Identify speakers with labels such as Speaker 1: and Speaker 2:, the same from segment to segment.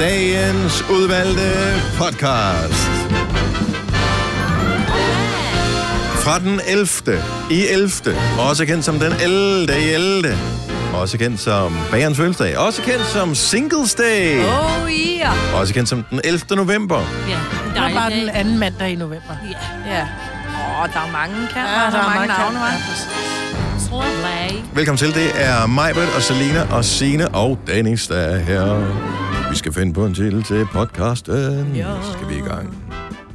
Speaker 1: dagens udvalgte podcast. Fra den 11. i 11. Også kendt som den 11. i 11. Også kendt som Bagerens fødselsdag. Også kendt som Singles Day.
Speaker 2: Oh yeah.
Speaker 1: Også kendt som den 11. november.
Speaker 2: Ja, en
Speaker 3: Det var
Speaker 2: dejlig
Speaker 3: bare
Speaker 2: dag.
Speaker 3: den anden mandag i november.
Speaker 2: Ja.
Speaker 3: Ja.
Speaker 2: Åh, oh, der er mange, kan
Speaker 3: Ja,
Speaker 2: man.
Speaker 3: der er mange navne,
Speaker 2: hva'?
Speaker 3: ja, præcis.
Speaker 2: Tror jeg.
Speaker 1: Velkommen til. Det er Majbert og Selina og Sine og Dennis, der er her. Vi skal finde på en titel til podcasten.
Speaker 3: Ja.
Speaker 1: Så skal vi i gang.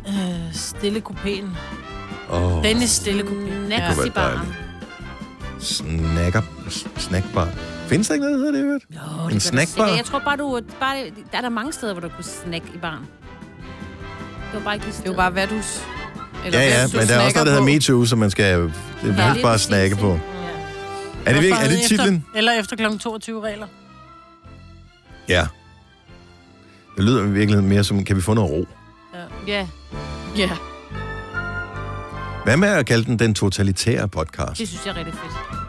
Speaker 3: Øh, stille kupéen.
Speaker 1: Og
Speaker 3: Dennis stille kupéen.
Speaker 2: Nasty
Speaker 1: kunne være
Speaker 2: bar.
Speaker 1: dejligt. snacker, s- snackbar. Findes der ikke noget, der hedder det? i øvrigt?
Speaker 2: Nå, det
Speaker 1: En
Speaker 2: gør
Speaker 1: snackbar?
Speaker 2: der- Ja, Jeg tror bare, du... Bare, der er der mange steder, hvor du kunne snack i barn. Det var bare ikke lige
Speaker 4: Det er jo bare, hvad du... s- Eller
Speaker 1: Ja, ja,
Speaker 4: hvad du
Speaker 1: men der er også
Speaker 4: snakker
Speaker 1: noget, der hedder
Speaker 4: på.
Speaker 1: MeToo, som man skal det er
Speaker 2: Ja,
Speaker 1: ja,
Speaker 2: lige
Speaker 1: bare
Speaker 2: præcis,
Speaker 1: snakke
Speaker 2: ikke?
Speaker 1: på. Er det, virke, er det titlen?
Speaker 3: Efter, eller efter kl. 22 regler.
Speaker 1: Ja. Det lyder i virkeligheden mere som, kan vi få noget ro?
Speaker 2: Ja,
Speaker 4: Ja.
Speaker 1: Hvad med at kalde den den totalitære podcast?
Speaker 2: det synes jeg er rigtig fedt.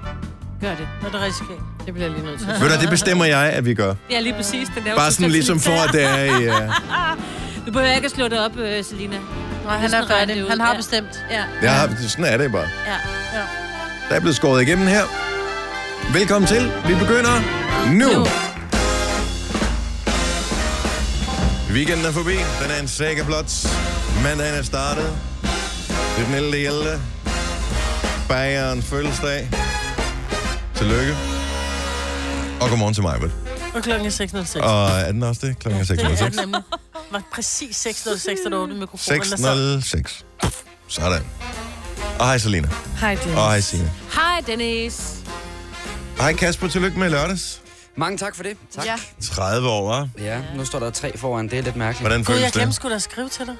Speaker 2: Gør det.
Speaker 3: Når det risikerer.
Speaker 4: Det bliver jeg lige nødt til.
Speaker 1: Ved du, det bestemmer jeg, at vi gør.
Speaker 2: Ja, lige præcis. Den der
Speaker 1: Bare sådan ligesom for, at det er... Ja.
Speaker 2: Du behøver ikke at slå det op, øh, Selina.
Speaker 3: Nej, han er
Speaker 2: sådan regner det
Speaker 3: færdig.
Speaker 2: ud,
Speaker 3: Han har
Speaker 2: ja.
Speaker 3: bestemt.
Speaker 2: Ja,
Speaker 1: Jeg har, sådan er det bare.
Speaker 2: ja.
Speaker 1: Der er blevet skåret igennem her. Velkommen til. Vi begynder nu. nu. Weekenden er forbi. Den er en sækker blot. Mandagen er startet. Det er den 11. 11. Bagerens fødselsdag. Tillykke. Og godmorgen til mig, vel?
Speaker 3: Og klokken er 6.06.
Speaker 1: Og er den også det? Klokken er
Speaker 3: Det er
Speaker 1: 6.06.
Speaker 3: den nemlig. Var præcis 6.06, da du åbnede mikrofonen. der sad.
Speaker 1: 6.06. Sådan. Og hej, Selina.
Speaker 4: Hej, Dennis.
Speaker 1: Og hej, Signe.
Speaker 2: Hej, Dennis.
Speaker 1: Hej, Kasper. Tillykke med lørdags.
Speaker 5: Mange tak for det. Tak.
Speaker 4: Ja.
Speaker 5: Ja.
Speaker 1: 30 år, hva'?
Speaker 5: ja. Nu står der tre foran. Det er lidt mærkeligt.
Speaker 1: Hvordan
Speaker 3: Gud,
Speaker 1: føles
Speaker 3: jeg
Speaker 1: det?
Speaker 3: glemte sgu da at skrive til dig.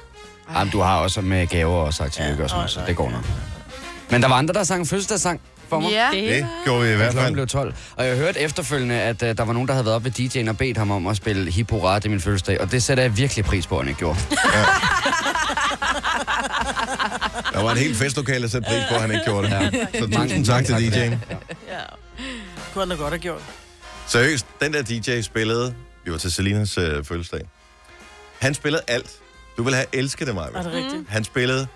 Speaker 5: Jamen, du har også med gaver og sagt tillykke ja. og sådan noget, så det går nok. Men der var andre, der sang en fødselsdagssang for mig.
Speaker 4: Ja.
Speaker 1: Det gjorde vi i hvert
Speaker 5: Klokken
Speaker 1: fald.
Speaker 5: blev 12. Og jeg hørte efterfølgende, at uh, der var nogen, der havde været oppe ved DJ'en og bedt ham om at spille Hip Hurra, det er min fødselsdag. Og det sætter jeg virkelig pris på, at han ikke gjorde.
Speaker 1: Der var et helt festlokale at sætte pris på, at han ikke gjorde det.
Speaker 5: Ja.
Speaker 1: Så
Speaker 5: Mange
Speaker 1: tusind tak til
Speaker 5: for det.
Speaker 1: DJ'en.
Speaker 5: Ja.
Speaker 3: Kunne han da godt have gjort.
Speaker 1: Seriøst, den der DJ spillede, vi var til Selinas øh, fødselsdag. Han spillede alt. Du ville have elsket det,
Speaker 3: Er
Speaker 1: Maja.
Speaker 3: det
Speaker 2: Mhm.
Speaker 3: rigtigt?
Speaker 1: Han spillede...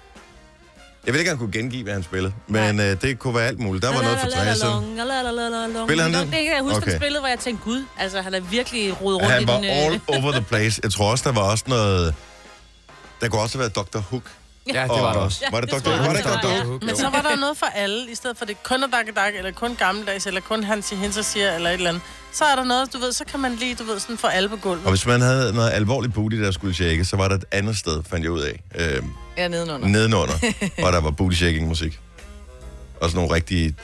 Speaker 1: Jeg ved ikke, om han kunne gengive, hvad han spillede, men øh, det kunne være alt muligt. Der var noget for 60'erne. Spiller
Speaker 2: Spiller
Speaker 1: han den?
Speaker 2: Det kan jeg huske,
Speaker 1: Okay.
Speaker 2: okay. han spillede, hvor jeg tænkte, gud, altså han er virkelig rodet rundt
Speaker 1: Han var
Speaker 2: i den... øh,
Speaker 1: all over the place. Jeg tror også, der var også noget... Der kunne også have været Dr. Hook.
Speaker 5: ja, det var
Speaker 1: Og-
Speaker 5: der også.
Speaker 1: Var det
Speaker 2: det
Speaker 1: Dr.
Speaker 2: tror
Speaker 1: Hook?
Speaker 2: jeg,
Speaker 1: Var
Speaker 2: det
Speaker 1: det ikke
Speaker 2: tror
Speaker 1: Dr.
Speaker 2: jeg,
Speaker 1: Hook?
Speaker 3: Men så var der jo noget for alle, i stedet for det kun er dak, dak eller kun gammeldags, eller kun Hansi Hinser siger, eller et eller andet. Så er der noget, du ved, så kan man lige, du ved, sådan for alle på
Speaker 1: Og
Speaker 3: gulvet.
Speaker 1: hvis man havde noget alvorligt booty, der skulle tjekke, så var der et andet sted, fandt jeg ud af. Øh,
Speaker 4: Ja, nedenunder.
Speaker 1: nedenunder, hvor der var booty-shaking musik. Og sådan nogle rigtige,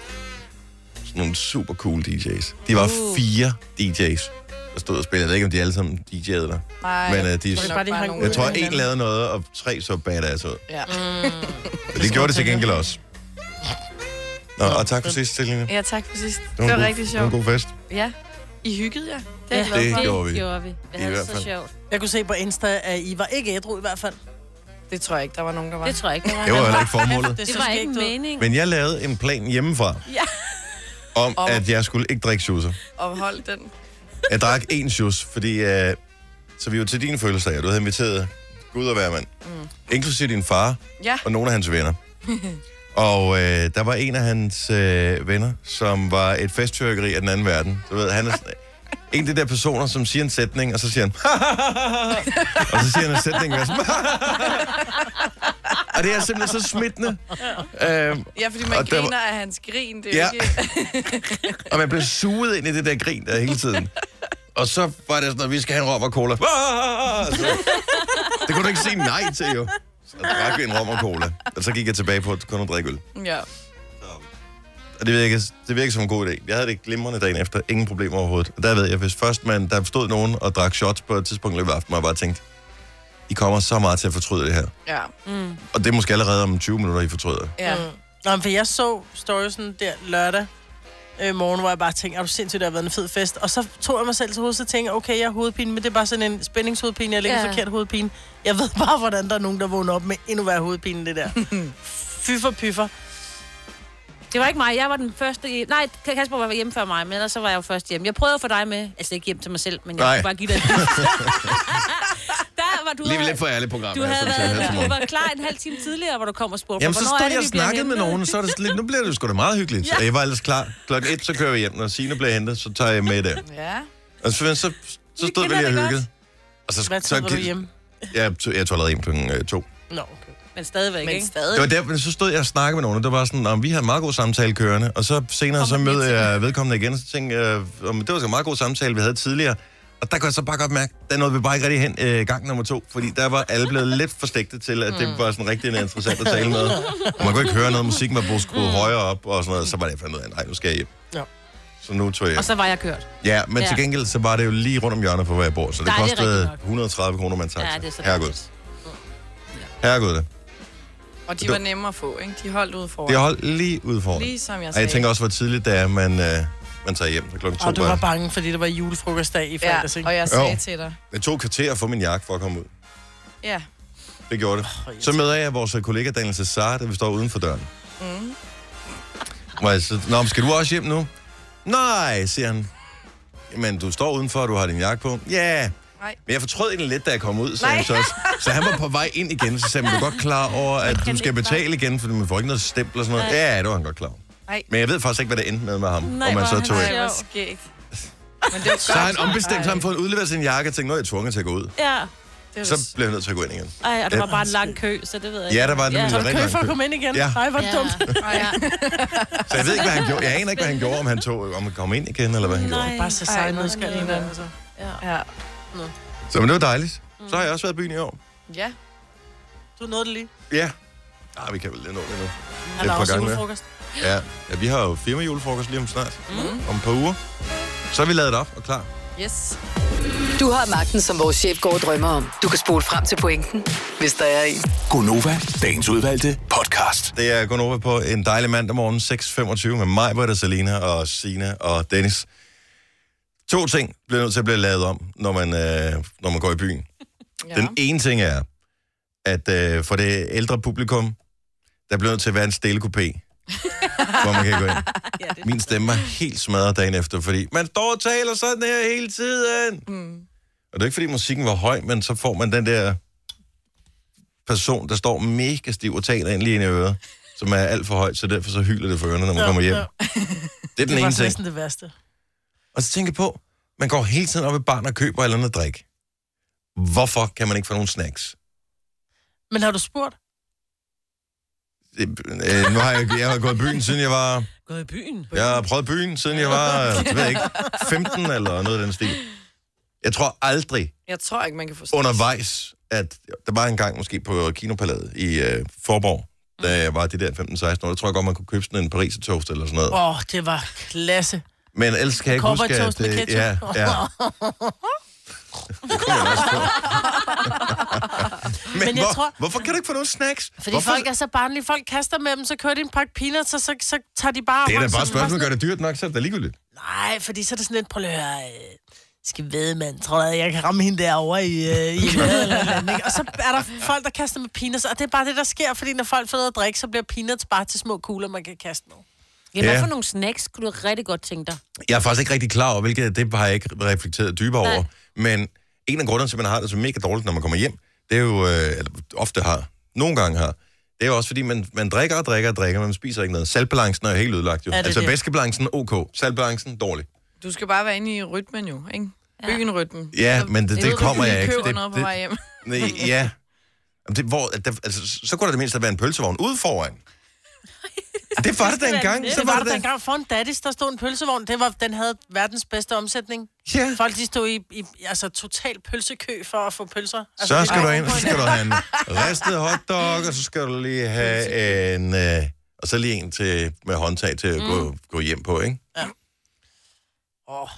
Speaker 1: sådan nogle super cool DJ's. De var uh. fire DJ's, der stod og spillede. Jeg ved ikke, om de alle sammen DJ'ede der.
Speaker 4: Nej,
Speaker 1: Men, øh, de-
Speaker 4: jeg tror, det er
Speaker 3: Bare de
Speaker 4: bare
Speaker 3: hang
Speaker 4: nogen, øh,
Speaker 3: ud.
Speaker 1: Jeg tror,
Speaker 4: der-
Speaker 1: en lavede noget, og tre så badass ud.
Speaker 4: Ja. Mm.
Speaker 1: Men det gjorde det til gengæld også. Nå, og tak for sidst, Selina. Det
Speaker 4: ja, tak for sidst.
Speaker 1: var en
Speaker 4: Det var
Speaker 1: god-
Speaker 4: rigtig
Speaker 1: Det
Speaker 4: sjovt.
Speaker 1: var en god fest.
Speaker 4: Ja. I hyggede jer. Det er
Speaker 2: Ja,
Speaker 4: jeg glad for.
Speaker 1: det gjorde vi.
Speaker 2: Det gjorde vi.
Speaker 1: I
Speaker 2: Det havde
Speaker 1: hvert
Speaker 2: det så
Speaker 1: fald.
Speaker 2: sjovt.
Speaker 3: Jeg kunne se på Insta, at I var ikke ædru i hvert fald.
Speaker 4: Det tror jeg ikke, der var nogen, der var.
Speaker 2: Det tror jeg ikke.
Speaker 1: Det var heller ikke formålet.
Speaker 2: Det var ikke meningen.
Speaker 1: Men jeg lavede en plan hjemmefra.
Speaker 4: Ja.
Speaker 1: Om,
Speaker 4: Om.
Speaker 1: at jeg skulle ikke drikke juicer.
Speaker 4: Og hold den.
Speaker 1: Jeg drak én juice, fordi... Øh, så vi var til din fødselsdag, og du havde inviteret Gud og hver mand. Mm. Inklusive din far
Speaker 4: Ja.
Speaker 1: og nogle af hans venner. og øh, der var en af hans øh, venner, som var et festtyrkeri af den anden verden. Du ved, han er sådan- en af de der personer, som siger en sætning, og så siger han... og så siger han en sætning, og, jeg er sådan, og det er simpelthen så smittende. Øh,
Speaker 4: Ja, fordi
Speaker 1: Og
Speaker 4: man
Speaker 1: der var-
Speaker 4: griner af hans grin. Det er
Speaker 1: Ja.
Speaker 4: jo ikke...
Speaker 1: og man blev suget ind i det der grin der hele tiden. Og så var det sådan, at vi skal have en rom og cola. Ah! Så, det kunne du ikke sige nej til, jo. Så drak vi en rom og cola. Og så gik jeg tilbage på, at du kunne drikke øl.
Speaker 4: Ja.
Speaker 1: Og det virkede, det virkede som en god idé. Jeg havde det glimrende dagen efter. Ingen problemer overhovedet. Og der ved jeg, hvis først man, der stod nogen og drak shots på et tidspunkt i løbet af aftenen, og jeg bare tænkte, I kommer så meget til at fortryde det her.
Speaker 4: Ja.
Speaker 3: Mm.
Speaker 1: Og det er måske allerede om 20 minutter, I fortryder.
Speaker 4: Ja.
Speaker 3: Nå, men for jeg så storiesen der lørdag øh, morgen, hvor jeg bare tænkte, er du sindssygt, det har været en fed fest. Og så tog jeg mig selv til hovedet, så tænkte jeg, okay, jeg har hovedpine, men det er bare sådan en spændingshovedpine, jeg ligger ja.
Speaker 4: Ja.
Speaker 3: forkert hovedpine. Jeg ved bare, hvordan der er nogen, der vågner op med endnu værre hovedpine, end det der. Fyffer, pyffer.
Speaker 2: Det var ikke mig. Jeg var den første... I... Nej, Kasper var hjemme før mig, men ellers så var jeg jo først hjemme. Jeg prøvede at få dig med. Altså ikke hjem til mig selv, men jeg
Speaker 1: Nej.
Speaker 2: Nej. kunne bare give dig... Der var du...
Speaker 1: Lige lidt for ærligt program.
Speaker 2: du,
Speaker 1: her,
Speaker 2: havde
Speaker 1: som jeg her til
Speaker 2: været, du
Speaker 1: morgen.
Speaker 2: var klar en halv time tidligere, hvor du kom og spurgte
Speaker 1: Jamen,
Speaker 2: mig,
Speaker 1: så
Speaker 2: "Hvornår
Speaker 1: stod
Speaker 2: er det,
Speaker 1: jeg og
Speaker 2: vi bliver
Speaker 1: snakkede med
Speaker 2: hentet?"
Speaker 1: nogen, og så er det sådan lidt, nu bliver det jo sgu da meget hyggeligt. Ja. Jeg var ellers klar. Klokken et, så kører vi hjem. Når Signe bliver hentet, så tager jeg med der.
Speaker 4: Ja.
Speaker 1: Og så, så, så stod vi
Speaker 2: kender
Speaker 1: lige og
Speaker 2: det
Speaker 1: hyggede. Og så,
Speaker 3: Hvad
Speaker 1: så,
Speaker 3: tid var du hjemme?
Speaker 1: Jeg, tog- jeg tog allerede hjem klokken øh, to.
Speaker 3: Nå, okay.
Speaker 2: Men stadigvæk,
Speaker 4: Men
Speaker 2: ikke?
Speaker 4: stadig.
Speaker 1: Det var der, men så stod jeg og snakkede med nogen, og det var sådan, om vi havde en meget god samtale kørende. Og så senere så
Speaker 2: Kommer den
Speaker 1: mødte
Speaker 2: igen
Speaker 1: jeg vedkommende igen, og så tænkte jeg, øh, om det var så en meget god samtale, vi havde tidligere. Og der kunne jeg så bare godt mærke, der nåede vi bare ikke rigtig hen øh, gang nummer to, fordi der var alle blevet lidt forstægtet til, at det
Speaker 2: Mm.
Speaker 1: var sådan rigtig interessant at tale med. Og man kunne ikke høre noget, musikken var skruet
Speaker 2: Mm.
Speaker 1: højere op og sådan noget, så var det, jeg fandt ud af, nej, nu skal jeg hjem.
Speaker 3: Ja.
Speaker 1: Så nu tog jeg
Speaker 2: Og så var jeg kørt.
Speaker 1: Ja, men ja.
Speaker 2: Ja.
Speaker 1: til gengæld, så var det jo lige rundt om hjørnet på, hvor jeg bor, så det
Speaker 2: Nej, det er rigtigt
Speaker 1: kostede
Speaker 2: nok.
Speaker 1: 130 kroner med en taxa.
Speaker 2: Ja, det er så
Speaker 1: Herregud.
Speaker 2: dejligt.
Speaker 1: Herregud, det.
Speaker 4: Og de var nemme at få, ikke? De holdt ude foran.
Speaker 1: Det holdt lige ude foran.
Speaker 4: Lige som jeg
Speaker 1: Og
Speaker 4: sagde.
Speaker 1: jeg tænker også, hvor tidligt det er, man, øh, man tager hjem. Det er klokken to.
Speaker 3: Og du
Speaker 1: var
Speaker 3: var
Speaker 1: jeg-
Speaker 3: bange, fordi det var julefrokostdag i
Speaker 4: ja,
Speaker 3: fredags, ikke?
Speaker 4: og jeg sagde
Speaker 1: Jo.
Speaker 4: til dig.
Speaker 1: Jeg tog et kvarter at få min jakke for at komme ud.
Speaker 4: Ja.
Speaker 1: Det gjorde det.
Speaker 3: Åh, jeg
Speaker 1: Så møder jeg vores kollega Daniel Cesar, der vi står uden for døren. Mm. Og jeg så, Nå, men skal du også hjem nu? Nej, siger han. Men du står udenfor, og du har din jakke på. Ja. Yeah.
Speaker 4: Nej.
Speaker 1: Men jeg fortrød egentlig lidt, da jeg kom ud, så,
Speaker 4: Nej.
Speaker 1: han så, også. så han var på vej ind igen, så sagde han, "Men du er godt klar over, at du skal betale igen, for man får ikke noget stempel og sådan noget. Ja, det var han godt klar over.
Speaker 4: Nej.
Speaker 1: Men jeg ved faktisk ikke, hvad det endte med med ham,
Speaker 2: Nej,
Speaker 1: om man
Speaker 2: hvor
Speaker 1: så
Speaker 2: er han
Speaker 1: tog
Speaker 4: Nej,
Speaker 1: ind.
Speaker 4: det var skægt. Men det var godt.
Speaker 1: Så har han ombestemt, så har han fået udleveret sin jakke og tænkt, nu er jeg tvunget til at gå ud.
Speaker 2: Ja,
Speaker 4: Det var
Speaker 1: Så blev jeg nødt til at gå ind igen.
Speaker 2: Ej, og der
Speaker 1: Ja.
Speaker 2: var bare en lang kø, så det ved jeg
Speaker 1: Ja,
Speaker 2: ikke.
Speaker 1: der var nemlig
Speaker 2: Så
Speaker 1: en
Speaker 2: du
Speaker 1: rigtig
Speaker 3: Kø
Speaker 1: lang
Speaker 3: for at
Speaker 1: kø.
Speaker 3: komme ind igen.
Speaker 1: Ja.
Speaker 3: Nej, hvor
Speaker 2: Ja.
Speaker 3: dumt.
Speaker 2: Ja.
Speaker 1: Så jeg ved ikke, hvad han gjorde. Jeg aner ikke, hvad han gjorde, om han tog, om han kom ind igen, eller hvad han gjorde.
Speaker 2: Nej.
Speaker 3: Bare så
Speaker 4: Ej,
Speaker 3: sej
Speaker 4: hvor
Speaker 3: noget skal
Speaker 4: nederen.
Speaker 3: hinanden. altså.
Speaker 4: ja.
Speaker 1: Så men det var dejligt. Så har jeg også været i byen i år.
Speaker 4: ja.
Speaker 3: Du nåede det lige.
Speaker 1: Ja. Nej, Ah, vi kan vel lidt nå det
Speaker 3: Han
Speaker 1: nu. Et
Speaker 3: har
Speaker 1: par
Speaker 3: også
Speaker 1: gange mere.
Speaker 3: julefrokost.
Speaker 1: Ja. ja, vi har jo firma julefrokost lige om snart. Mm. Om et par uger. Så er vi lavet op og klar.
Speaker 4: Yes.
Speaker 6: Du har magten, som vores chef går og drømmer om. Du kan spole frem til pointen, hvis der er en.
Speaker 7: Gonova, dagens udvalgte podcast.
Speaker 1: Det er gået over på en dejlig mandag morgen 6.25 med mig, Britta, Selina og Sina og Dennis. To ting bliver nødt til at blive lavet om, når man, øh, når man går i byen.
Speaker 4: Ja.
Speaker 1: Den ene ting er, at øh, for det ældre publikum, der bliver nødt til at være en stille coupé, hvor man kan gå ind. Min stemme var helt smadret dagen efter, fordi man står og taler sådan her hele tiden. Mm. Og det er ikke, fordi musikken var høj, men så får man den der person, der står mega stiv og taler ind lige ind i øret, som er alt for højt, så derfor så hyler det for ørerne, når man
Speaker 3: Ja,
Speaker 1: kommer hjem.
Speaker 3: ja.
Speaker 1: Det er den
Speaker 3: Det var
Speaker 1: ene
Speaker 3: så
Speaker 1: ting.
Speaker 3: næsten det værste.
Speaker 1: Og så tænker jeg på, man går hele tiden op i barn og køber et eller andet at drikke. Hvorfor kan man ikke få nogle snacks?
Speaker 3: Men har du spurgt?
Speaker 1: Det- øh, nu har jeg, jeg har gået i byen, siden jeg var...
Speaker 3: Gået i byen?
Speaker 1: Jeg har prøvet byen, siden jeg var, øh, jeg ved ikke, 15 eller noget af den stil. Jeg tror aldrig
Speaker 4: Jeg tror ikke, man kan forstå.
Speaker 1: undervejs, at der var en gang måske på Kinopaladet i øh, Forborg,
Speaker 3: Mm.
Speaker 1: da jeg var de der 15-16 år, der tror jeg godt, man kunne købe sådan en Paris toast eller sådan noget.
Speaker 3: Åh, oh, det var klasse.
Speaker 1: Men ellers kan jeg ikke huske,
Speaker 3: Cowboy
Speaker 1: at...
Speaker 3: toast med
Speaker 1: det-
Speaker 3: ketchup.
Speaker 1: ja, ja. Det kunne jeg også få. Men,
Speaker 3: Men jeg
Speaker 1: hvor,
Speaker 3: tror-
Speaker 1: hvorfor kan du ikke få nogen snacks?
Speaker 3: Fordi
Speaker 1: hvorfor,
Speaker 3: folk er så barnlige. Folk kaster med dem, så kører de en pakke peanuts, og så, så tager de bare...
Speaker 1: det er da bare et
Speaker 3: håndsomt.
Speaker 1: spørgsmål, gør det dyrt nok, så er det da ligegyldigt.
Speaker 3: Nej, fordi så er det sådan lidt, prøv lige at høre, øh, skal ved, mand, tror du, at jeg kan ramme hende derovre i, øh, i eller, eller, andet, ikke? Og så er der folk, der kaster med peanuts, og det er bare det, der sker, fordi når folk får noget at drikke, så bliver peanuts bare til små kugler, man kan kaste med.
Speaker 2: Ja, hvad
Speaker 1: Ja.
Speaker 2: for nogle snacks kunne du rigtig godt tænke dig?
Speaker 1: Jeg er faktisk ikke rigtig klar over, hvilket det har jeg ikke reflekteret dybere
Speaker 2: Nej.
Speaker 1: over. Men en af grunderne til, at man har det så mega dårligt, når man kommer hjem, det er jo, øh, eller ofte har, nogle gange har, det er jo også fordi, man, man drikker og drikker og drikker, men man spiser ikke noget. Saltbalancen er jo helt ødelagt jo.
Speaker 3: Ja, det er
Speaker 1: altså
Speaker 3: det.
Speaker 1: væskebalancen, ok. Saltbalancen, dårlig.
Speaker 4: Du skal bare være inde i rytmen jo, ikke? Altså, Byen-rytmen.
Speaker 1: Ja,
Speaker 4: Så-
Speaker 1: men det- det
Speaker 4: ved du,
Speaker 1: kommer
Speaker 4: du
Speaker 1: jeg
Speaker 4: lige
Speaker 1: ikke.
Speaker 4: køber
Speaker 1: Det-
Speaker 4: noget på
Speaker 1: det-
Speaker 4: vej hjem.
Speaker 1: Nej, ja. Jamen, Det, hvor, at der, altså, så- så kunne der det mindste være en pølsevogn ude foran. Det var det da engang. Så
Speaker 3: Det var der da engang foran Daddy's, der stod en pølsevogn. Det var, den havde verdens bedste omsætning.
Speaker 1: Ja.
Speaker 3: Folk, de stod i, i altså, total pølsekø for at få pølser. Altså,
Speaker 1: Så
Speaker 3: det
Speaker 1: skal
Speaker 3: var
Speaker 1: du ind,
Speaker 3: ovenpå
Speaker 1: så skal du have en ristet hotdog, og så skal du lige have en... Øh, og så lige en til, med håndtag til at mm. gå, gå hjem på, ikke?
Speaker 3: Åh,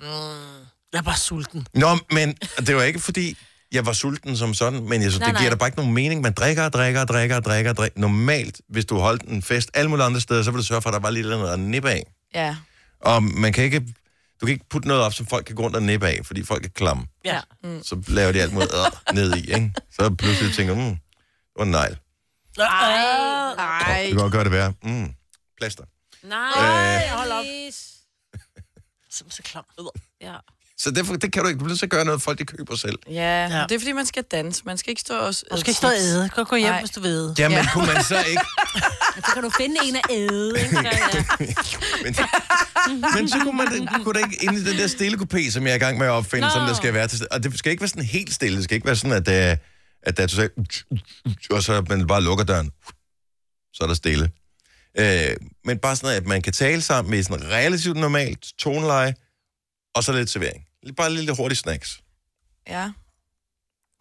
Speaker 3: mm, jeg er bare sulten.
Speaker 1: Nå, men det var ikke fordi, jeg var sulten som sådan, men jeg synes,
Speaker 2: Nej,
Speaker 1: det giver
Speaker 2: nej.
Speaker 1: da bare ikke nogen mening. Man drikker og drikker og drikker og drikker og drikker. Normalt, hvis du holdt en fest alle mulige andre steder, så ville du sørge for, at der var lidt eller andet at nippe af.
Speaker 4: Ja.
Speaker 1: Og man kan ikke... Du kan ikke putte noget op, som folk kan gå rundt og nippe af, fordi folk er klamme.
Speaker 3: Ja.
Speaker 1: Så laver de alt muligt øh, ned i, ikke? Så pludselig tænker jeg, mm, det var en negl.
Speaker 3: ja.
Speaker 1: Det kan godt gøre det værre. Mm, plaster.
Speaker 2: Nej,
Speaker 1: Øh.
Speaker 2: hold op.
Speaker 3: Som så klam.
Speaker 2: Ja.
Speaker 1: Så derfor, det kan du ikke. Du bliver så gøre noget, folk de køber selv.
Speaker 4: Ja,
Speaker 3: Ja.
Speaker 4: ja, det er fordi, man skal danse. Man skal ikke stå og...
Speaker 3: Du skal ikke stå og æde. Gå, gå hjem,
Speaker 4: Nej.
Speaker 3: hvis du vil æde.
Speaker 1: Jamen,
Speaker 4: Ja.
Speaker 1: kunne man så ikke...
Speaker 2: Så kan du finde en at æde, ikke? Så, ja.
Speaker 1: Men, men så kunne man kunne det ikke ind i den der stille kupé, som jeg er i gang med at opfinde,
Speaker 2: Nå.
Speaker 1: som der skal være til stede. Og det skal ikke være sådan helt stille. Det skal ikke være sådan, at, øh, at der er totalt... Og så man bare lukker døren. Så er der stille. Øh, men bare sådan, at man kan tale sammen med sådan relativt normalt toneleje, og så lidt servering. Bare lidt hurtig snacks.
Speaker 4: Ja.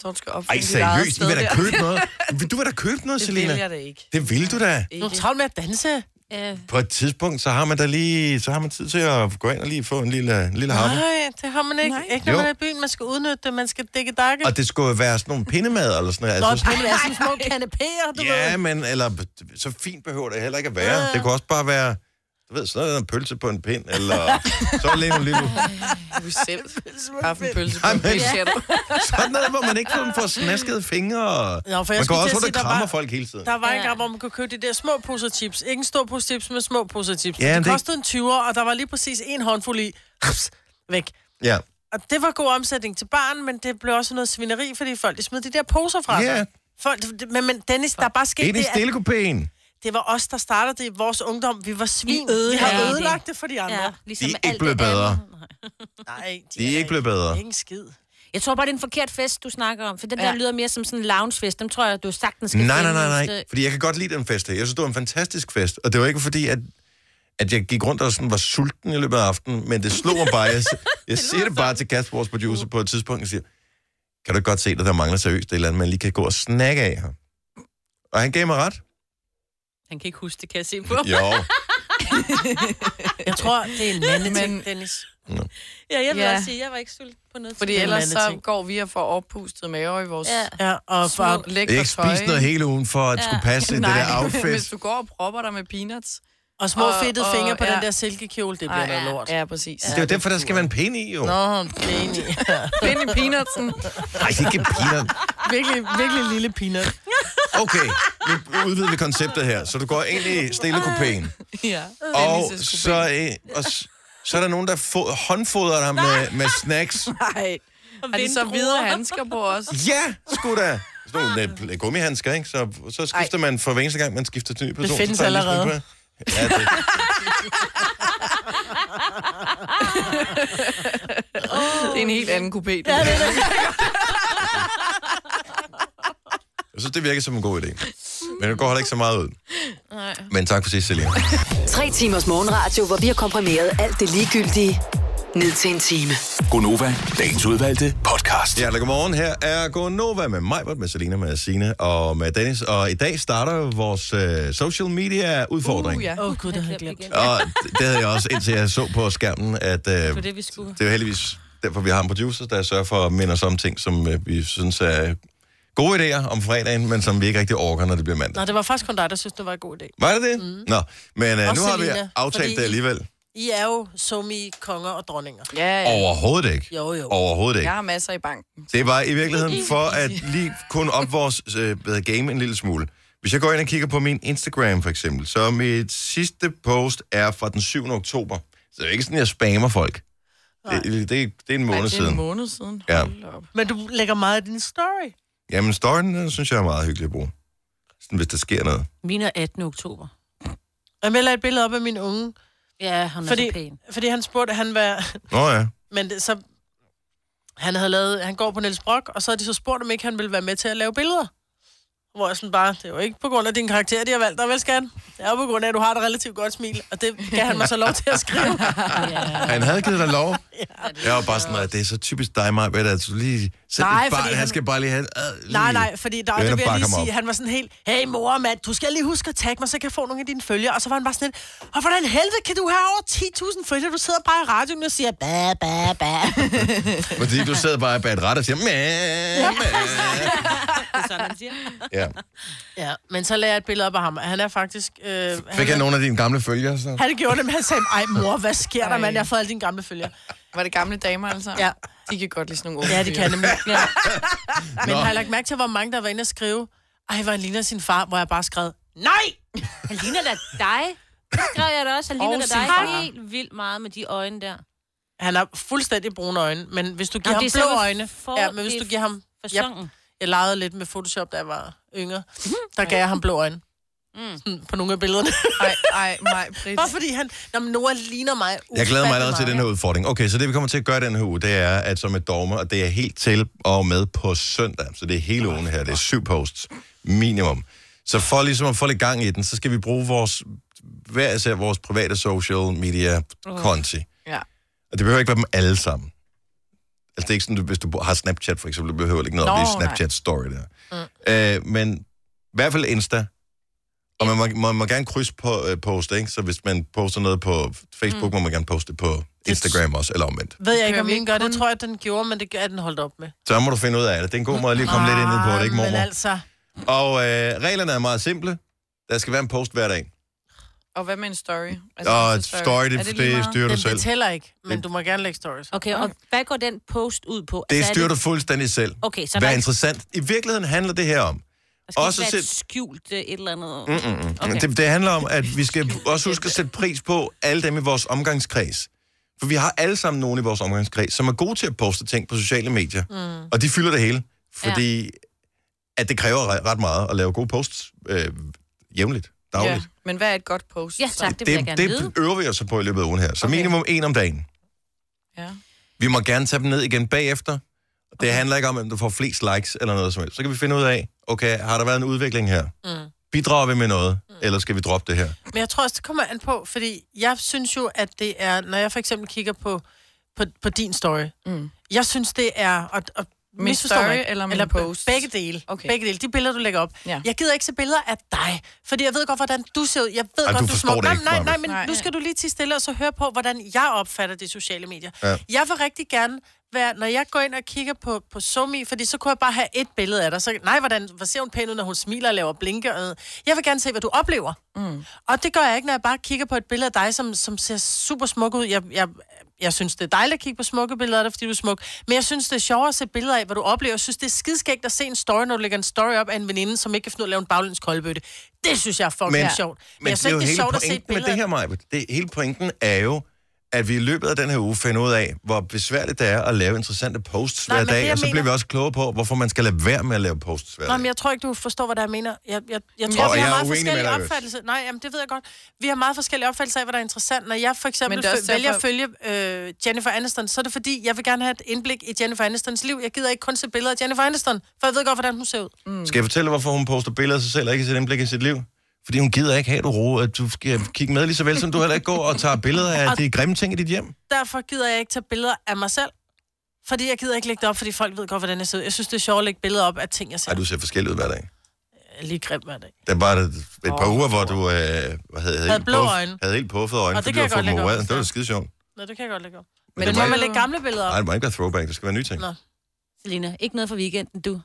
Speaker 4: Så du skal opfinde
Speaker 1: Ej, seriøst, I vil da købe noget. Vil du vil da købe noget,
Speaker 4: Det vil
Speaker 1: Selina?
Speaker 4: jeg da ikke.
Speaker 1: Det vil du da.
Speaker 3: Du
Speaker 4: ikke.
Speaker 3: er travlt med at danse.
Speaker 2: Øh,
Speaker 1: På et tidspunkt, så har man da lige, så har man tid til at gå ind og lige få en lille, en lille hammer.
Speaker 3: Nej, det har man ikke.
Speaker 4: Nej.
Speaker 3: Ikke når
Speaker 1: Jo.
Speaker 3: man er i byen. Man skal udnytte det. Man skal dække dakke.
Speaker 1: Og det skulle jo være sådan nogle pindemad eller sådan noget.
Speaker 3: Nå,
Speaker 1: Altså,
Speaker 3: pille er sådan små kanapéer, du
Speaker 1: ja,
Speaker 3: ved. Ah.
Speaker 1: men eller, så fint behøver det heller ikke at være. Det kunne også bare være, du ved, sådan noget, en pølse på en pind, eller så lige en lille...
Speaker 4: Du selv kaffe en pølse på
Speaker 1: Ej,
Speaker 4: en
Speaker 1: men-
Speaker 4: pølse.
Speaker 1: Sådan noget, hvor man ikke sådan får snaskede fingre.
Speaker 3: Nå, for jeg
Speaker 1: Man går
Speaker 3: skulle
Speaker 1: også,
Speaker 3: til at
Speaker 1: hvor
Speaker 3: sige,
Speaker 1: der
Speaker 3: der
Speaker 1: krammer
Speaker 3: var,
Speaker 1: folk hele tiden.
Speaker 3: der var en
Speaker 2: Ja.
Speaker 3: gang, hvor man kunne købe de der små poser chips. Ikke en stor pose chips, men små poser chips.
Speaker 1: Ja,
Speaker 3: Ja,
Speaker 1: men
Speaker 3: det
Speaker 1: det-
Speaker 3: kostede en 20'er, og der var lige præcis en håndfuld i. Haps, Væk.
Speaker 1: Ja,
Speaker 3: Og det var god omsætning til barn, men det blev også noget svineri, fordi folk de smed de der poser fra
Speaker 1: Ja.
Speaker 3: sig. Folk, men, men Dennis, der er bare sket
Speaker 1: ind i
Speaker 3: det, at
Speaker 1: stillekupéen.
Speaker 3: det var os, der startede det i vores ungdom. Vi var svin.
Speaker 2: Vi
Speaker 3: Vi har
Speaker 2: ødelagde det.
Speaker 3: ødelagt det for de andre.
Speaker 2: ja,
Speaker 3: Ja.
Speaker 2: ligesom
Speaker 1: De er
Speaker 2: alt
Speaker 1: ikke blevet
Speaker 2: det andet.
Speaker 1: bedre.
Speaker 3: Nej, de,
Speaker 1: De er ikke blevet bedre.
Speaker 3: Ingen skid.
Speaker 2: Jeg tror bare, det er en forkert fest, du snakker om. For den der
Speaker 4: Ja.
Speaker 2: lyder mere som sådan en loungefest. Dem tror jeg, du sagtens skal
Speaker 1: Nej, nej,
Speaker 2: finde
Speaker 1: nej,
Speaker 2: et
Speaker 1: nej.
Speaker 2: sted.
Speaker 1: Fordi jeg kan godt lide den fest her. Jeg synes, det var en fantastisk fest. Og det var ikke fordi, at, at jeg gik rundt og sådan var sulten i løbet af aftenen, men det slog mig bare. Jeg, jeg siger det bare til Kasper, vores producer, på et tidspunkt, og siger, kan du ikke godt se, at der mangler seriøst et eller andet, man lige kan gå og snakke af her. Og han gav mig ret.
Speaker 2: Han kan ikke huske det, kan jeg se på.
Speaker 1: Jo.
Speaker 3: Jeg tror, det er en mandeting, men... Dennis.
Speaker 2: Ja, jeg vil
Speaker 4: Ja.
Speaker 2: også sige, jeg var ikke sulten på noget
Speaker 4: Fordi
Speaker 2: tidspunkt.
Speaker 4: ellers
Speaker 3: en
Speaker 4: så
Speaker 3: mandeting.
Speaker 4: går vi og får oppustet maver i vores
Speaker 2: Ja.
Speaker 3: Ja, og
Speaker 4: små
Speaker 3: for,
Speaker 1: Jeg har
Speaker 4: lækre
Speaker 1: ikke spist noget hele ugen for at skulle passe ind i det der
Speaker 4: hvis
Speaker 1: outfit.
Speaker 4: du går og propper dig med peanuts.
Speaker 3: og små
Speaker 4: Og-
Speaker 3: fedtede
Speaker 4: og-
Speaker 3: fingre på
Speaker 4: ja.
Speaker 3: den der silkekjole, det bliver
Speaker 4: Ej,
Speaker 3: noget lort.
Speaker 4: Ja, præcis.
Speaker 1: Det er jo derfor, der skal være en pind i, jo. Nej,
Speaker 3: Nå, det er enig.
Speaker 4: Vind i peanutsen.
Speaker 1: ikke peanut.
Speaker 3: virkelig, virkelig lille peanut.
Speaker 1: Okay, nu udvider vi konceptet her. Så du går ind i stillekupéen.
Speaker 4: Ja.
Speaker 1: Og
Speaker 4: Dennis'
Speaker 1: så, øh, og s- så er der nogen, der fo- håndfodrer dig med, med snacks.
Speaker 4: Nej. Har de så hvide handsker på os?
Speaker 1: Ja, sgu da. Sådan nogle øh, pl- gummihandsker, ikke? Så, så skifter man for hver eneste gang, man skifter til ny person. så
Speaker 3: findes
Speaker 1: tager man lige
Speaker 3: allerede.
Speaker 1: sådan en på. Ja, det.
Speaker 4: Det er en helt anden kupé. Det
Speaker 1: Jeg synes, det virker som en god idé. Men det går heller ikke så meget ud. Nej. Men tak for sidst, Selina.
Speaker 6: Tre timers morgenradio, hvor vi har komprimeret alt det ligegyldige ned til en time.
Speaker 7: Gonova, dagens udvalgte podcast.
Speaker 1: Ja, eller godmorgen. Her er Gonova med mig, med Selina, med Sine og med Dennis. Og i dag starter jo vores øh, social media-udfordring.
Speaker 4: Uh, ja.
Speaker 3: Åh, oh, gud, det havde jeg glemt.
Speaker 1: Og det- det havde jeg også, indtil jeg så på skærmen, at... Øh, det
Speaker 2: var det, vi skulle.
Speaker 1: Det er jo heldigvis derfor, vi har en producer, der sørger for at minde os om ting, som øh, vi synes er gode idéer om fredagen, men som vi ikke rigtig orker, når det bliver mandag.
Speaker 3: Nå, det var faktisk kun dig, der synes, det var en god idé.
Speaker 1: Var det det? Mm. Nå, men øh,
Speaker 3: Og
Speaker 1: nu har vi
Speaker 3: Selina,
Speaker 1: aftalt
Speaker 3: fordi-
Speaker 1: det alligevel.
Speaker 3: I er jo som i konger og dronninger.
Speaker 4: Ja, ja.
Speaker 1: Overhovedet ikke.
Speaker 3: Jo, jo.
Speaker 1: Overhovedet ikke.
Speaker 4: Jeg har masser i banken.
Speaker 1: Det var i virkeligheden for at lige kun op vores øh, hvad hedder game en lille smule. Hvis jeg går ind og kigger på min Instagram for eksempel, så mit sidste post er fra den 7. oktober. Så det er jo ikke sådan, at jeg spammer folk. Det, det, det er en måned
Speaker 4: Ej, det er en
Speaker 1: siden.
Speaker 4: måned siden.
Speaker 1: Ja.
Speaker 4: Hold op.
Speaker 3: Men du lægger meget i din story.
Speaker 1: Jamen, storyen, den synes jeg er meget hyggelig at bruge. Sådan, hvis der sker noget.
Speaker 2: Min er 18. oktober.
Speaker 3: Jeg melder et billede op af min unge,
Speaker 2: Ja, han er
Speaker 3: fordi,
Speaker 2: så pæn.
Speaker 3: fordi han spurgte, at han var...
Speaker 1: Nå ja.
Speaker 3: Men det, så... Han havde lavet... Han går på Niels Brock, og så havde de så spurgt, om ikke han ville være med til at lave billeder. Hvor jeg sådan bare, det er jo ikke på grund af din karakter, de har valgt dig, vel skat? Det er jo på grund af, at du har et relativt godt smil, og det gav han mig så lov til at skrive.
Speaker 1: Han havde givet dig lov. Jeg var bare sådan, at det er så typisk dig, Maja, at du lige sætter
Speaker 3: Nej,
Speaker 1: et barn,
Speaker 3: fordi
Speaker 1: han,
Speaker 3: han-
Speaker 1: skal bare lige have... Øh, lige.
Speaker 3: Nej, nej, fordi der,
Speaker 1: Det er
Speaker 3: det
Speaker 1: hende,
Speaker 3: vil
Speaker 1: der
Speaker 3: jeg lige
Speaker 1: bakker mig
Speaker 3: sige,
Speaker 1: op.
Speaker 3: han var sådan helt, hey mor mand, du skal lige huske at tagge mig, så jeg kan få nogle af dine følgere. Og så var han bare sådan lidt, og hvordan helvede kan du have over 10.000 følgere? Du sidder bare i radioen og siger, ba, ba, ba.
Speaker 1: Fordi du sidder bare bag et ret og siger... Mæh, mæh.
Speaker 2: Det er sådan, han siger.
Speaker 1: Ja.
Speaker 3: ja, men så lagde jeg et billede op af ham, og han er faktisk... Øh, han,
Speaker 1: Fik jeg nogle af dine gamle følgere? Så?
Speaker 3: han gjorde det, men han sagde, ej mor, hvad sker der,
Speaker 4: Ej.
Speaker 3: mand? Jeg har fået alle dine gamle følgere.
Speaker 4: Var det gamle damer altså?
Speaker 3: Ja.
Speaker 4: De kan godt lide sådan nogle unge
Speaker 3: Ja, det
Speaker 4: fyre.
Speaker 3: kan nemlig. Ja. Men
Speaker 1: Nå.
Speaker 3: har jeg lagt mærke til, hvor mange der var inde og skrive, ej, hvor han ligner sin far, hvor jeg bare skrev, nej!
Speaker 2: Han ligner da dig. Det skrev jeg da også. Han
Speaker 3: Og
Speaker 2: ligner da
Speaker 3: sin
Speaker 2: dig
Speaker 3: far.
Speaker 2: helt vildt meget med de øjne der.
Speaker 3: Han har fuldstændig brune øjne, men hvis du giver
Speaker 2: Nå,
Speaker 3: ham
Speaker 2: det er
Speaker 3: blå
Speaker 2: selve
Speaker 3: øjne...
Speaker 2: for- Mm.
Speaker 3: Ja, men hvis
Speaker 2: det
Speaker 3: du
Speaker 2: er
Speaker 3: giver ham...
Speaker 2: Fasongen.
Speaker 3: Jeg legede lidt med Photoshop, da jeg var yngre.
Speaker 2: Mhm.
Speaker 3: Der gav jeg ham blå øjne. Mm. På nogle af billederne.
Speaker 4: Ej, ej, nej, Britt.
Speaker 3: Bare fordi han... Nå, men Nora ligner mig.
Speaker 1: Jeg glæder mig
Speaker 3: ufattelig
Speaker 1: allerede til den
Speaker 3: meget.
Speaker 1: her udfordring. Okay, så det vi kommer til at gøre den her uge, det er, at som et dogme, og det er helt til og med på søndag, så det er hele ugen her, det er syv posts minimum. Så for ligesom at få lidt gang i den, så skal vi bruge vores, hver især vores private social media konti.
Speaker 4: Ja.
Speaker 1: Og det behøver ikke være dem alle sammen. Altså det er ikke sådan, du- hvis du har Snapchat for eksempel, du behøver ikke noget
Speaker 4: Nå,
Speaker 1: op i
Speaker 4: nej.
Speaker 1: Snapchat story der. Mm. Øh, men i hvert fald Insta. Og man må, man må gerne krydse på øh, post, ikke? Så hvis man poster noget på Facebook, mm. må man gerne poste det på Instagram også, eller omvendt.
Speaker 3: Ved jeg ikke,
Speaker 4: Kører
Speaker 3: om
Speaker 4: vi
Speaker 3: den
Speaker 4: ikke
Speaker 3: gør det.
Speaker 4: kun-
Speaker 3: tror jeg, den gjorde, men det gør, at den holdt op med.
Speaker 1: Så må du finde ud af det. Det er en god måde lige at komme lidt ind på det, ikke
Speaker 3: Ah, Men
Speaker 1: mormor?
Speaker 3: altså...
Speaker 1: Og øh, reglerne er meget simple. Der skal være en post hver dag.
Speaker 4: Og hvad med en story?
Speaker 3: Altså,
Speaker 1: Og
Speaker 4: en
Speaker 1: et story, det,
Speaker 4: Er
Speaker 1: det,
Speaker 4: lige
Speaker 1: det
Speaker 4: meget?
Speaker 1: styrer du
Speaker 3: Den
Speaker 1: selv.
Speaker 3: betaler ikke, men
Speaker 1: Det-
Speaker 3: du må gerne lægge stories.
Speaker 2: Okay, og hvad går den post ud på?
Speaker 1: Det
Speaker 2: er
Speaker 1: styrer du fuldstændig selv.
Speaker 2: Okay, så
Speaker 1: Hvad
Speaker 2: der,
Speaker 1: er
Speaker 2: ikke-
Speaker 1: interessant? I virkeligheden handler det her om,
Speaker 2: der skal
Speaker 1: også
Speaker 2: ikke være et
Speaker 1: selv-
Speaker 2: skjult øh, et eller andet.
Speaker 1: Okay. Mm, Det, det handler om, at vi skal også huske at sætte pris på alle dem i vores omgangskreds. For vi har alle sammen nogen i vores omgangskreds, som er gode til at poste ting på sociale medier. Mm. Og de fylder det hele, fordi ja. at det kræver re- ret meget at lave gode posts øh, jævnligt, dagligt.
Speaker 4: Ja. Men hvad er et godt post?
Speaker 2: Ja,
Speaker 4: så?
Speaker 2: tak, det vil jeg gerne
Speaker 1: det,
Speaker 2: vide.
Speaker 1: det øver vi os på i løbet af ugen her. Så okay.
Speaker 2: Okay.
Speaker 1: minimum en om dagen.
Speaker 4: Ja.
Speaker 1: Vi må gerne tage dem ned igen bagefter. Det okay. handler ikke om, om du får flest likes eller noget som helst. Så kan vi finde ud af, okay, har der været en udvikling her? Mm. Bidrager vi med noget, mm. eller skal vi droppe det her?
Speaker 3: Men jeg tror også, det kommer an på, fordi jeg synes jo, at det er, når jeg for eksempel kigger på, på, på din story, mm. jeg synes, det er... Og, og,
Speaker 4: Min
Speaker 3: misforstå mig
Speaker 4: story
Speaker 3: ikke,
Speaker 4: eller min
Speaker 3: eller be-
Speaker 4: post?
Speaker 3: Begge dele. Okay.
Speaker 4: Okay.
Speaker 3: Begge dele. De billeder, du lægger op. Ja.
Speaker 4: Ja.
Speaker 3: Jeg gider ikke se billeder af dig, fordi jeg ved godt, hvordan du ser ud. Jeg ved
Speaker 1: Ej,
Speaker 3: godt, du,
Speaker 1: du forstår det
Speaker 3: Nej,
Speaker 1: ikke,
Speaker 3: nej, nej,
Speaker 1: Maja.
Speaker 3: men
Speaker 4: Nej.
Speaker 3: nu skal du lige til stille og så høre på, hvordan jeg opfatter de sociale medier.
Speaker 1: Ja.
Speaker 3: Jeg vil rigtig gerne være, når jeg går ind og kigger på, på Somi, fordi så kunne jeg bare have et billede af dig. Så, nej, hvordan, hvor ser hun pæn ud, når hun smiler og laver blinke? Og, jeg vil gerne se, hvad du oplever. Mm. Og det gør jeg ikke, når jeg bare kigger på et billede af dig, som, som ser super smuk ud. Jeg, jeg, jeg synes, det er dejligt at kigge på smukke billeder af dig, fordi du er smuk. Men jeg synes, det er sjovere at se billeder af, hvad du oplever. Jeg synes, det er skidskægt at se en story, når du lægger en story op af en veninde, som ikke kan finde ud af at lave en baglæns koldbøtte. Det synes jeg er fucking
Speaker 1: Men-
Speaker 3: sjovt. Men,
Speaker 1: Men
Speaker 3: jeg
Speaker 1: det er
Speaker 3: synes
Speaker 1: jo
Speaker 3: ikke, det er
Speaker 1: hele
Speaker 3: sjovt at se et
Speaker 1: pointen med
Speaker 3: billede
Speaker 1: det
Speaker 3: af
Speaker 1: her, Majbet. Det, hele pointen er jo, at vi i løbet af den her uge finder ud af, hvor besværligt det er at lave interessante posts
Speaker 3: Nej,
Speaker 1: hver
Speaker 3: men det,
Speaker 1: dag,
Speaker 3: jeg
Speaker 1: og så bliver
Speaker 3: mener-
Speaker 1: vi også klogere på, hvorfor man skal lade være med at lave posts hver
Speaker 3: Nå,
Speaker 1: dag.
Speaker 3: men jeg tror ikke, du forstår, hvad der er, jeg mener. Jeg, jeg, jeg
Speaker 1: Og
Speaker 3: tror, vi
Speaker 1: jeg
Speaker 3: har
Speaker 1: er
Speaker 3: meget
Speaker 1: uenig med
Speaker 3: forskellige
Speaker 1: dig, Øvrigt.
Speaker 3: opfattelser. Nej, jamen, det ved jeg godt. Vi har meget forskellige opfattelser af, hvad der er interessant. Når jeg for eksempel
Speaker 4: Men det er
Speaker 3: derfor...
Speaker 4: også
Speaker 3: vælger at
Speaker 4: derfor-
Speaker 3: følge øh, Jennifer Aniston, så er det fordi, jeg vil gerne have et indblik i Jennifer Anistons liv. Jeg gider ikke kun se billeder af Jennifer Aniston, for jeg ved godt, hvordan hun ser ud. Mm.
Speaker 1: Skal jeg fortælle, hvorfor hun poster billeder af sig selv og ikke sit indblik i sit liv? Fordi hun gider ikke have, at du, roer, at du skal kigge med lige så vel, som du heller ikke går og tager billeder af de grimme ting i dit hjem.
Speaker 3: Derfor gider jeg ikke tage billeder af mig selv. Fordi jeg gider ikke lægge det op, fordi folk ved godt, hvordan jeg ser ud. Jeg synes, det er sjovt at lægge billeder op af ting, jeg ser.
Speaker 1: Ej, du ser forskellig ud hver dag.
Speaker 3: Jeg er lige grim hver dag.
Speaker 1: Der var et et par uger, hvor du øh, hvad havde, havde, helt
Speaker 3: blå
Speaker 1: puff-
Speaker 3: øjne.
Speaker 1: havde helt puffet øjne,
Speaker 3: Og det kan
Speaker 1: fordi du har
Speaker 3: jeg
Speaker 1: fået
Speaker 3: godt
Speaker 1: dem
Speaker 3: lægge op,
Speaker 1: opereret. Det var
Speaker 3: ja.
Speaker 1: skide sjovt.
Speaker 3: Nå, det kan jeg godt lægge op.
Speaker 1: Men
Speaker 3: Men,
Speaker 1: det
Speaker 3: Men
Speaker 1: må
Speaker 3: må man
Speaker 1: ikke-
Speaker 3: lægge gamle billeder op?
Speaker 1: Nej, det må ikke være throwback. Det skal være nye ting.
Speaker 3: Nå.
Speaker 2: Selina, ikke noget for weekenden, du.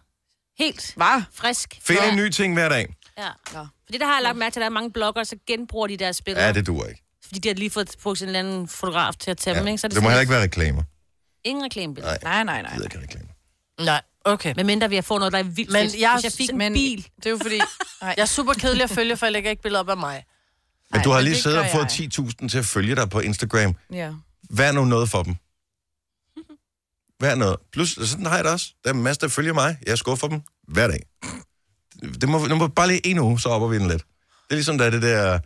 Speaker 2: Helt
Speaker 4: Hvad?
Speaker 2: frisk.
Speaker 1: Find
Speaker 2: Ja.
Speaker 1: en ny ting hver dag.
Speaker 2: Ja.
Speaker 4: Nå.
Speaker 2: Fordi der har jeg lagt mærke til, at der er mange bloggere, så genbruger de deres billeder.
Speaker 1: Ja, det duer ikke.
Speaker 2: Fordi de har lige fået brugt en eller anden fotograf til at tage
Speaker 1: Ja.
Speaker 2: dem, ikke? Så er
Speaker 1: Det,
Speaker 2: det,
Speaker 1: det må
Speaker 2: sådan,
Speaker 1: heller ikke være reklamer.
Speaker 2: Ingen reklamebilleder.
Speaker 4: Nej,
Speaker 1: Nej.
Speaker 4: nej, nej.
Speaker 1: Jeg gider ikke have reklamer.
Speaker 3: Nej, okay.
Speaker 2: Men mindre vi har fået noget, der er vildt
Speaker 3: Men
Speaker 2: fedt.
Speaker 3: jeg-
Speaker 2: Hvis jeg fik en
Speaker 4: Men
Speaker 2: bil,
Speaker 4: det er jo fordi... Nej,
Speaker 3: Jeg er super kedelig at følge, for jeg lægger ikke billeder op af mig.
Speaker 1: Men du har
Speaker 4: men
Speaker 1: lige
Speaker 4: det
Speaker 1: siddet og
Speaker 4: gør
Speaker 1: fået 10.000 til at følge dig på Instagram.
Speaker 4: ja.
Speaker 1: Vær nu noget for dem. Vær noget. Plus, sådan har jeg det også. Der er en masse, der følger mig. Jeg skuffer dem hver dag. Det må, det må bare lige en uge, så opper vi den lidt. Det er ligesom, der er det der,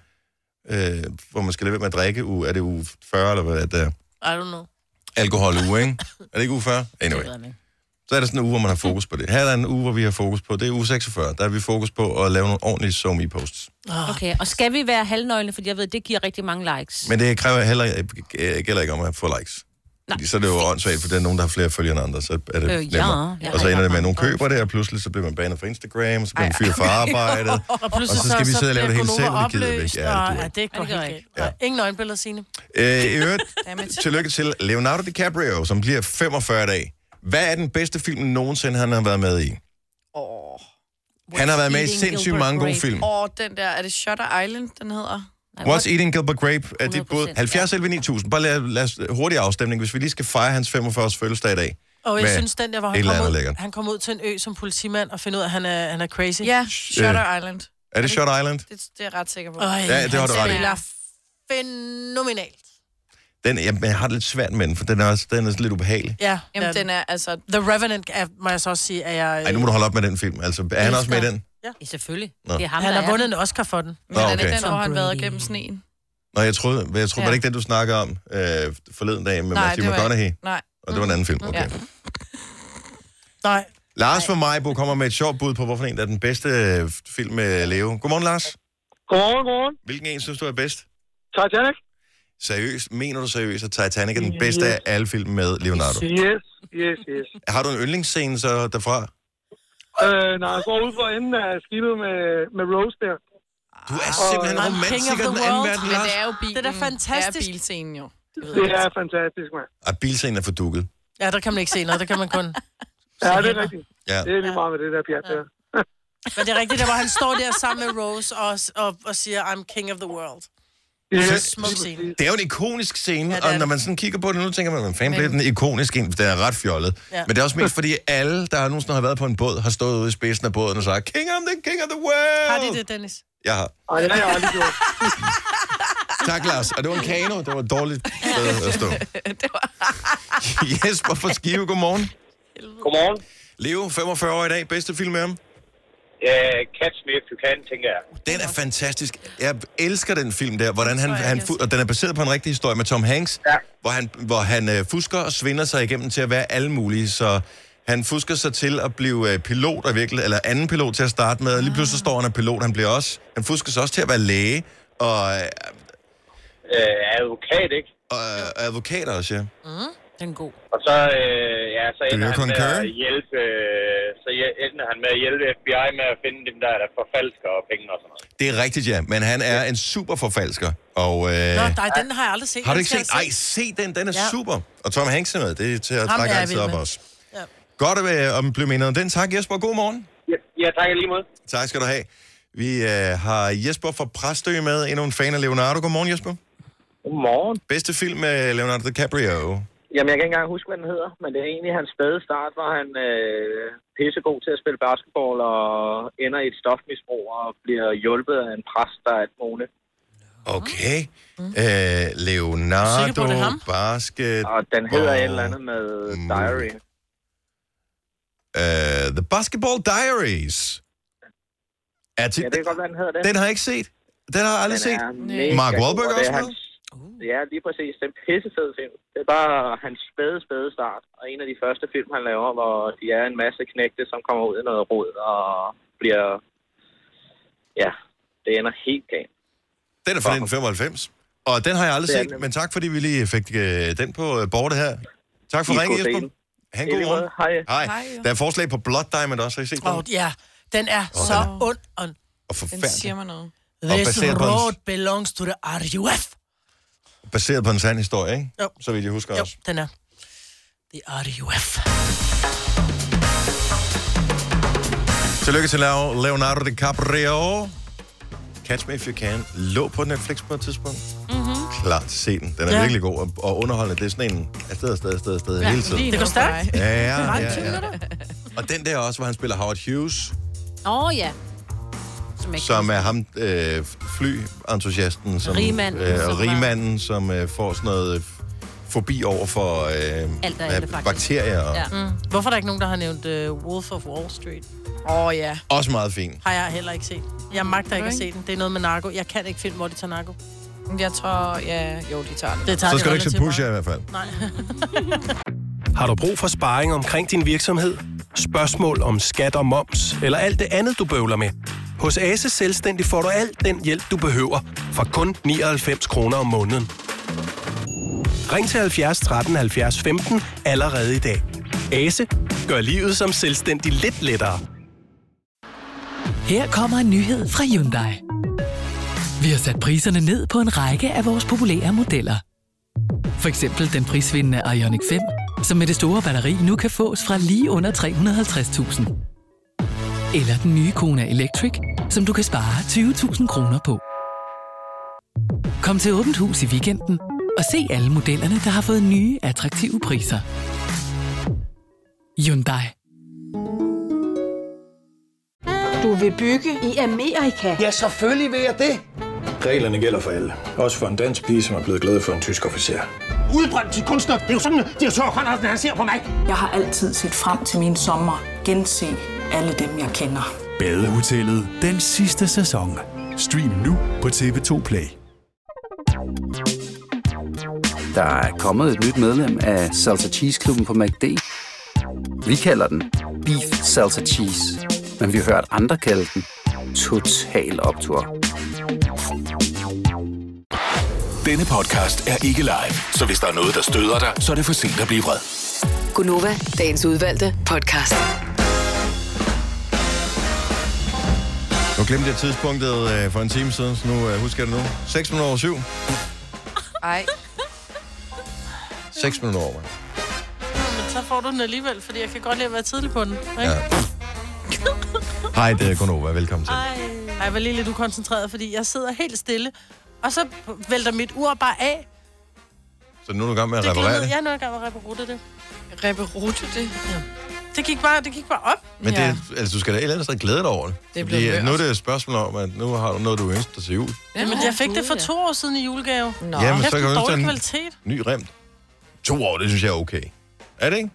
Speaker 1: øh, hvor man skal lade være med at drikke. U, er det uge 40, eller hvad det er?
Speaker 3: I don't know.
Speaker 1: Alkohol uge, ikke? Er det ikke uge 40? Anyway. Så er der sådan en uge, hvor man har fokus på det. Her er der en uge, hvor vi har fokus på. Det er uge 46. Der er vi fokus på at lave nogle ordentlige somi posts
Speaker 2: Okay, og skal vi være halvnøgne, fordi jeg ved, det giver rigtig mange likes. Men...
Speaker 1: Men det kræver heller, øh, gælder ikke om at få likes.
Speaker 2: Nej.
Speaker 1: Fordi så er det jo åndssvagt, for der er nogen, der har flere følgere end andre, så er
Speaker 2: Øh,
Speaker 1: det
Speaker 2: ja.
Speaker 1: øh, nemmere.
Speaker 2: Jeg
Speaker 1: og så
Speaker 2: har
Speaker 1: ender det
Speaker 2: ikke
Speaker 1: med, at nogen
Speaker 2: mange
Speaker 1: køber det, og pludselig så bliver man banet fra Instagram, og så bliver man fyret fra arbejdet.
Speaker 3: Og, pludselig
Speaker 1: Og så skal vi sidde og
Speaker 3: bliver
Speaker 1: lave det hele selv,
Speaker 3: Gonova
Speaker 1: det gider vi ikke.
Speaker 3: opløst,
Speaker 1: Ja, det
Speaker 3: og-
Speaker 1: duer
Speaker 3: Ja,
Speaker 1: ikke.
Speaker 3: det går
Speaker 2: Ja, det gør
Speaker 3: helt
Speaker 2: ikke.
Speaker 3: galt. Og Ingen øjenbilleder, Signe.
Speaker 1: Øh, I øvrigt,
Speaker 4: Dammit.
Speaker 1: tillykke til Leonardo DiCaprio, som bliver 45 dage. Hvad er den bedste film nogensinde, han har været med i?
Speaker 4: Åh,
Speaker 1: Han har været med i
Speaker 2: Eating
Speaker 1: sindssygt
Speaker 2: Gilbert
Speaker 1: mange gode
Speaker 2: Grape?
Speaker 1: film.
Speaker 4: Åh, den der... Er det Shutter Island, den hedder?
Speaker 1: What's Eating Gilbert Grape øh, er dit
Speaker 2: 100%,
Speaker 1: bud.
Speaker 2: ja.
Speaker 1: 70 11 9000. Bare lad, lad os øh, hurtig afstemning, hvis vi lige skal fejre hans 45-års fødselsdag i dag.
Speaker 3: Og jeg
Speaker 1: Med
Speaker 3: synes, den der, hvor
Speaker 1: et
Speaker 3: han
Speaker 1: eller
Speaker 3: kom,
Speaker 1: andet
Speaker 3: ud,
Speaker 1: lækkert.
Speaker 3: han kom ud til en ø som politimand og finder ud af, at han er, han er crazy.
Speaker 4: Ja, Shutter Island.
Speaker 1: Øh, Er det Shot Island?
Speaker 4: Det, det er jeg ret sikker på.
Speaker 3: Øj,
Speaker 1: det har
Speaker 3: han
Speaker 1: du ret i.
Speaker 3: spiller fænomenalt.
Speaker 1: Den, jeg, jeg har det lidt svært med den, for den er, også, den er sådan lidt ubehagelig.
Speaker 3: Ja,
Speaker 4: Jamen, den er altså...
Speaker 3: The Revenant, er, må jeg så også sige, at jeg... øh,
Speaker 1: Ej, nu må du holde op med den film. Altså, er han også med i
Speaker 3: Elsker.
Speaker 1: den?
Speaker 2: Ja, selvfølgelig.
Speaker 1: Nå.
Speaker 2: Det er ham,
Speaker 3: Han
Speaker 2: der
Speaker 3: har
Speaker 2: er
Speaker 3: vundet en Oscar for den.
Speaker 1: Nå,
Speaker 4: Men okay. den
Speaker 1: okay.
Speaker 4: er den, hvor han
Speaker 3: Tom
Speaker 4: været
Speaker 3: Brady.
Speaker 4: gennem sneen.
Speaker 1: Nå, jeg troede, hvad- jeg troede,
Speaker 4: Ja.
Speaker 1: var det ikke den, du snakker om øh, forleden dag med
Speaker 4: Nej,
Speaker 1: Matthew
Speaker 4: det var
Speaker 1: McConaughey? Ikke.
Speaker 4: Nej.
Speaker 1: Og det var en anden film, okay. Ja.
Speaker 4: Ja.
Speaker 3: Mm. Nej,
Speaker 1: Lars fra Majbo kommer med et sjovt bud på, hvorfor en der er den bedste øh, film med Leo. Godmorgen, Lars.
Speaker 8: Godmorgen, godmorgen.
Speaker 1: Hvilken en synes du er bedst?
Speaker 8: Titanic?
Speaker 1: Seriøst, mener du seriøst, at Titanic er den bedste af alle film med Leonardo?
Speaker 8: Yes, yes, yes.
Speaker 1: Har du en yndlingsscene så derfra?
Speaker 8: Øh, når jeg går ud for enden af skibet med, med Rose der.
Speaker 1: Du er simpelthen
Speaker 3: I'm king
Speaker 1: romantiker
Speaker 3: of
Speaker 1: den
Speaker 3: the
Speaker 1: anden
Speaker 3: world.
Speaker 1: verden,
Speaker 4: Men
Speaker 1: Lars.
Speaker 4: det er jo bilen.
Speaker 3: Det er da fantastisk.
Speaker 4: Det er bilscenen jo. Det ved
Speaker 8: Det
Speaker 4: jeg.
Speaker 8: er fantastisk, mand.
Speaker 1: Ej, bilscenen er for dukket.
Speaker 3: ja, der kan man ikke se noget, der kan man kun...
Speaker 8: Ja, det er rigtigt.
Speaker 1: Ja.
Speaker 8: Det er lige meget med det der pjat der.
Speaker 3: Men det er rigtigt, der var han står der sammen med Rose og, og, og siger, I'm king of the world.
Speaker 8: Yes,
Speaker 3: Smuk scene.
Speaker 1: Det er jo en ikonisk scene, ja,
Speaker 3: det er
Speaker 1: og
Speaker 3: det.
Speaker 1: når man sådan kigger på det nu, tænker man, hvordan fanden blev den ikonisk en? Den er ret fjollet. Ja.
Speaker 3: Ja.
Speaker 1: Men det er også mest, fordi alle, der nogensinde har været på en båd, har stået ude i spidsen af båden og sagt, King of the King of the World!
Speaker 3: Har de det, Dennis?
Speaker 1: Jeg har.
Speaker 8: og det har jeg aldrig gjort.
Speaker 1: Tak, Lars. Og det var en kano. Det var et dårligt sted at stå. Jesper fra Skive, godmorgen.
Speaker 8: Godmorgen.
Speaker 1: Leo, 45 år i dag. Bedste film med ham.
Speaker 8: Ja, catch me if you can, tænker jeg.
Speaker 1: Den er fantastisk. Jeg elsker den film der, hvordan han, han fu- og den er baseret på en rigtig historie med Tom Hanks,
Speaker 8: Ja.
Speaker 1: hvor han, hvor han øh, fusker og svinder sig igennem til at være alle mulige, så han fusker sig til at blive øh, pilot og virkelig, eller anden pilot til at starte med, og lige pludselig står han er pilot, han bliver også, han fusker sig også til at være læge, og, øh,
Speaker 8: Øh, advokat, ikke?
Speaker 1: og øh, advokat også, ja.
Speaker 2: Den er god.
Speaker 8: Og så, øh, ja, så
Speaker 1: Det
Speaker 8: ender
Speaker 1: er
Speaker 8: han med
Speaker 1: Concur.
Speaker 8: at hjælpe, øh, så hjæl- ender han med at hjælpe FBI med at finde dem der, der forfalsker og penge og sådan noget.
Speaker 1: Det er rigtigt, ja, men han er en super forfalsker, og... Øh,
Speaker 3: Nå, nej, den har jeg aldrig set.
Speaker 1: Har du
Speaker 3: Den
Speaker 1: ikke
Speaker 3: skal
Speaker 1: set?
Speaker 3: jeg
Speaker 1: Ej, se den. Den er ja.
Speaker 3: Ja.
Speaker 1: super. Og Tom Hanks er med. Det er til at
Speaker 3: er
Speaker 1: trække
Speaker 3: jeg
Speaker 1: altid
Speaker 3: vild
Speaker 1: op
Speaker 3: med.
Speaker 1: også. Ja.
Speaker 3: Ja.
Speaker 1: Godt at, øh, om blive mindet om den. Tak, Jesper. God morgen.
Speaker 8: Ja, ja tak lige måde.
Speaker 1: Tak skal du have. Vi øh, har Jesper fra Præstø med. Endnu en fan af Leonardo. Godmorgen, Jesper.
Speaker 8: Godmorgen.
Speaker 1: Bedste film med Leonardo DiCaprio.
Speaker 8: Jamen, jeg kan ikke engang huske, hvad den hedder, men det er egentlig hans spæde start, hvor han øh, pissegod til at spille basketball og ender i et stofmisbrug og bliver hjulpet af en præst, der er et muligt.
Speaker 1: Okay. Mm. Øh,
Speaker 3: Sikker på, det er
Speaker 1: Leonardo,
Speaker 3: ham?
Speaker 1: Basket,
Speaker 8: Og den hedder
Speaker 1: Åh.
Speaker 8: et eller andet med
Speaker 1: Mm.
Speaker 8: Diary.
Speaker 1: øh, The Basketball Diaries. Er til,
Speaker 8: Ja, det kan godt være, den hedder det.
Speaker 1: den har jeg ikke set. Den har jeg aldrig set.
Speaker 8: mega
Speaker 1: Mark
Speaker 8: god,
Speaker 1: Wahlberg
Speaker 8: og det er
Speaker 1: også med?
Speaker 8: hans- Ja, lige præcis. Den pissefed film. Det er bare hans spæde, spæde start. Og en af de første film, han laver, hvor de er en masse knægte, som kommer ud i noget rod og bliver... Ja, det ender helt galt.
Speaker 1: Den er fra 1995. Og den har jeg aldrig
Speaker 8: Det er
Speaker 1: set,
Speaker 8: den.
Speaker 1: men tak fordi vi lige fik øh, den på øh, bordet her. Tak for
Speaker 8: I
Speaker 1: ringen,
Speaker 8: god
Speaker 1: Jesper.
Speaker 8: scene.
Speaker 1: Ha' en
Speaker 8: I
Speaker 1: god
Speaker 8: lige
Speaker 1: morgen.
Speaker 8: måde. Hej.
Speaker 1: Hej.
Speaker 4: Hej.
Speaker 1: Der er forslag på Blood Diamond også, har I set den?
Speaker 3: se. Åh, ja, den er så ond. ond.
Speaker 4: Den
Speaker 1: Og
Speaker 4: siger
Speaker 1: forfærdelig.
Speaker 4: mig noget.
Speaker 3: This
Speaker 1: baseret på en-
Speaker 3: road belongs to the RUF.
Speaker 1: Baseret på en sand historie, ikke?
Speaker 3: Jo.
Speaker 1: Så vidt jeg husker
Speaker 3: Jo,
Speaker 1: også.
Speaker 3: den er. The RUF.
Speaker 1: Tillykke til Leo- Leonardo DiCaprio. Catch Me If You Can lå på Netflix på et tidspunkt. Mm-hmm. Klart se den. Den er ja.
Speaker 3: Ja.
Speaker 1: virkelig god og, og underholdende. Det er sådan en afsted, afsted, afsted, afsted ja, hele tiden.
Speaker 4: Lige
Speaker 3: Det går
Speaker 4: noget for
Speaker 3: stærkt.
Speaker 4: dig.
Speaker 1: Ja, ja, ja, ja. Og den der også, hvor han spiller Howard Hughes.
Speaker 2: Åh, oh, ja. Som jeg
Speaker 1: som er ham øh, flyentusiasten, som
Speaker 2: Rigmanden,
Speaker 1: øh,
Speaker 2: som
Speaker 1: og
Speaker 2: var-
Speaker 1: rigmanden, som øh, får sådan noget øh, fobi over for øh,
Speaker 2: Alt og
Speaker 1: hvad-
Speaker 2: alle, faktisk.
Speaker 1: bakterier. Og, ja.
Speaker 2: Ja.
Speaker 3: Mm. Hvorfor er der ikke nogen, der har nævnt uh, Wolf of Wall Street?
Speaker 4: Åh, oh, ja.
Speaker 1: Også meget fint.
Speaker 3: Har jeg heller ikke set. Jeg magter ikke at se den. Det er noget med narko. Jeg kan ikke film, hvor de tager narko.
Speaker 4: Jeg tror, ja, jo, de tager det.
Speaker 3: Det tager
Speaker 1: Så
Speaker 3: de
Speaker 1: skal du ikke se
Speaker 3: relativt
Speaker 1: Pusher i
Speaker 3: meget.
Speaker 1: hvert fald.
Speaker 7: Har du brug for sparring omkring din virksomhed? Spørgsmål om skat og moms, eller alt det andet, du bøvler med? Hos Ase Selvstændig får du alt den hjælp, du behøver, for kun 99 kroner om måneden. Ring til 70 13 70 15 allerede i dag. Ase gør livet som selvstændig lidt lettere.
Speaker 9: Her kommer en nyhed fra Hyundai. Vi har sat priserne ned på en række af vores populære modeller. For eksempel den prisvindende Ioniq 5, som med det store batteri nu kan fås fra lige under 350.000. Eller den nye Kona Electric, som du kan spare 20.000 kroner på. Kom til Åbent Hus i weekenden og se alle modellerne, der har fået nye, attraktive priser. Hyundai.
Speaker 10: Du vil bygge i Amerika?
Speaker 6: Ja, selvfølgelig vil jeg det.
Speaker 11: Reglerne gælder for alle. Også for en dansk pige, som er blevet glad for en tysk officer.
Speaker 12: Udbrøndt til kunstner. Det er jo sådan, at de har tørt, han ser på mig. Jeg har altid set frem til min sommer. Gense alle dem, jeg kender.
Speaker 13: Badehotellet den sidste sæson. Stream nu på TV2 Play.
Speaker 14: Der er kommet et nyt medlem af Salsa Cheese Klubben på MACD. Vi kalder den Beef Salsa Cheese, men vi har hørt andre kalde den Total Optor.
Speaker 7: Denne podcast er ikke live, så hvis der er noget, der støder dig, så er det for sent at blive vred.
Speaker 6: Gunova, dagens udvalgte podcast.
Speaker 1: Nu glemte jeg tidspunktet øh, for en time siden, så nu øh, husker jeg det nu. 6 minutter over 7.
Speaker 4: Ej.
Speaker 1: 6 minutter over.
Speaker 3: Men så får du den alligevel, fordi jeg kan godt lide at være tidlig på den. Ikke?
Speaker 1: Ja. Hej, det er Gunova. Velkommen til.
Speaker 3: Ej. Ej, jeg var lige lidt ukoncentreret, fordi jeg sidder helt stille, og så vælter mit ur bare af.
Speaker 1: Så nu er du i gang med at
Speaker 3: Det
Speaker 1: reparere
Speaker 3: glidede.
Speaker 1: det.
Speaker 3: Jeg er noget i gang med at reparere det. Reparere det? Ja. Det gik bare, det gik bare op.
Speaker 1: Men det, altså, du skal da et eller andet sted glæde dig over det.
Speaker 3: Det er blevet
Speaker 1: Fordi, øh, nu er
Speaker 3: værst.
Speaker 1: det et spørgsmål om, at nu har du noget, du ønsker dig til jul.
Speaker 3: Ja, men jeg fik det for to år siden i julegave. Nå.
Speaker 1: Jamen, så kan du
Speaker 3: dårlig
Speaker 1: ønske dig en-
Speaker 3: kvalitet.
Speaker 1: Ny rem. To år, det synes jeg er okay. Er det ikke?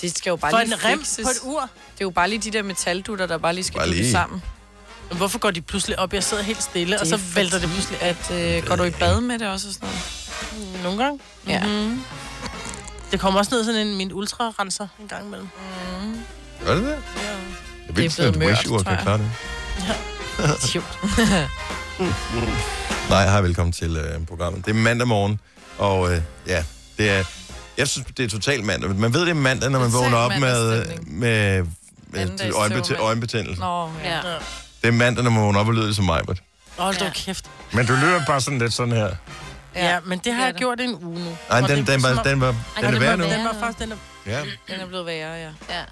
Speaker 4: Det skal jo bare
Speaker 3: For
Speaker 4: lige
Speaker 3: en rem
Speaker 4: fikses.
Speaker 3: på et ur.
Speaker 4: Det er jo bare lige de der metaldutter, der bare lige skal
Speaker 1: Bare
Speaker 4: dutte
Speaker 1: lige.
Speaker 4: sammen.
Speaker 3: Men hvorfor går de pludselig op? Jeg sidder helt stille, og
Speaker 4: Det
Speaker 3: så
Speaker 4: er fordi,
Speaker 3: vælter det pludselig
Speaker 4: At, øh, går du i bad med det også og sådan noget?
Speaker 3: Mm, Nogle gange.
Speaker 4: Ja.
Speaker 3: Mm-hmm. Det kommer også ned sådan en min ultrarenser en gang imellem. Mm.
Speaker 4: Mm-hmm.
Speaker 1: Gør det det?
Speaker 3: Ja.
Speaker 1: Jeg ved ikke, at Wish-ur kan klare det.
Speaker 3: Ja.
Speaker 4: Mm.
Speaker 1: Nej, hej, velkommen til øh, programmet. Det er mandag morgen, og øh, ja, det er... Jeg synes, det er totalt mandag. Man ved, det er mandag, når man
Speaker 4: Total
Speaker 1: vågner op med,
Speaker 4: mandagsstemning.
Speaker 1: med, med
Speaker 4: Andendags
Speaker 1: øjenbetæ-
Speaker 4: søvn.
Speaker 1: øjenbetændelse.
Speaker 4: Nå, ja. ja.
Speaker 1: Det er mandag, når man vågner op og lyder som mig.
Speaker 3: Hold da kæft.
Speaker 1: Men du lyder bare sådan lidt sådan her.
Speaker 3: Ja, ja men det har jeg gjort i en uge nu.
Speaker 1: Ej,
Speaker 3: Og
Speaker 1: den-
Speaker 3: det
Speaker 1: den var-
Speaker 3: som om-
Speaker 1: den var-
Speaker 3: Ej,
Speaker 1: den er værre nu.
Speaker 3: Den var faktisk, den er,
Speaker 1: Ja.
Speaker 4: Den er blevet værre, ja.
Speaker 2: ja.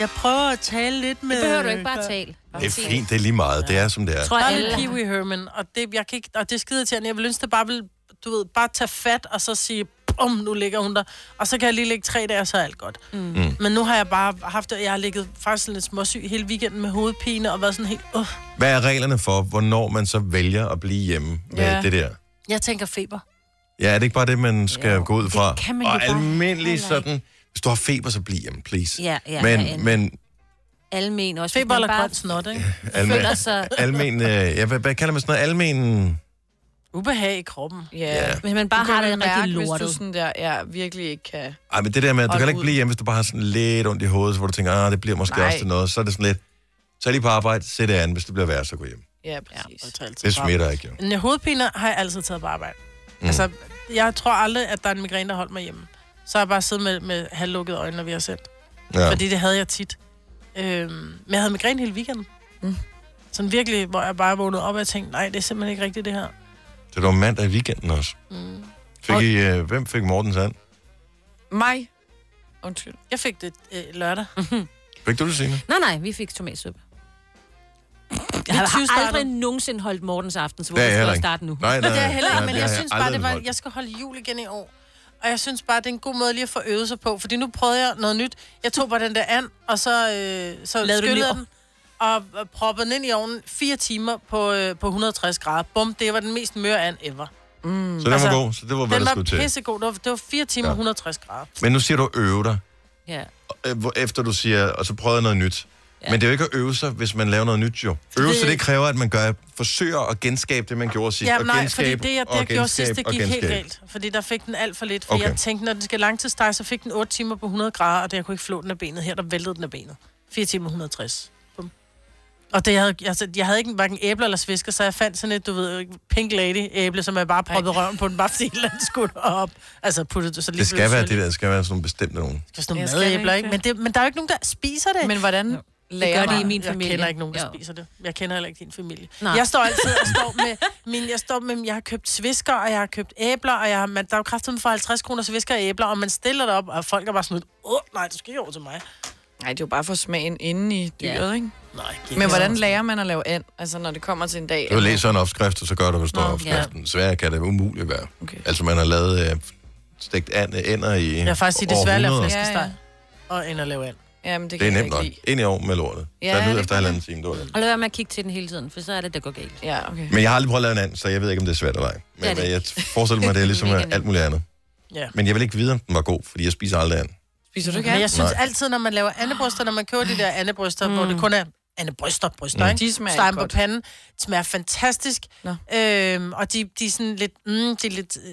Speaker 3: Jeg prøver at tale lidt med...
Speaker 2: behøver du ikke bare tale.
Speaker 1: Det er fint, det er lige meget. Det er, som det er.
Speaker 3: Jeg tror, jeg er Pee Wee Herman, og det, jeg kan ikke, og det er skide til, jeg vil ønske, det bare vil, du ved, bare tage fat, og så sige, bum, nu ligger hun der. Og så kan jeg lige ligge tre dage, og så er alt godt. Mm. Mm. Men nu har jeg bare haft, jeg har ligget faktisk lidt småsyg hele weekenden med hovedpine, og været sådan helt, uh.
Speaker 1: Hvad er reglerne for, hvornår man så vælger at blive hjemme med
Speaker 3: Ja.
Speaker 1: det der?
Speaker 3: Jeg tænker feber.
Speaker 1: Ja, er det ikke bare det, man skal gå ud fra?
Speaker 3: kan man jo
Speaker 1: og
Speaker 3: bare
Speaker 1: almindelig
Speaker 2: heller
Speaker 1: sådan, hvis du har feber, så bliv hjemme, please.
Speaker 2: Ja, ja,
Speaker 1: men,
Speaker 2: ja, ja.
Speaker 1: men
Speaker 2: Almen også.
Speaker 3: Feber
Speaker 2: Hvis man
Speaker 3: eller
Speaker 2: bare
Speaker 3: grøn snot, ikke?
Speaker 1: almen,
Speaker 2: Føler sig-
Speaker 1: almen øh, ja, hvad, hvad kalder man sådan noget? Almen...
Speaker 3: Ubehag i kroppen.
Speaker 1: Ja.
Speaker 2: Hvis man bare
Speaker 4: Du kan
Speaker 2: har det
Speaker 4: vel
Speaker 2: rigtig
Speaker 4: mærke, Hvis
Speaker 2: lortet.
Speaker 4: du sådan der, ja, virkelig ikke kan...
Speaker 1: Ej, men det der med, at du
Speaker 4: Og
Speaker 1: kan heller ikke
Speaker 4: ud.
Speaker 1: blive hjemme, hvis du bare har sådan lidt ondt i hovedet, så hvor du tænker, ah, det bliver måske
Speaker 4: Nej.
Speaker 1: også til noget. Så er det sådan lidt, så er lige på arbejde, sæt det an, hvis det bliver værre, så gå hjem.
Speaker 4: Ja, præcis.
Speaker 3: Ja,
Speaker 1: Det smitter ikke, jo.
Speaker 3: Men hovedpiner har jeg altid taget på arbejde.
Speaker 1: Mm.
Speaker 3: Mm. Altså, jeg tror aldrig, at der er en migræne, der holdt mig hjemme. Så har jeg bare siddet med, med halvlukkede øjne, når vi har sendt.
Speaker 1: Ja.
Speaker 3: Ja. Fordi det havde jeg tit. Øhm, men jeg havde migræne hele weekenden. Mm. Sådan virkelig, hvor jeg bare vågnede op og jeg tænkte, nej, det er simpelthen ikke rigtigt det her.
Speaker 1: Så det var mandag i weekenden også.
Speaker 3: Mm.
Speaker 1: Fik I, øh, hvem fik Mortens an?
Speaker 4: Mig? Undskyld.
Speaker 3: Jeg fik det øh, lørdag.
Speaker 2: Mhm.
Speaker 1: Fik du det,
Speaker 3: Mm.
Speaker 1: Signe?
Speaker 2: Nej, nej, vi fik tomatsuppe. Jeg
Speaker 3: har
Speaker 2: har aldrig
Speaker 3: aldrig
Speaker 2: nogensinde holdt Mortens aften, så
Speaker 1: Det er
Speaker 2: hvorfor
Speaker 1: jeg
Speaker 2: skal
Speaker 1: heller
Speaker 2: jeg
Speaker 1: ikke.
Speaker 2: starte nu?
Speaker 1: Nej, nej,
Speaker 2: det
Speaker 1: nej.
Speaker 2: er jeg heller ikke.
Speaker 1: Ja,
Speaker 3: men
Speaker 1: det
Speaker 3: jeg
Speaker 1: har jeg
Speaker 3: synes bare,
Speaker 1: aldrig
Speaker 3: det var,
Speaker 1: holdt.
Speaker 3: jeg skal holde jul igen i år. Og jeg synes bare, det er en god måde lige at få øvet sig på. Fordi nu prøvede jeg noget nyt. Jeg tog bare den der an, og så, øh, så
Speaker 2: Lavede du
Speaker 3: skyllede jeg
Speaker 2: den
Speaker 3: den. Og og proppede den ind i ovnen fire timer på, øh, på 160 grader. Bum, det var den mest møre and ever. Mm.
Speaker 1: Så den var god, så det var, hvad
Speaker 3: den
Speaker 1: der
Speaker 3: var
Speaker 1: skulle til.
Speaker 3: pissegod. Det var, det var fire timer
Speaker 1: Ja.
Speaker 3: ja. 160 grader.
Speaker 1: Men nu siger du, øve dig.
Speaker 2: Ja.
Speaker 1: øh, hvor- efter du siger, og så prøver jeg noget nyt. Ja. Men det er jo ikke at øve sig, hvis man laver noget nyt jo. Øve
Speaker 3: Det-
Speaker 1: sig, det kræver, at man gør, forsøger at genskabe det, man gjorde sidst.
Speaker 3: Ja,
Speaker 1: og
Speaker 3: nej,
Speaker 1: genskabe,
Speaker 3: fordi det, jeg, det, jeg
Speaker 1: og
Speaker 3: gjorde sidst,
Speaker 1: genskabe,
Speaker 3: det
Speaker 1: og
Speaker 3: gik helt
Speaker 1: genskabe.
Speaker 3: galt. Fordi der fik den alt for lidt. For
Speaker 1: Okay.
Speaker 3: okay. jeg tænkte, når den skal langtidsstege, så fik den 8 timer på 100 grader, og det, jeg kunne ikke flå den af benet. Her, der væltede den af benet. 4 timer 160. Bum. Og det, jeg, havde, altså, jeg havde ikke hverken æbler eller svisker, så jeg fandt sådan et, du ved, pink lady æble, som jeg bare proppede røven på den, bare fordi den skulle op. Altså, puttede det så lige
Speaker 1: Det
Speaker 3: blev
Speaker 1: skal være
Speaker 3: sølv.
Speaker 1: det der, det skal være sådan nogle bestemte nogen.
Speaker 3: Det er sådan
Speaker 4: Jeg
Speaker 3: nogle
Speaker 4: skal
Speaker 3: madæbler,
Speaker 4: ikke
Speaker 3: ikke? Men, det, men der er jo ikke nogen, der spiser det.
Speaker 4: Men hvordan lærer
Speaker 3: det gør de i
Speaker 4: man-
Speaker 3: min
Speaker 4: Jeg
Speaker 3: familie. Jeg kender ikke nogen, der
Speaker 4: Jo.
Speaker 3: spiser det. Jeg kender heller ikke din familie.
Speaker 4: Nej.
Speaker 3: Nej. Jeg står altid og står med, min, jeg står med, jeg har købt svisker, og jeg har købt æbler, og jeg har, man, der er jo kraftigt for 50 kroner svisker og æbler, og man stiller det op, og folk er bare sådan lidt, åh, nej, du skal ikke over til mig.
Speaker 4: Nej, det er jo bare for smagen inde i dyret,
Speaker 3: Ja.
Speaker 4: ikke?
Speaker 3: Nej,
Speaker 4: Men hvordan lærer man at lave and? Altså, når det kommer til en dag...
Speaker 1: Du læser en opskrift, og så gør du, hvad der står i
Speaker 4: Nå,
Speaker 1: opskriften. Ja. Sværere kan det umuligt være. Okay. Altså, man har lavet øh, stegt and, ender i
Speaker 3: Jeg vil faktisk sige, det er svært at lave
Speaker 1: århundreder.
Speaker 3: flæskesteg, og end at lave alt.
Speaker 4: Jamen, det,
Speaker 1: Det er
Speaker 4: kan jeg
Speaker 1: nemt
Speaker 4: ikke
Speaker 1: nok.
Speaker 4: lide.
Speaker 1: Ind i år med lortet.
Speaker 2: Ja,
Speaker 1: Ja, Tag den ud
Speaker 2: det
Speaker 1: efter
Speaker 2: kan
Speaker 1: halvanden time, det var det.
Speaker 2: Og lad være med at kigge til den hele tiden, for så er det, der går galt.
Speaker 4: Ja, okay.
Speaker 1: Men jeg har aldrig prøvet at lave en anden, så jeg ved ikke, om det er svært eller ej. Men
Speaker 2: Det er det
Speaker 1: ja, jeg forestiller mig, at det er ligesom med alt muligt andet.
Speaker 3: Ja.
Speaker 1: Men jeg vil ikke vide, om den var god, fordi jeg spiser aldrig anden.
Speaker 3: Spiser
Speaker 4: du ikke
Speaker 3: Men
Speaker 4: andet?
Speaker 3: jeg synes
Speaker 1: Nej.
Speaker 3: altid, når man laver andebryster, når man køber de der andebryster, mm. hvor det kun er andebryster, bryster,
Speaker 1: Mm.
Speaker 3: ikke?
Speaker 4: De smager
Speaker 3: Stegen
Speaker 4: ikke
Speaker 3: på
Speaker 4: godt.
Speaker 3: panden. De smager fantastisk. Øhm, og de, de er sådan lidt, mm, de er lidt øh,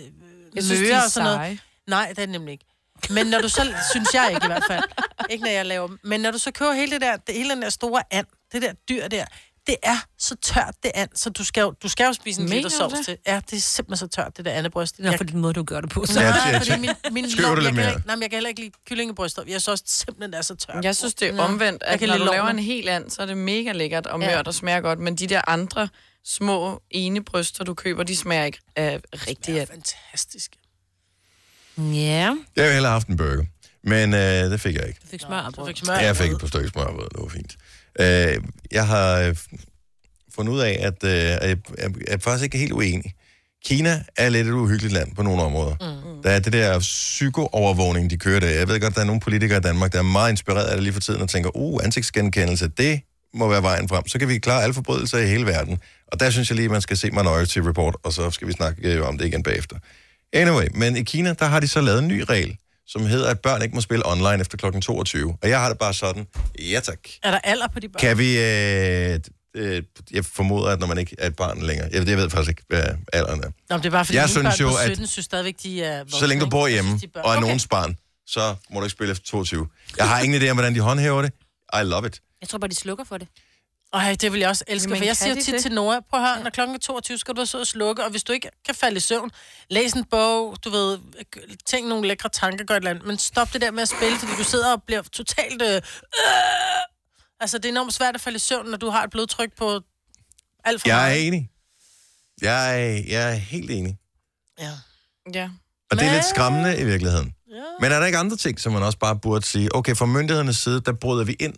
Speaker 4: Jeg synes, de
Speaker 3: møre
Speaker 4: er
Speaker 3: og sådan
Speaker 4: seje.
Speaker 3: noget. Nej, det er det nemlig ikke. Men når du så, synes jeg ikke i hvert fald, ikke når jeg laver dem. men når du så køber hele det der, det hele den der store and, det der dyr der, det er så tørt det and, så du skal jo, du skal jo spise en
Speaker 2: Mener
Speaker 3: liter
Speaker 2: du
Speaker 3: sovs
Speaker 2: det?
Speaker 3: til. Ja, det er simpelthen så tørt, det der andebryst.
Speaker 2: Nå, for den måde, du gør det på, så.
Speaker 3: Nej,
Speaker 2: Ja,
Speaker 3: ja,
Speaker 2: tjek,
Speaker 3: fordi
Speaker 2: tjek.
Speaker 3: min, min
Speaker 2: Skriver
Speaker 3: lom,
Speaker 2: du
Speaker 3: jeg
Speaker 2: lidt
Speaker 3: kan
Speaker 2: mere?
Speaker 3: Ikke, nej, men jeg kan heller ikke lide kyllingebryster. Jeg synes også simpelthen, det er så tørt.
Speaker 4: Jeg synes, det er
Speaker 3: Nå.
Speaker 4: omvendt,
Speaker 3: Jeg
Speaker 4: at
Speaker 3: kan
Speaker 4: når
Speaker 3: lide
Speaker 4: du laver
Speaker 3: lorten.
Speaker 4: en helt and, så er det mega lækkert og
Speaker 3: Ja.
Speaker 4: mørt og smager godt, men de der andre små ene bryster, du køber, de smager ikke af rigtig Det er
Speaker 3: fantastisk.
Speaker 2: Ja.
Speaker 1: Jeg ville hellere have haft en burger, men øh, det fik jeg ikke.
Speaker 2: Du fik smør på. Du fik
Speaker 1: Ja, Jeg fik et par stykker smørbrød, det var fint. Øh, jeg har øh, fundet ud af, at øh, jeg, jeg, jeg er faktisk ikke helt uenig. Kina er lidt et uhyggeligt land på nogle områder. Mm. Der er det der psykoovervågning, de kører der. Jeg ved godt, der er nogle politikere i Danmark, der er meget inspireret af det lige for tiden, og tænker, uh, ansigtsgenkendelse, det må være vejen frem. Så kan vi klare alle forbrydelser i hele verden. Og der synes jeg lige, at man skal se Minority Report, og så skal vi snakke øh, om det igen bagefter. Anyway, men i Kina, der har de så lavet en ny regel, som hedder, at børn ikke må spille online efter kl. 22. Og jeg har det bare sådan, ja tak.
Speaker 3: Er der alder på de børn?
Speaker 1: Kan vi... Øh, øh, jeg formoder, at når man ikke er et barn længere... Jeg, jeg ved faktisk ikke, hvad alderen er.
Speaker 3: Nå, men det er bare fordi,
Speaker 1: Jeg
Speaker 3: mine
Speaker 1: synes
Speaker 3: børn
Speaker 1: jo,
Speaker 3: på
Speaker 1: at-
Speaker 3: 17 synes stadigvæk, de er voksne,
Speaker 1: Så længe du
Speaker 3: ikke?
Speaker 1: bor
Speaker 3: Jeg
Speaker 1: hjemme
Speaker 3: synes, de børn.
Speaker 1: og er nogens barn, så må du ikke spille efter 22. Jeg har ingen idé om, hvordan de håndhæver det. I love it.
Speaker 2: Jeg tror bare, de slukker for det.
Speaker 3: Ej, det vil jeg også elske,
Speaker 2: Jamen,
Speaker 3: for jeg
Speaker 2: kan
Speaker 3: siger jo
Speaker 2: de
Speaker 3: tit
Speaker 2: det?
Speaker 3: til Nora, prøv at høre, når klokken er 22, skal du så og slukke, og hvis du ikke kan falde i søvn, læs en bog, du ved, g- tænk nogle lækre tanker, gør et eller andet, men stop det der med at spille, fordi du sidder og bliver totalt... Øh, øh. Altså, det er enormt svært at falde i søvn, når du har et blodtryk på alt for
Speaker 1: Jeg er
Speaker 3: meget.
Speaker 1: enig. Jeg er, jeg er helt enig.
Speaker 4: Ja.
Speaker 1: Og det er lidt skræmmende i virkeligheden. Men er der ikke andre ting, som man også bare burde sige, okay, fra myndighedernes side, der bryder vi ind,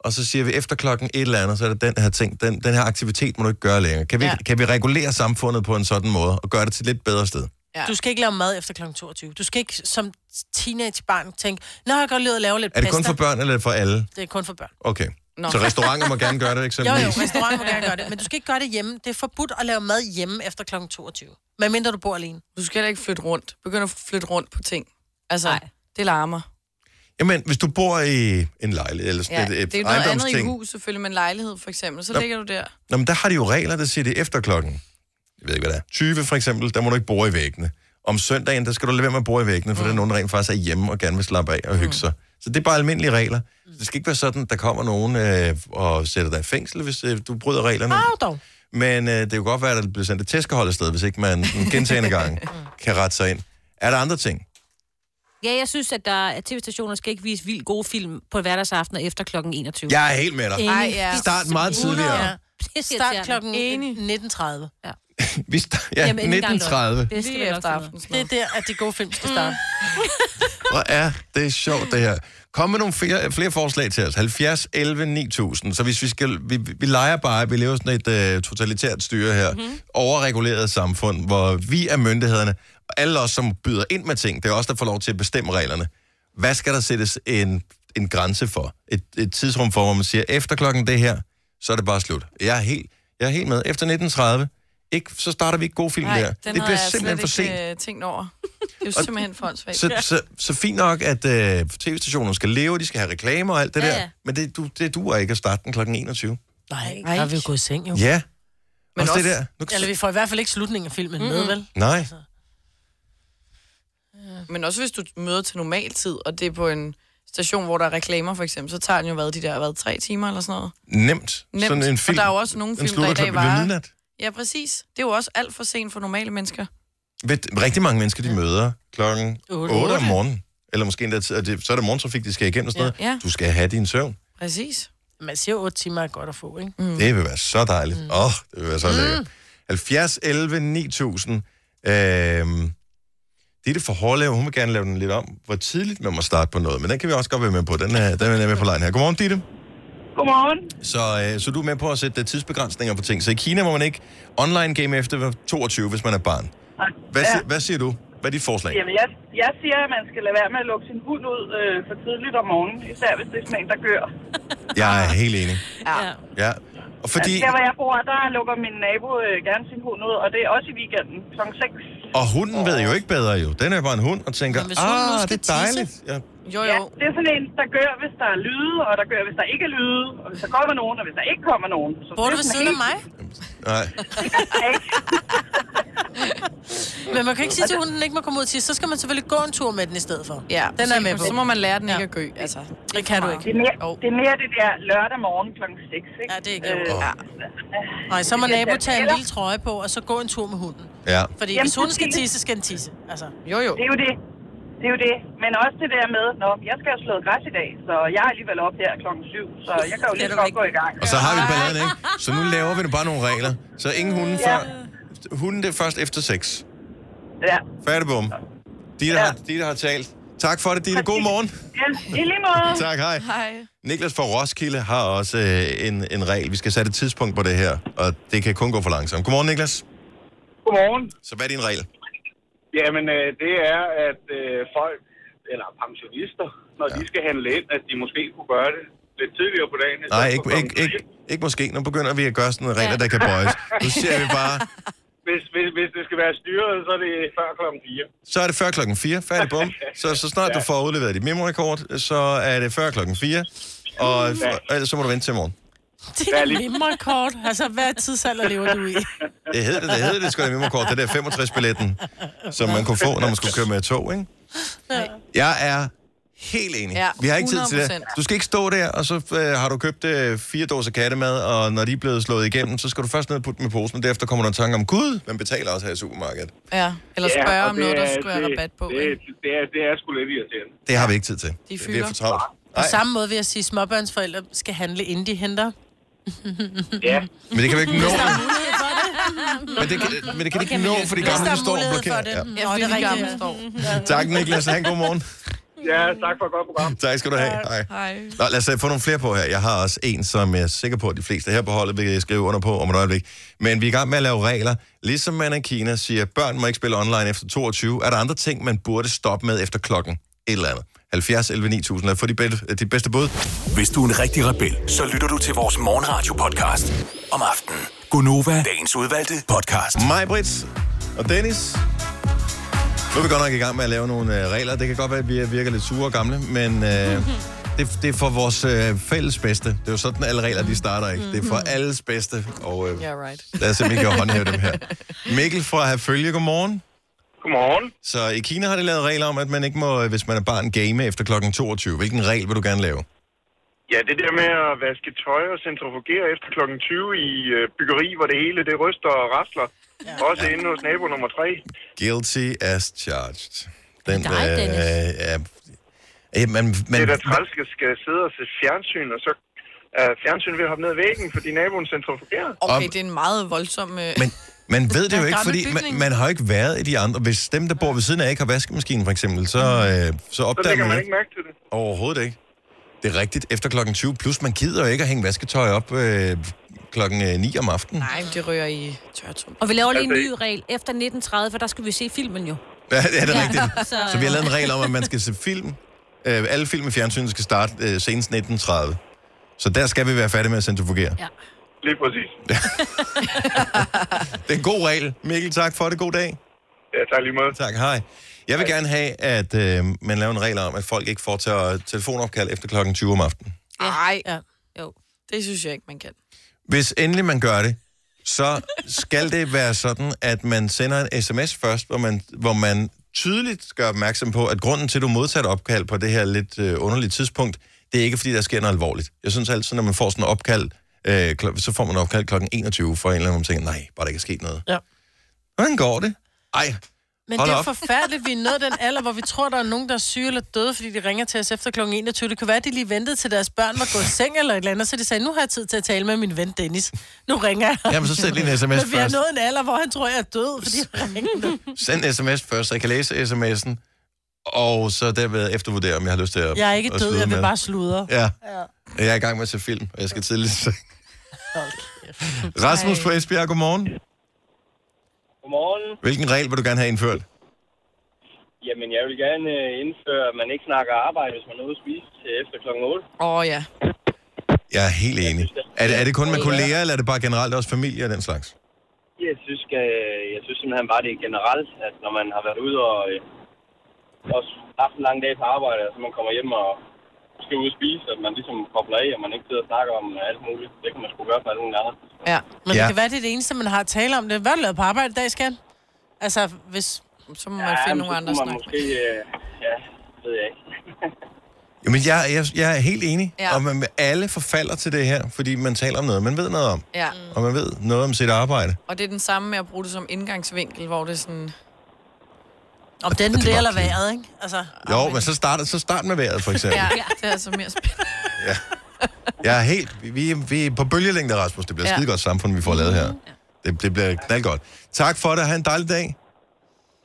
Speaker 1: og så siger vi efter klokken et eller andet, så er det den her ting, den, den her aktivitet må du ikke gøre længere. Kan vi, ja.
Speaker 3: Ja.
Speaker 1: kan vi regulere samfundet på en sådan måde, og gøre det til et lidt bedre sted?
Speaker 3: Ja. Du skal ikke lave mad efter kl. 22. Du skal ikke som teenagebarn tænke, nå, jeg kan godt lide at lave lidt
Speaker 1: Er det kun
Speaker 3: pasta."
Speaker 1: for børn, eller er det for alle?
Speaker 3: Det er kun for børn.
Speaker 1: Okay.
Speaker 3: Nå.
Speaker 1: Nå. Så restauranter må gerne gøre det,
Speaker 3: Jo, jo,
Speaker 1: eksempelvis?
Speaker 3: restauranter må gerne gøre det, men du skal ikke gøre det hjemme. Det er forbudt at lave mad hjemme efter kl. 22. Men mindre du bor alene.
Speaker 4: Du skal heller ikke flytte rundt. Begynd at flytte rundt på ting. Altså, Nej. det larmer.
Speaker 1: Jamen, hvis du bor i en lejlighed, eller sådan
Speaker 4: Ja,
Speaker 1: ja, et, et
Speaker 4: det er jo noget andet i
Speaker 1: ejendomsting,
Speaker 4: hus selvfølgelig, men lejlighed for eksempel, så
Speaker 1: Nå.
Speaker 4: ligger du der.
Speaker 1: Nå, men der har de jo regler, der siger det er efter klokken. Jeg ved ikke, hvad det er. 20 for eksempel, der må du ikke bore i væggene. Om søndagen, der skal du lade være med at bore i væggene, for mm. der er nogen, der rent faktisk er hjemme og gerne vil slappe af og hygge sig. Så det er bare almindelige regler. Det skal ikke være sådan, at der kommer nogen øh, og sætter dig i fængsel, hvis øh, du bryder reglerne.
Speaker 3: Au Ah, dog.
Speaker 1: Men øh, det kan godt være, at der bliver sendt et tæskehold afsted, hvis ikke man en gentagende gang kan rette sig ind. Er der andre ting?
Speaker 2: Ja, jeg synes, at der at tv-stationer skal ikke vise vildt gode film på hverdagsaften efter kl. 21.
Speaker 1: Jeg er helt med dig. Ej, ja. Start meget tidligere. Ja.
Speaker 3: Start klokken 19.30. Ja.
Speaker 1: Vi sta- ja, 1930.
Speaker 3: Det skal efter aften. Det er der, at de gode film skal starte.
Speaker 1: Hvor er det sjovt, det her. Kom med nogle flere, flere forslag til os. 70, 11, 9000. Så hvis vi skal... Vi, vi leger bare, at vi lever sådan et øh, totalitært styre her. Mm-hmm. Overreguleret samfund, hvor vi er myndighederne. Og alle os, som byder ind med ting, det er os, der får lov til at bestemme reglerne. Hvad skal der sættes en, en grænse for? Et, et tidsrum for, hvor man siger, efter klokken det her, så er det bare slut. Jeg er helt, jeg er helt med. Efter 1930, ikke, så starter vi ikke god film
Speaker 4: Nej,
Speaker 1: der.
Speaker 4: den
Speaker 1: Det
Speaker 4: har
Speaker 1: bliver
Speaker 4: jeg
Speaker 1: simpelthen
Speaker 4: slet
Speaker 1: for sent.
Speaker 4: ikke øh, tænkt over. Det er jo simpelthen for åndssvagt.
Speaker 1: Så, så, så fint nok, at øh, tv-stationerne skal leve, de skal have reklamer og alt det
Speaker 4: Ja,
Speaker 1: ja,
Speaker 4: ja.
Speaker 1: der, men det, du, det duer ikke at starte den kl. 21.
Speaker 3: Nej, der er vi jo gået i seng, jo.
Speaker 1: Ja. Men også, det der. Nu,
Speaker 3: Eller vi får i hvert fald ikke slutningen af filmen mm. med, vel?
Speaker 1: nej,
Speaker 4: Altså. Men også hvis du møder til normal tid, og det er på en station, hvor der er reklamer for eksempel, så tager den jo hvad, de der hvad, tre timer eller sådan noget.
Speaker 1: nemt.
Speaker 4: Nemt.
Speaker 1: Sådan en film,
Speaker 4: og der er jo også nogle
Speaker 1: den
Speaker 4: film, der i
Speaker 1: slutter
Speaker 4: dag
Speaker 1: klokken- ved
Speaker 4: varer.
Speaker 1: midnat.
Speaker 4: Ja, præcis. Det er jo også alt for sent for normale mennesker.
Speaker 1: Ved, rigtig mange mennesker, de møder klokken
Speaker 4: Otte.
Speaker 1: 8 om morgenen. Eller måske endda, tid- og det, så er det morgentrafik, de skal igennem og sådan
Speaker 3: Ja.
Speaker 1: noget.
Speaker 3: Ja.
Speaker 1: Du skal have din søvn.
Speaker 4: Præcis.
Speaker 3: Man siger jo, 8 timer er godt at få, ikke?
Speaker 1: Mm. Det vil være så dejligt. Åh, mm. oh, det vil være så mm. lækkert. 70, 11, 9000. Øhm, Ditte for Hårlev, hun vil gerne lave den lidt om, hvor tidligt man må starte på noget, men den kan vi også godt være med på. Den er, den er med på lejen her. Godmorgen, Ditte.
Speaker 15: Godmorgen.
Speaker 1: Så, øh, så du er med på at sætte øh, tidsbegrænsninger på ting. Så i Kina må man ikke online game efter 22, hvis man er barn. Hvad, ja. hvad siger du? Hvad er dit forslag?
Speaker 15: Jamen, jeg, jeg siger, at man skal lade være med at lukke sin hund ud øh, for tidligt om morgenen, især hvis det er sådan en, der gør.
Speaker 1: Jeg er helt enig.
Speaker 15: Ja.
Speaker 1: Ja. Og
Speaker 15: Fordi...
Speaker 1: fordi...
Speaker 15: Altså, der, hvor jeg bor, der lukker min nabo øh, gerne sin hund ud, og det er også i weekenden kl. 6.
Speaker 1: Og hunden ved jo ikke bedre jo. Den er bare en hund og tænker,
Speaker 15: Men hvis hunden nu
Speaker 1: ah,
Speaker 15: skal
Speaker 1: det er dejligt. Ja.
Speaker 4: Jo,
Speaker 15: jo. Ja, det er sådan en, der gør, hvis der er lyde, og der gør, hvis der ikke er lyde, og hvis der kommer nogen, og hvis der ikke kommer nogen. Så
Speaker 3: Bor
Speaker 15: det
Speaker 3: du
Speaker 15: er
Speaker 3: ved
Speaker 15: sådan
Speaker 3: siden af
Speaker 15: helt-
Speaker 3: mig?
Speaker 1: Nej.
Speaker 3: Men man kan ikke sige til hunden, at den ikke må komme ud og tisse. Så skal man selvfølgelig gå en tur med den i stedet for.
Speaker 4: Ja,
Speaker 3: den er
Speaker 4: så-
Speaker 3: jeg med på.
Speaker 4: så må man lære den ikke
Speaker 3: Ja.
Speaker 4: at gø. Altså,
Speaker 3: det kan du ikke.
Speaker 15: Det er mere, det er mere det der lørdag morgen kl. 6, ikke? Øh, Ja,
Speaker 3: det er ikke ja. Nej, så må nabo tage en lille trøje på, og så gå en tur med hunden.
Speaker 1: Ja.
Speaker 3: Fordi
Speaker 15: Jamen,
Speaker 3: hvis hunden skal
Speaker 15: præcis.
Speaker 3: tisse, skal den tisse. Altså.
Speaker 4: Jo, jo.
Speaker 15: Det er jo det. Det er jo det. Men også det der med, nå, jeg skal jo slå græs i dag, så jeg er alligevel op her klokken 7, så jeg kan jo lige så godt gå i gang.
Speaker 1: Og så har vi balladen, ikke? Så nu laver vi nu bare nogle regler. Så ingen hunden
Speaker 15: Ja.
Speaker 1: før... Hunden det er først efter sex.
Speaker 15: Ja.
Speaker 1: Færdig bum. De, der, har, de, der har talt. Tak for det, Ditte. God morgen.
Speaker 15: Ja, i lige måde.
Speaker 1: Tak, hej.
Speaker 4: Hej.
Speaker 1: Niklas fra Roskilde har også øh, en, en regel. Vi skal sætte et tidspunkt på det her, og det kan kun gå for langsomt. Godmorgen, Niklas.
Speaker 16: Godmorgen.
Speaker 1: Så hvad er din regel?
Speaker 16: Jamen, øh, det er, at øh, folk, eller pensionister, når ja. de skal handle ind, at de måske kunne gøre det lidt tidligere på dagen. i
Speaker 1: Nej,
Speaker 16: stedet for
Speaker 1: ikke,
Speaker 16: klokken
Speaker 1: ikke, ikke, ikke måske. Nu begynder vi at gøre sådan nogle regler, der kan bøjes. Nu ser vi bare,
Speaker 16: Hvis, hvis, hvis det skal være styret, så er det før klokken 4.
Speaker 1: så er det før klokken 4. Færdig, bum. Så, så snart du får udleveret dit memorekord, så er det før klokken 4. Og, og ellers så må du vente til i morgen.
Speaker 3: Det er et memorkort. Altså, hvad tidsalder lever du i?
Speaker 1: Det hedder det, det hedder det sgu da memorkort, det der 65-billetten, som man kunne få, når man skulle køre med tog, ikke? Jeg er helt enig.
Speaker 4: Ja,
Speaker 1: Vi har ikke tid til det.
Speaker 4: 100%.
Speaker 1: Du skal ikke stå der, og så øh, har du købt øh, fire dåser kattemad, og når de er blevet slået igennem, så skal du først ned og putte dem i posen, men derefter kommer du i tanke om, gud, man betaler også her i supermarkedet.
Speaker 4: Ja, eller
Speaker 16: Ja,
Speaker 4: spørge
Speaker 16: og
Speaker 4: om
Speaker 16: det
Speaker 4: noget, der
Speaker 16: er-
Speaker 4: skulle have rabat på.
Speaker 16: Det, det, det, er, det er sgu lidt irriterende.
Speaker 1: Det har vi ikke tid til.
Speaker 3: De
Speaker 1: Det er
Speaker 3: fylder.
Speaker 1: for travlt.
Speaker 3: På samme måde vil jeg sige, at småbørnsforældre skal handle, inden de henter.
Speaker 1: Ja. Men det kan vi ikke nå.
Speaker 3: Mulighed for det.
Speaker 1: Men det kan, men det kan de ikke nå, fordi
Speaker 3: Hvis
Speaker 1: gamle
Speaker 3: der er
Speaker 1: står
Speaker 3: mulighed for
Speaker 1: blokeret. Ja.
Speaker 3: det. Ja, Nå, det er
Speaker 4: de
Speaker 3: rigtigt.
Speaker 1: Tak, Niklas. Ha' en god morgen.
Speaker 16: Ja, tak for et godt program.
Speaker 1: Tak skal du have. Hej.
Speaker 4: Hej.
Speaker 1: Nå, lad os øh, få nogle flere på her. Jeg har også en, som jeg er sikker på, at de fleste her på holdet vil skrive under på om et øjeblik. Men vi er i gang med at lave regler. Ligesom man i Kina siger, at børn må ikke spille online efter 22, er der andre ting, man burde stoppe med efter klokken? Et eller andet. 70 11 9000. Lad os få de bed- de bedste bud.
Speaker 7: Hvis du er en rigtig rebel, så lytter du til vores morgenradio-podcast om aftenen. Gunova, dagens udvalgte podcast.
Speaker 1: Mig, Brits og Dennis. Nu er vi godt nok i gang med at lave nogle øh, regler. Det kan godt være, at vi virker lidt sure og gamle, men øh, det, det er for vores øh, fælles bedste. Det er jo sådan, alle regler de starter, ikke? Det er
Speaker 16: Mhm.
Speaker 1: for alles bedste, og øh,
Speaker 4: Yeah, right.
Speaker 1: lad os se, om vi kan håndhæve dem her. Mikkel fra Herfølge, godmorgen.
Speaker 16: Godmorgen.
Speaker 1: Så i Kina har de lavet regler om, at man ikke må, øh, hvis man er barn, game efter klokken 22. Hvilken regel vil du gerne lave?
Speaker 16: Ja, det der med at vaske tøj og centrifugere efter kl. 20 i øh, byggeri, hvor det hele det ryster og rasler. Ja. Også ja. inde hos nabo nummer 3.
Speaker 1: Guilty as charged. Den,
Speaker 16: Dig, Dennis.
Speaker 1: er, øh, man,
Speaker 16: Men...
Speaker 1: man,
Speaker 16: Det der trælske skal sidde og se fjernsyn, og så er fjernsynet ved at hoppe ned ad væggen, fordi naboen centrifugerer.
Speaker 4: Okay, det er en meget voldsom... Øh...
Speaker 1: Men man ved det
Speaker 4: Der er
Speaker 1: jo ikke,
Speaker 4: gammel
Speaker 1: fordi man,
Speaker 4: bygning.
Speaker 1: man har jo ikke været i de andre. Hvis dem, der bor ved siden af, ikke har vaskemaskinen for eksempel, så, øh, så
Speaker 16: så
Speaker 1: opdager
Speaker 16: lægger
Speaker 1: man
Speaker 16: man
Speaker 1: jo
Speaker 16: ikke mærke til det.
Speaker 1: Overhovedet ikke. Det er rigtigt. Efter klokken 20 plus, man gider jo ikke at hænge vasketøj op øh, klokken øh, 9 om aftenen.
Speaker 4: Nej, men det rører i tørtum.
Speaker 2: Og vi laver lige en ny regel efter 1930, for der skulle vi se filmen jo.
Speaker 1: Ja, det er det
Speaker 2: Ja.
Speaker 1: rigtigt.
Speaker 2: Så-
Speaker 1: Så vi har lavet en regel om, at man skal se film. Øh, alle film i fjernsynet skal starte øh, senest 19.30. Så der skal vi være færdige med at centrifugere.
Speaker 2: Ja.
Speaker 16: Lige præcis.
Speaker 1: Det er en god regel. Mikkel, tak for det. God dag.
Speaker 16: Ja, tak lige måde.
Speaker 1: Tak, hej. Jeg vil gerne have, at øh, man laver en regel om, at folk ikke foretager telefonopkald efter klokken 20 om aftenen.
Speaker 4: Nej.
Speaker 3: Ja.
Speaker 4: Jo, det synes jeg ikke, man kan.
Speaker 1: Hvis endelig man gør det, så skal det være sådan, at man sender en sms først, hvor man, hvor man tydeligt gør opmærksom på, at grunden til, at du modtager et opkald på det her lidt øh, underlige tidspunkt, det er ikke, fordi der sker noget alvorligt. Jeg synes altid, når man får sådan en opkald, øh, kl- så får man et opkald kl. 21 for en eller anden, ting. nej, bare der ikke er sket noget.
Speaker 3: Ja.
Speaker 1: Hvordan går det? Ej,
Speaker 3: Men
Speaker 1: hold
Speaker 3: det er
Speaker 1: op.
Speaker 3: forfærdeligt, vi er nået den alder, hvor vi tror, der er nogen, der er syge eller døde, fordi de ringer til os efter kl. 21. Det kunne være, at de lige ventede til deres børn var gået i seng eller et eller andet, så de sagde, nu har jeg tid til at tale med min ven Dennis. Nu ringer jeg.
Speaker 1: Jamen, så send lige en sms
Speaker 3: Men vi har
Speaker 1: først.
Speaker 3: nået en alder, hvor han tror, jeg er død, fordi han ringede.
Speaker 1: Send en sms først, så jeg kan læse sms'en, og så derved eftervurdere, om jeg har lyst til at
Speaker 3: Jeg er ikke
Speaker 1: at
Speaker 3: død,
Speaker 1: slutte
Speaker 3: jeg vil
Speaker 1: med.
Speaker 3: bare sludre.
Speaker 1: Ja. Jeg er i gang med at se film, og jeg skal tidligt se. Rasmus fra Esbjerg, godmorgen.
Speaker 17: Godmorgen.
Speaker 1: Hvilken regel vil du gerne have indført?
Speaker 17: Jamen, jeg vil gerne øh, indføre, at man ikke snakker arbejde, hvis man er ude at spise til efter klokken 8.
Speaker 4: Åh oh, ja.
Speaker 1: Jeg er helt enig. Er det, er det kun med kolleger, eller er det bare generelt også familie og den slags?
Speaker 17: Jeg synes, øh, jeg synes simpelthen bare, det er generelt, at når man har været ude og øh, også haft en lang dag på arbejde, og så man kommer hjem og skal ud og spise, at man ligesom kobler af, og man ikke sidder og snakker om øh, alt muligt. Det kan man sgu gøre på alle mulige andre.
Speaker 3: Ja, men ja.
Speaker 17: Ja.
Speaker 3: det kan være, det er det eneste, man har at tale om. Det er, hvad har du lavet på arbejde i dag, skat? Altså, hvis...
Speaker 4: Så må
Speaker 3: man
Speaker 17: men så kunne man måske, øh, ja, det ved jeg ikke.
Speaker 1: Jamen, jeg, jeg, jeg er helt enig.
Speaker 4: Ja.
Speaker 1: Ja. Og man, alle forfalder til det her, fordi man taler om noget, man ved noget om.
Speaker 4: Ja.
Speaker 1: Og man ved noget om sit arbejde.
Speaker 4: Og det er den samme med at bruge det som indgangsvinkel, hvor det er sådan...
Speaker 3: Om den
Speaker 1: Det er
Speaker 3: det
Speaker 1: godt
Speaker 3: eller
Speaker 1: klip.
Speaker 3: vejret, ikke? Altså,
Speaker 1: Jo, men så start, så start med vejret, for eksempel.
Speaker 4: Ja,
Speaker 1: Ja.
Speaker 4: det er altså mere spændende.
Speaker 1: Jeg er helt... vi- Vi, vi er på bølgelængde, Rasmus. Det bliver
Speaker 4: Ja.
Speaker 1: ja. skidegodt samfund, vi får lavet her. Det, det bliver knaldgodt. Tak for det. Ha' en dejlig dag.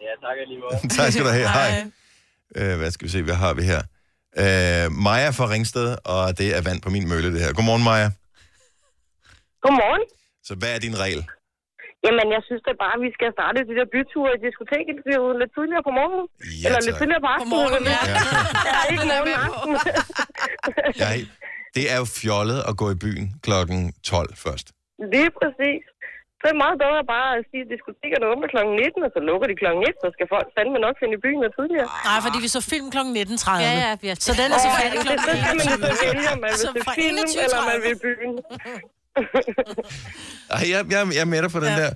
Speaker 17: Ja, tak alligevel.
Speaker 1: tak skal du have. Hej. Øh, hvad skal vi se, hvad har vi her? Øh, Maja fra Ringsted, og det er vand på min mølle, det her. Godmorgen, Maja.
Speaker 18: Godmorgen.
Speaker 1: Så hvad er din regel?
Speaker 18: Jamen, jeg synes da bare, at vi skal starte de der byture i diskoteket det er jo lidt tidligere på morgenen.
Speaker 1: Ja,
Speaker 18: Eller lidt
Speaker 1: tak.
Speaker 18: tidligere på aftenen. På morgenen, ja. ja. ikke morgen aften.
Speaker 1: Jeg er helt... Det er jo fjollet at gå i byen klokken 12 først.
Speaker 18: Lige præcis. Så er det meget bedre bare at sige, at diskotekerne åbner kl. 19, og så lukker de kl. 19, så skal folk fandme nok finde i byen og tidligere.
Speaker 3: Nej, fordi vi så film kl. 19.30.
Speaker 18: Ja, ja,
Speaker 3: ja. Så den er så
Speaker 18: Åh,
Speaker 3: færdig
Speaker 18: det-
Speaker 3: kl.
Speaker 18: det skal man jo så vælge, om man vil
Speaker 3: Så
Speaker 18: se
Speaker 3: fra
Speaker 18: film, eller om man
Speaker 3: 21.30.
Speaker 18: vil i byen.
Speaker 1: Ej, jeg, jeg, jeg er med dig på den ja. der.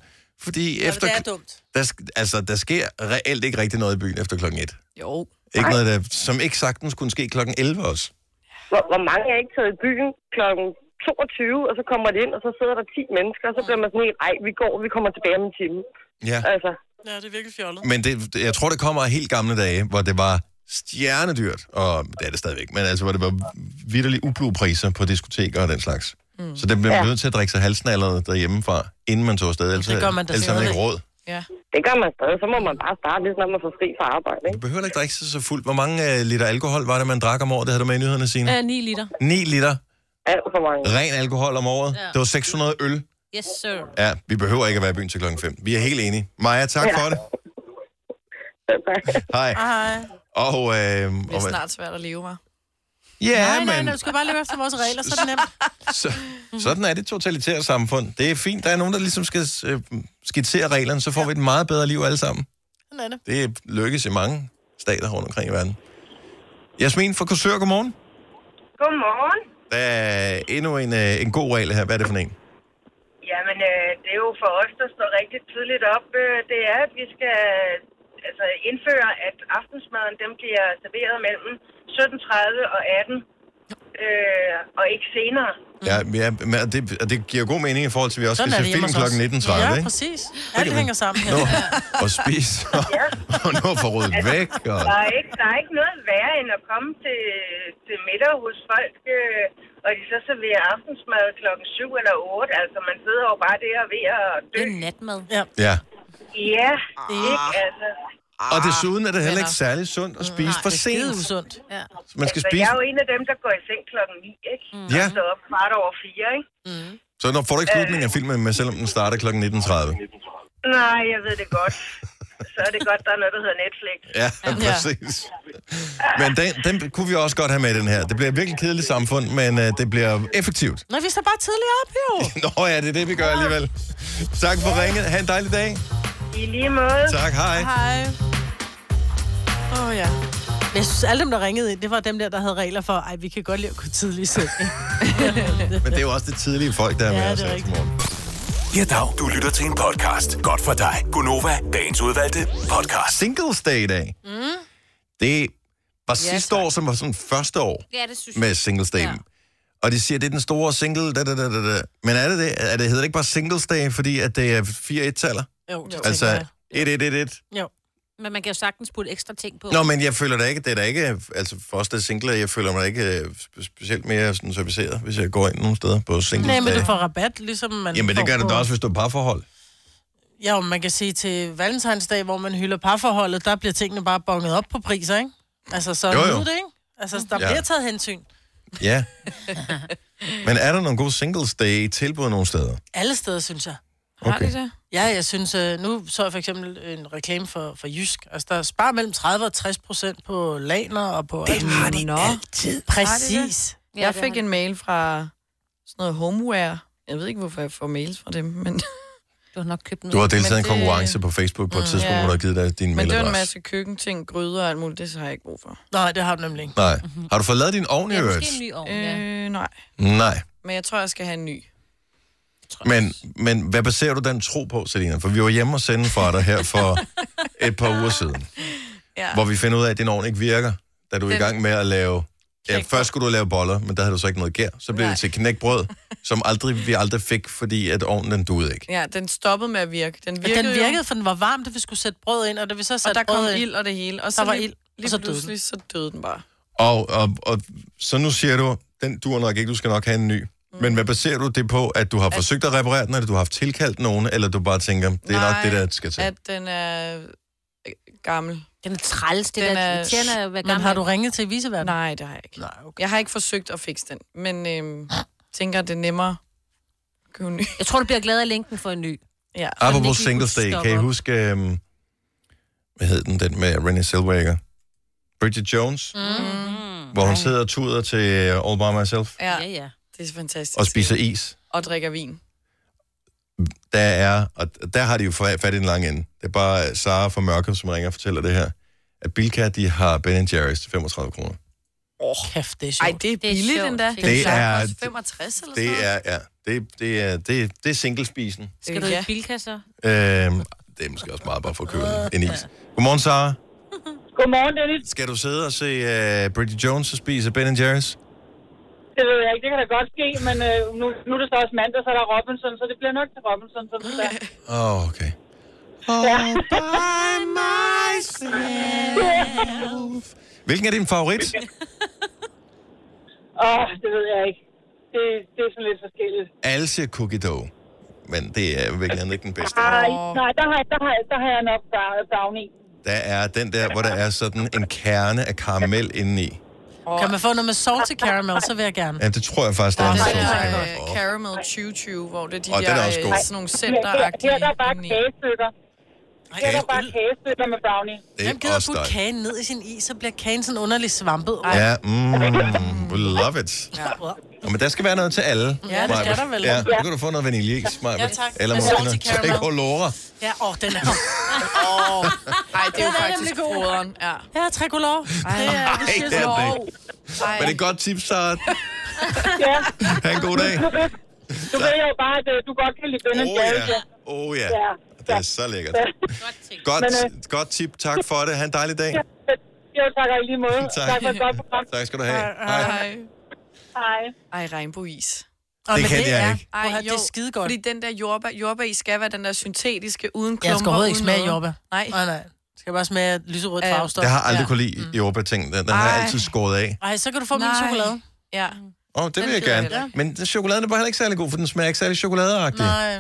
Speaker 1: Fordi
Speaker 18: men
Speaker 1: efter...
Speaker 18: det er dumt.
Speaker 1: Der, sk- altså, der sker reelt ikke rigtig noget i byen efter klokken 1.
Speaker 4: Jo.
Speaker 1: Ikke noget, der, som ikke sagtens kunne ske klokken 11 også.
Speaker 18: Hvor, hvor mange er ikke taget i byen kl. 22, og så kommer de ind, og så sidder der 10 mennesker, og så bliver man sådan helt, ej, vi går, vi kommer tilbage om en time.
Speaker 1: Ja.
Speaker 18: Altså,
Speaker 3: Ja, det er virkelig fjollet.
Speaker 1: Men det, det- jeg tror, det kommer af helt gamle dage, hvor det var stjernedyrt, og det er det stadigvæk, men altså, hvor det var vidderligt ublu priser på diskoteker og den slags. Mm. Så det blev man nødt til at drikke sig halsen allerede derhjemmefra, inden man tog afsted, ellers,
Speaker 18: det gør man da
Speaker 1: ellers har man ikke
Speaker 18: stadigvæk.
Speaker 1: råd.
Speaker 4: Ja.
Speaker 18: Det gør man stadig. Så må man bare starte, lige når man får fri fra arbejde.
Speaker 1: Du behøver ikke drikke sig så fuldt. Hvor mange øh, liter alkohol var det, man drak om året? Det havde du med i nyhederne, Signe?
Speaker 2: Øh, 9 liter.
Speaker 1: 9 liter
Speaker 18: Alt for mange.
Speaker 1: ren alkohol om året.
Speaker 2: Ja.
Speaker 1: Det var 600 øl.
Speaker 2: Yes, sir.
Speaker 1: Ja, vi behøver ikke at være i byen til klokken 5. Vi er helt enige. Maja, tak
Speaker 2: Ja.
Speaker 1: for det. Hej.
Speaker 3: Hej.
Speaker 1: Og,
Speaker 4: Det
Speaker 1: øh, og
Speaker 4: er
Speaker 1: hvad-
Speaker 4: snart svært at leve med.
Speaker 1: Ja,
Speaker 3: nej, nej,
Speaker 1: men-
Speaker 3: nej, du skal bare leve efter vores regler, så er det nemt.
Speaker 1: Så, sådan er det totalitære samfund. Det er fint, der er nogen, der ligesom skal øh, skitsere reglerne, så får vi et meget bedre liv alle sammen.
Speaker 3: Sådan er det.
Speaker 1: Det lykkes i mange stater rundt omkring i verden. Jasmin fra Korsør, godmorgen.
Speaker 15: Godmorgen.
Speaker 1: Der er endnu en, øh, en god regel her. Hvad er det for en?
Speaker 15: Jamen, øh, det er jo for os, der står rigtig tidligt op. Øh, det er, at vi skal altså, indføre, at aftensmaden dem bliver serveret mellem 17.30 og 18. Øh, og ikke senere.
Speaker 1: Ja,
Speaker 3: Mm.
Speaker 1: ja men og det, og det giver god mening i forhold til, at vi også skal se
Speaker 3: hjemme
Speaker 1: film
Speaker 3: hos os.
Speaker 1: klokken 19.30, ja,
Speaker 3: Ja,
Speaker 1: ikke?
Speaker 3: præcis. Alt hænger sammen her.
Speaker 1: Nå, og spise, og, og nå for ryddet væk. Og,
Speaker 15: Der er, ikke, der er ikke noget værre end at komme til, til middag hos folk, øh, og de så serverer aftensmad klokken 7 eller 8. Altså, man sidder jo bare der ved at dø.
Speaker 2: Det er natmad.
Speaker 3: Ja.
Speaker 1: ja.
Speaker 15: Ja, ikke altså.
Speaker 3: Ah,
Speaker 1: og desuden er det heller ikke særlig sundt
Speaker 3: Mm,
Speaker 1: at spise for sent.
Speaker 3: usundt.
Speaker 2: Ja.
Speaker 1: Så man skal
Speaker 15: altså,
Speaker 1: spise-
Speaker 15: Jeg er jo en af dem, der går i seng klokken 9, ikke? Mm.
Speaker 1: Ja.
Speaker 15: Og så op kvart over 4, ikke? Mm.
Speaker 1: Så når får du ikke slutningen af filmen med, selvom den starter klokken 19.30.
Speaker 15: Øh, Nej, jeg ved det godt. Så er det godt, der er noget, der hedder Netflix.
Speaker 1: Ja, præcis. Men den, den kunne vi også godt have med, den her. Det bliver et virkelig kedeligt samfund, men øh, det bliver effektivt.
Speaker 3: Nå, vi står bare tidligere op, jo.
Speaker 1: Nå ja, det er det, vi gør alligevel. Tak for ringet. Ha' en dejlig dag.
Speaker 15: I lige måde.
Speaker 1: Tak, hej.
Speaker 3: Hej. Åh, oh, ja. Men jeg synes, alle dem, der ringede ind, det var dem der, der havde regler for, ej, vi kan godt lide at gå tidligt i seng.
Speaker 1: Men det er jo også det tidlige folk, der er
Speaker 3: Ja,
Speaker 1: med
Speaker 3: det
Speaker 1: os
Speaker 3: er
Speaker 1: her til
Speaker 3: rigtigt.
Speaker 1: morgen.
Speaker 7: Ja, dag. Du lytter til en podcast. Godt for dig. Gunova, dagens udvalgte podcast.
Speaker 1: Singles Day i dag.
Speaker 2: Mm.
Speaker 1: Det var
Speaker 2: Ja,
Speaker 1: sidste år, som var sådan første år
Speaker 2: Ja, det synes jeg.
Speaker 1: med Singles Day. Og de siger, det er den store single, da, da, da, da, da. Men er det det? Er det hedder det ikke bare Singles Day, fordi at det er 4-1-taller?
Speaker 3: Jo, det tænker
Speaker 1: Altså,
Speaker 3: jeg.
Speaker 1: 1-1-1-1.
Speaker 3: Jo.
Speaker 2: Men man kan jo sagtens putte ekstra ting på.
Speaker 1: Nå, men jeg føler da ikke, det er da ikke, altså for os, der er single, jeg føler mig ikke øh, spe- specielt mere sådan serviceret, hvis jeg går ind nogle steder på singles
Speaker 3: Nej, men
Speaker 1: dage.
Speaker 3: du får rabat, ligesom man
Speaker 1: Jamen, det
Speaker 3: får
Speaker 1: gør det
Speaker 3: på-
Speaker 1: da også, hvis du er parforhold.
Speaker 3: Ja, men man kan sige til valentinsdag, hvor man hylder parforholdet, der bliver tingene bare bonget op på priser, ikke? Altså, så
Speaker 1: Jo,
Speaker 3: jo,
Speaker 1: jo.
Speaker 3: jo. det, ikke? Altså, der
Speaker 1: Ja.
Speaker 3: ja. bliver taget hensyn.
Speaker 1: Ja. Men er der nogle gode singles day tilbud nogle steder?
Speaker 3: Alle steder, synes jeg.
Speaker 4: Har de det?
Speaker 3: Ja, jeg synes, øh, nu så jeg for eksempel en reklame for, for Jysk. Altså, der sparer mellem 30 og 60 procent på laner og på... Det har de Nå. altid. Præcis.
Speaker 4: Ja, jeg fik en mail fra sådan noget homeware. Jeg ved ikke, hvorfor jeg får mails fra dem, men...
Speaker 2: Du har nok købt
Speaker 1: Du har deltaget i en konkurrence på Facebook på et
Speaker 4: Mm,
Speaker 1: tidspunkt,
Speaker 4: ja.
Speaker 1: hvor du har givet dig din
Speaker 4: Men det var en
Speaker 1: mailadresse.
Speaker 4: masse køkkenting, gryder og alt muligt. Det har jeg ikke brug for.
Speaker 3: Nej, det har du nemlig ikke.
Speaker 1: Nej.
Speaker 3: Mhm.
Speaker 1: Har du fået lavet din ovn i øvrigt?
Speaker 4: ny ovn, øh, nej.
Speaker 1: Nej.
Speaker 4: Men jeg tror, jeg skal have en ny.
Speaker 1: Men, men hvad baserer du den tro på, Selina? For vi var hjemme og sende fra dig her for et par uger siden,
Speaker 4: Ja.
Speaker 1: hvor vi finder ud af, at din ovn ikke virker, da du er i
Speaker 4: Den-
Speaker 1: gang med at lave... Ja, først skulle du lave boller, men der havde du så ikke noget gær. Så blev det til knækbrød, som aldrig, vi aldrig fik, fordi at ovnen den duede ikke.
Speaker 4: Ja, den stoppede med at virke. Den
Speaker 3: Den
Speaker 4: virkede,
Speaker 3: virkede,
Speaker 4: jo,
Speaker 3: for den var varm, da vi skulle sætte brød ind, og da vi så
Speaker 4: og
Speaker 3: satte
Speaker 4: der kom
Speaker 3: brød ind,
Speaker 4: ild og det hele. Og så
Speaker 3: der var
Speaker 4: lige,
Speaker 3: ild,
Speaker 4: lige
Speaker 3: og så døde
Speaker 4: pludselig,
Speaker 3: den.
Speaker 4: så døde den bare.
Speaker 1: Og, og, og så nu siger du, den dur nok ikke, du skal nok have en ny. Mm. Men hvad baserer du det på, at du har forsøgt at reparere den, eller du har haft tilkaldt nogen, eller du bare tænker, det er
Speaker 4: Nej,
Speaker 1: nok det, der skal til?
Speaker 4: At den er øh, gammel.
Speaker 2: Den er træls, det der. Det tjener at være
Speaker 3: Men har
Speaker 2: gammel.
Speaker 3: du ringet til viseverden?
Speaker 4: Nej, det har jeg ikke.
Speaker 3: Nej,
Speaker 4: Jeg har ikke forsøgt at fikse den, men øhm, tænker, det er nemmere at købe en ny.
Speaker 2: Jeg tror, du bliver glad af linken for en ny.
Speaker 4: Ja.
Speaker 1: Apropos Singles Day, kan I huske, øhm, hvad hed den, den med Renée Zellweger? Bridget Jones, mm. hvor hun sidder og tuder til øh, All By Myself
Speaker 4: Ja, ja. ja. Det er fantastisk.
Speaker 1: og spiser is.
Speaker 4: Og drikker vin.
Speaker 1: Der er, og der har de jo fa- fat i den lange ende. Det er bare Sara fra Mørke, som ringer og fortæller det her, at Bilka, de har Ben Jerry's til 35 kroner.
Speaker 4: Åh,
Speaker 3: kæft, det er
Speaker 4: sjovt. Ej, det er billigt
Speaker 2: sjovt.
Speaker 4: endda.
Speaker 1: Det Den er- slapp også
Speaker 4: 65 eller sådan
Speaker 1: Det er, ja, det, det er, det, det er singlespisen.
Speaker 2: Skal du i Bilka så?
Speaker 1: Øhm, det er måske også meget bare for at købe en is. Godmorgen, Sara.
Speaker 15: Godmorgen, Dennis.
Speaker 1: Skal du sidde og se uh, Bridget Jones og spise Ben Jerry's?
Speaker 15: Det ved jeg ikke, det kan da godt ske, men øh, nu, nu er det så også mandag, så er der Robinson, så det bliver nok til Robinson, som du sagde.
Speaker 1: Åh, oh, okay.
Speaker 15: Ja.
Speaker 1: Hvilken er din favorit?
Speaker 15: Åh, det ved jeg ikke. Det, det er sådan lidt forskelligt.
Speaker 1: Alle siger cookie dough, men det er virkelig ikke den bedste.
Speaker 15: Ej, nej, der har, der, har, der har jeg nok brownie.
Speaker 1: Der er den der, hvor der er sådan en kerne af karamel indeni.
Speaker 3: Kan man få noget med salty caramel, så vil jeg gerne.
Speaker 1: Ja, det tror jeg faktisk, der er en
Speaker 4: Det
Speaker 1: sauce.
Speaker 4: er
Speaker 1: af.
Speaker 4: øh, Caramel Chew Chew, hvor det er de
Speaker 1: Og
Speaker 4: der,
Speaker 1: den er også
Speaker 4: øh,
Speaker 1: god.
Speaker 4: sådan nogle centeragtige.
Speaker 15: Her er der bare kagestykker. Her er der bare kagestykker med brownie.
Speaker 1: Det
Speaker 3: Hvem gider at putte kagen ned i sin is, så bliver kagen sådan underligt svampet. Ej.
Speaker 1: Ja, mm, we love it. Nå, men der skal være noget til alle.
Speaker 3: Ja, det
Speaker 1: Majbrit.
Speaker 3: skal der vel.
Speaker 1: Ja, så kan du få noget vaniljeis, Maja.
Speaker 3: Ja, tak.
Speaker 1: Eller
Speaker 3: Med
Speaker 1: måske
Speaker 3: salt
Speaker 1: noget
Speaker 3: i caramel.
Speaker 1: tricolore.
Speaker 3: Ja, åh, den er...
Speaker 4: Ej,
Speaker 3: Åh,
Speaker 4: det er jo
Speaker 3: Den er
Speaker 4: faktisk
Speaker 3: nemlig god.
Speaker 4: broderen. Ja.
Speaker 3: Ja, tricolore. Det er,
Speaker 1: Ej,
Speaker 3: det
Speaker 1: det er den
Speaker 3: er
Speaker 1: ikke. Men det er et godt tips, så
Speaker 15: Ja.
Speaker 1: ha' en god dag.
Speaker 15: Nu ved, nu ved jeg jo bare, at øh, du godt kan lide Ben
Speaker 1: Åh
Speaker 15: Jerry's.
Speaker 1: ja, oh, ja. øh,
Speaker 15: Ja.
Speaker 1: Det er så lækkert.
Speaker 15: Men, øh,
Speaker 1: Godt, godt tip. Tak for det. Ha' en dejlig dag.
Speaker 15: Jo, tak og i lige måde.
Speaker 1: Tak.
Speaker 15: tak for et godt program.
Speaker 1: Tak skal du have.
Speaker 4: Hej.
Speaker 15: Hej.
Speaker 4: Ej, regnbueis.
Speaker 1: Det men kan det jeg er- ikke.
Speaker 4: Ej, jo, det er
Speaker 3: skide godt.
Speaker 4: Fordi den der jordbær, jordbær, I skal være den der syntetiske, uden klumper,
Speaker 3: Jeg skal overhovedet ikke
Speaker 4: uden
Speaker 3: smage
Speaker 4: noget.
Speaker 3: jordbær.
Speaker 4: Nej.
Speaker 3: Nej, nej. Jeg skal bare smage lyserødt
Speaker 4: Ja.
Speaker 3: farvestof.
Speaker 1: Det har jeg aldrig kunne lide jordbærting. Den, den har jeg
Speaker 3: Mm. Ej.
Speaker 1: altid skåret af.
Speaker 3: Ej, så kan du få min
Speaker 4: Nej.
Speaker 3: chokolade.
Speaker 4: Ja.
Speaker 1: Åh, oh, det
Speaker 3: Den
Speaker 1: vil jeg
Speaker 3: gider jeg
Speaker 1: gerne.
Speaker 3: heller ikke.
Speaker 1: Men den- chokoladen er bare heller ikke særlig god, for den smager ikke særlig chokoladeagtig.
Speaker 3: Nej.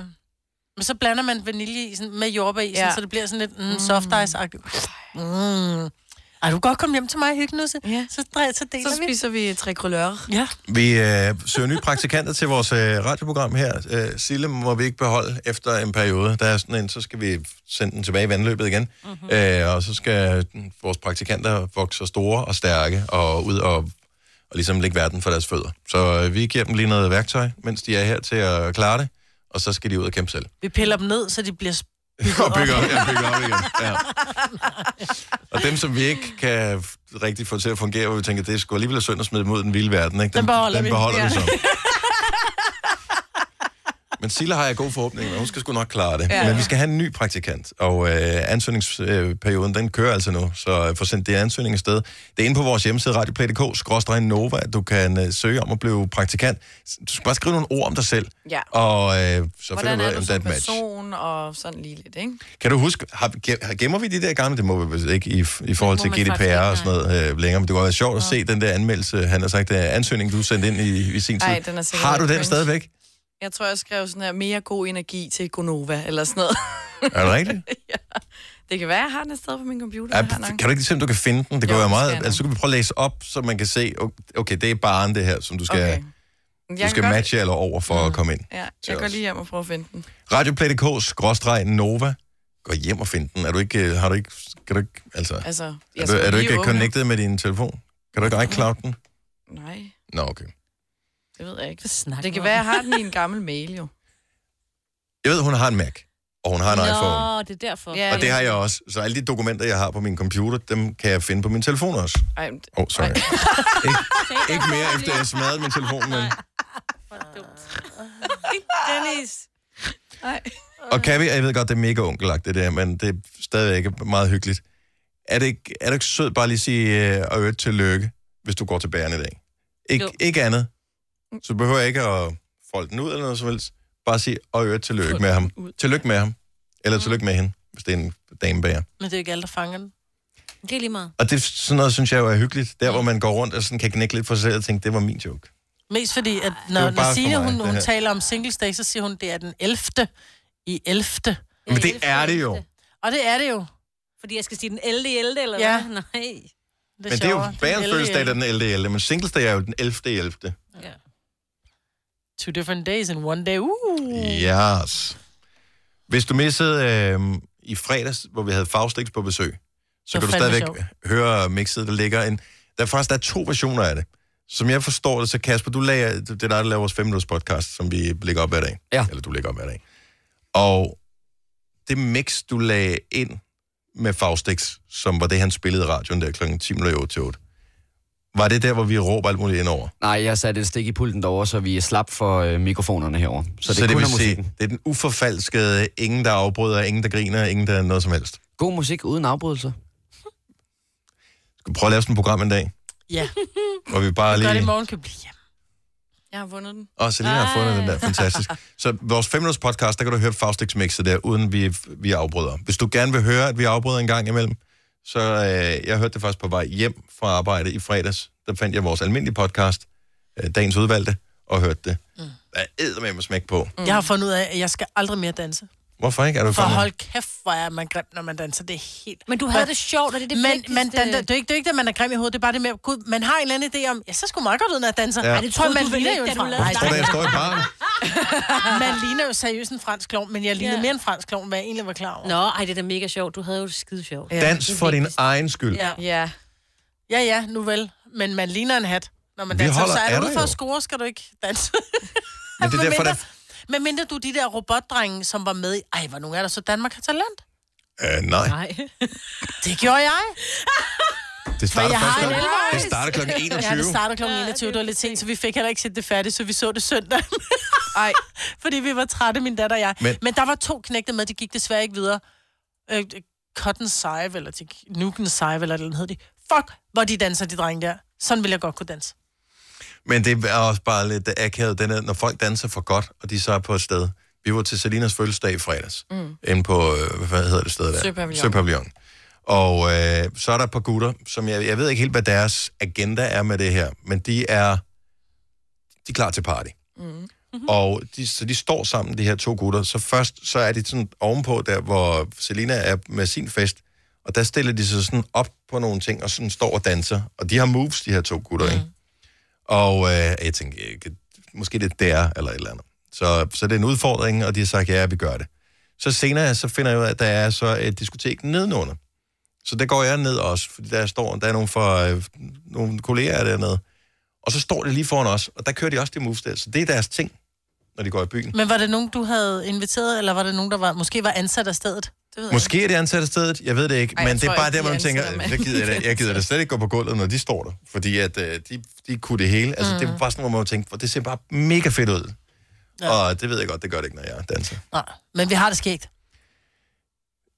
Speaker 3: Men så blander man vaniljeisen med jordbærisen,
Speaker 4: Ja.
Speaker 3: ja. så det bliver sådan lidt mm, soft ice-agtigt. Mm. Ej, du kan godt komme hjem til mig og hygge nu, så, ja. så, drej- så deler
Speaker 4: Så
Speaker 3: vi.
Speaker 4: spiser vi tricolore.
Speaker 3: Ja.
Speaker 1: Vi øh, søger nye praktikanter til vores øh, radioprogram her. Øh, Sille må vi ikke beholde efter en periode. Der er sådan en, så skal vi sende den tilbage i vandløbet igen. Mm-hmm. Øh, og så skal den- vores praktikanter vokse sig store og stærke og ud og, og ligesom lægge verden for deres fødder. Så øh, vi giver dem lige noget værktøj, mens de er her til at klare det. Og så skal de ud og kæmpe selv.
Speaker 3: Vi piller dem ned, så de bliver... sp-
Speaker 1: og bygge op, ja, bygge op igen. Ja. Og dem, som vi ikke kan f- rigtig få til at fungere, hvor vi tænker, det skulle alligevel være synd at smide dem ud i den vilde verden. Ikke?
Speaker 3: Den beholder
Speaker 1: den
Speaker 3: vi.
Speaker 1: beholder
Speaker 3: Ja.
Speaker 1: vi så. Men Silla har jeg gode forhåbninger, og hun skal sgu nok klare det.
Speaker 3: Ja.
Speaker 1: Ja. Men vi skal have en ny praktikant, og øh, ansøgningsperioden, den kører altså nu, så øh, få sendt det ansøgning afsted. Det er inde på vores hjemmeside, radioplay.dk-nova, at du kan øh, søge om at blive praktikant. Du skal bare skrive nogle ord om dig selv,
Speaker 4: Ja.
Speaker 1: og øh, så finder
Speaker 4: Hvordan
Speaker 1: du
Speaker 4: er
Speaker 1: ud af,
Speaker 4: du
Speaker 1: om der er
Speaker 4: som
Speaker 1: et match.
Speaker 4: person, og sådan lige lidt, ikke?
Speaker 1: Kan du huske, har, gem- gemmer vi de der gamle, det må vi vist ikke, i, i forhold
Speaker 4: må
Speaker 1: til
Speaker 4: man faktisk
Speaker 1: GDPR og sådan noget øh, længere, men det kunne godt være sjovt at se den der anmeldelse, han har sagt, øh, ansøgning, du sendte ind i, i sin tid.
Speaker 4: Ej, den er sikkert
Speaker 1: har du den
Speaker 4: cringe.
Speaker 1: stadigvæk?
Speaker 4: Jeg tror, jeg skrev sådan her, mere god energi til Gonova, eller sådan noget.
Speaker 1: Er det rigtigt?
Speaker 4: Det kan være, jeg har den stadig på min computer.
Speaker 1: Ja,
Speaker 4: jeg har nok.
Speaker 1: kan du ikke se, om du kan finde den? Det kan
Speaker 4: Jo,
Speaker 1: jo, være
Speaker 4: det skal
Speaker 1: meget...
Speaker 4: jeg nok.
Speaker 1: Altså, så kan vi prøve at læse op, så man kan se, okay, det er baren det her, som du skal... Okay.
Speaker 4: Jeg
Speaker 1: Du
Speaker 4: kan
Speaker 1: skal
Speaker 4: godt- Mm.
Speaker 1: matche eller over for at komme ind.
Speaker 4: Ja, jeg går lige hjem og prøver at finde den.
Speaker 1: Radioplay.dk-nova. Gå hjem og find den. Er du ikke, øh, har du ikke, kan du ikke, altså,
Speaker 4: Altså, jeg
Speaker 1: er du,
Speaker 4: skal
Speaker 1: er du
Speaker 4: lige
Speaker 1: ikke
Speaker 4: åbne-
Speaker 1: connected med din telefon? Kan du ikke iCloud den?
Speaker 4: Nej,
Speaker 1: Nå, okay.
Speaker 4: det ved jeg ikke.
Speaker 2: Snak
Speaker 4: Det kan
Speaker 2: om.
Speaker 4: være, jeg har den i en gammel mail jo.
Speaker 1: Jeg ved, hun har en Mac, og hun har en iPhone.
Speaker 2: Nå, det er derfor.
Speaker 4: Ja,
Speaker 1: Og det har jeg også. Så alle de dokumenter, jeg har på min computer, dem kan jeg finde på min telefon også.
Speaker 4: Ej,
Speaker 1: Åh, oh, sorry. Ik- ikke mere, efter jeg smadrede min telefon, men...
Speaker 4: Dennis! Nej.
Speaker 1: Og kan vi, jeg ved godt, det er mega onkelagt, det der, men det er stadigvæk meget hyggeligt. Er det ikke, er det ikke sødt bare lige at sige øh, og øh, tillykke, hvis du går til bæren i dag? Ik-
Speaker 4: Jo.
Speaker 1: ikke andet. Så du behøver ikke at folde den ud eller noget som helst. Bare sige og øh, tillykke med ham. Tillykke med ham.
Speaker 4: Mm.
Speaker 1: Eller tillykke med hende, hvis det er en damebærer.
Speaker 3: Men det er jo ikke alle, der fanger den.
Speaker 2: Det er lige meget.
Speaker 1: Og det, sådan noget synes jeg jo er hyggeligt. Der, hvor man går rundt og sådan kan knække lidt for sig selv og tænke, det var min joke.
Speaker 3: Mest fordi, at
Speaker 1: Det er
Speaker 3: når,
Speaker 1: jo
Speaker 3: når
Speaker 1: bare
Speaker 3: Signe,
Speaker 1: for mig,
Speaker 3: hun,
Speaker 1: det
Speaker 3: hun
Speaker 1: her.
Speaker 3: taler om singles day, så siger hun, det er den 11. i 11.
Speaker 1: Men det er det jo.
Speaker 3: Og det er det jo.
Speaker 2: Fordi jeg skal sige den 11. 11. eller
Speaker 3: Ja.
Speaker 2: hvad? Nej.
Speaker 1: Men det er jo bærens fødselsdag, der er den 11. 11. Men singles er jo den 11. 11.
Speaker 3: Two different days in one day. Uh.
Speaker 1: Yes. Hvis du missede øh, i fredags, hvor vi havde Faustix på besøg, så
Speaker 3: Det var
Speaker 1: kan du
Speaker 3: fandme
Speaker 1: stadigvæk
Speaker 3: sjovt.
Speaker 1: høre mixet, der ligger en... Der er faktisk der er to versioner af det. Som jeg forstår det, så Kasper, du lager, det er dig, der laver vores 5 minutters podcast, som vi lægger op hver dag.
Speaker 5: Ja.
Speaker 1: Eller du lægger op hver dag. Og det mix, du lagde ind med Faustix, som var det, han spillede i radioen der kl. 10 minutter i otte til 8, var det der, hvor vi råber alt muligt ind over?
Speaker 5: Nej, jeg satte et stik i pulten derovre, så vi er slap for øh, mikrofonerne herover. Så det,
Speaker 1: så det
Speaker 5: kun
Speaker 1: vil
Speaker 5: er
Speaker 1: sige,
Speaker 5: musikken.
Speaker 1: det er den uforfalskede, ingen der afbryder, ingen der griner, ingen der noget som helst.
Speaker 5: God musik uden afbrydelser.
Speaker 1: Skal vi prøve at lave sådan et program en dag,
Speaker 3: Ja.
Speaker 1: hvor vi bare
Speaker 3: Gør det i
Speaker 1: lige...
Speaker 3: morgen, kan vi blive hjemme.
Speaker 4: Jeg har vundet den.
Speaker 1: Og Selina har fundet den der, fantastisk. Så vores 5 minutters podcast, der kan du høre Faustix mixet der, uden vi, vi afbryder. Hvis du gerne vil høre, at vi afbryder en gang imellem, så øh, jeg hørte det faktisk på vej hjem fra arbejde i fredags. Der fandt jeg vores almindelige podcast, øh, Dagens Udvalgte, og hørte det. Mm. Hvad æder med smæk på?
Speaker 3: Mm. Jeg har fundet ud af, at jeg skal aldrig mere danse.
Speaker 1: Hvorfor ikke? Er du
Speaker 3: For
Speaker 1: kommet-
Speaker 3: hold kæft, hvor er man grim, når man danser. Det er helt...
Speaker 2: Men du havde det sjovt, og det er det
Speaker 3: men,
Speaker 2: vigtigste.
Speaker 3: Men dan, det, er jo ikke, det er jo ikke, at man er grim i hovedet. Det er bare det med, at gud, man har en eller anden idé om, ja, så skulle meget godt ud, når jeg danser.
Speaker 1: Ja. Ej, det
Speaker 2: troede
Speaker 3: Men
Speaker 2: du vel ikke, da du lavede
Speaker 3: Nej,
Speaker 1: Hvorfor tror du, jeg står i baren?
Speaker 3: Man ligner jo seriøst en fransk klovn, men jeg lignede mere en fransk klovn, hvad jeg egentlig var klar over.
Speaker 2: Nå, ej, det er da mega sjovt. Du havde jo det skide sjovt.
Speaker 1: Dans for din egen skyld.
Speaker 3: Ja.
Speaker 4: ja.
Speaker 3: Ja, ja, nu vel. Men man ligner en hat, når man
Speaker 1: Vi
Speaker 3: danser.
Speaker 1: holder
Speaker 3: Så
Speaker 1: af
Speaker 3: er du
Speaker 1: dig
Speaker 3: ude for
Speaker 1: jo.
Speaker 3: at score, skal du ikke danse.
Speaker 1: Men det er derfor, der...
Speaker 3: Men mindre du er de der robotdrenge, som var med i... Ej, hvor nogle er der så Danmark har talent?
Speaker 1: Øh, nej.
Speaker 3: Det gjorde jeg.
Speaker 1: Det starter,
Speaker 3: Men jeg
Speaker 1: først
Speaker 3: har en
Speaker 1: klokken- det
Speaker 3: elvejs.
Speaker 1: starter kl. 21.
Speaker 3: Ja, det starter kl. 21, det var lidt sent, så vi fik heller ikke set det færdigt, så vi så det søndag.
Speaker 4: Nej.
Speaker 3: Fordi vi var trætte, min datter og jeg.
Speaker 1: Men-
Speaker 3: Men, Men der var to knægte med, de gik desværre ikke videre. Øh, Cotton Sive, eller de, Nuken Sive, eller hvad hed de. Fuck, hvor de danser, de drenge der. Sådan ville jeg godt kunne danse.
Speaker 1: Men det er også bare lidt akavet, den er, når folk danser for godt, og de så er på et sted. Vi var til Selinas fødselsdag i fredags,
Speaker 4: Mm.
Speaker 1: inde på, øh, hvad hedder det sted der?
Speaker 4: Søpavillon.
Speaker 1: Søpavillon. Og øh, så er der et par gutter, som jeg, jeg ved ikke helt, hvad deres agenda er med det her, men de er, de er klar til party.
Speaker 4: Mm.
Speaker 1: Og de, så de står sammen, de her to gutter. Så først, så er de sådan ovenpå der, hvor Selina er med sin fest. Og der stiller de sig sådan op på nogle ting, og sådan står og danser. Og de har moves, de her to gutter, mm. ikke? Og øh, jeg tænkte, øh, måske det er der, eller et eller andet. Så, så det er en udfordring, og de har sagt, ja, vi gør det. Så senere, så finder jeg ud af, at der er så et diskotek nedenunder. Så der går jeg ned også, fordi der står, der er nogle, for, øh, nogle kolleger dernede. Og så står det lige foran os, og der kører de også de moves der. Så det er deres ting, når de går i byen.
Speaker 3: Men var det nogen, du havde inviteret, eller var det nogen, der var, måske var ansat af stedet? Det ved
Speaker 1: Måske er det ansat af stedet, jeg ved det ikke,
Speaker 3: Ej,
Speaker 1: men
Speaker 3: jeg
Speaker 1: det er
Speaker 3: tror
Speaker 1: bare
Speaker 3: ikke,
Speaker 1: der, hvor
Speaker 3: de
Speaker 1: man tænker,
Speaker 3: ansætter
Speaker 1: øh,
Speaker 3: mand.
Speaker 1: jeg gider, det, jeg gider det slet ikke gå på gulvet, når de står der, fordi at, øh, de, de kunne det hele. Altså, mm. det var bare sådan, hvor man jo tænkte, "Hvor det ser bare mega fedt ud. Ja. Og det ved jeg godt, det gør det ikke, når jeg danser.
Speaker 3: Nej, men vi har det skægt.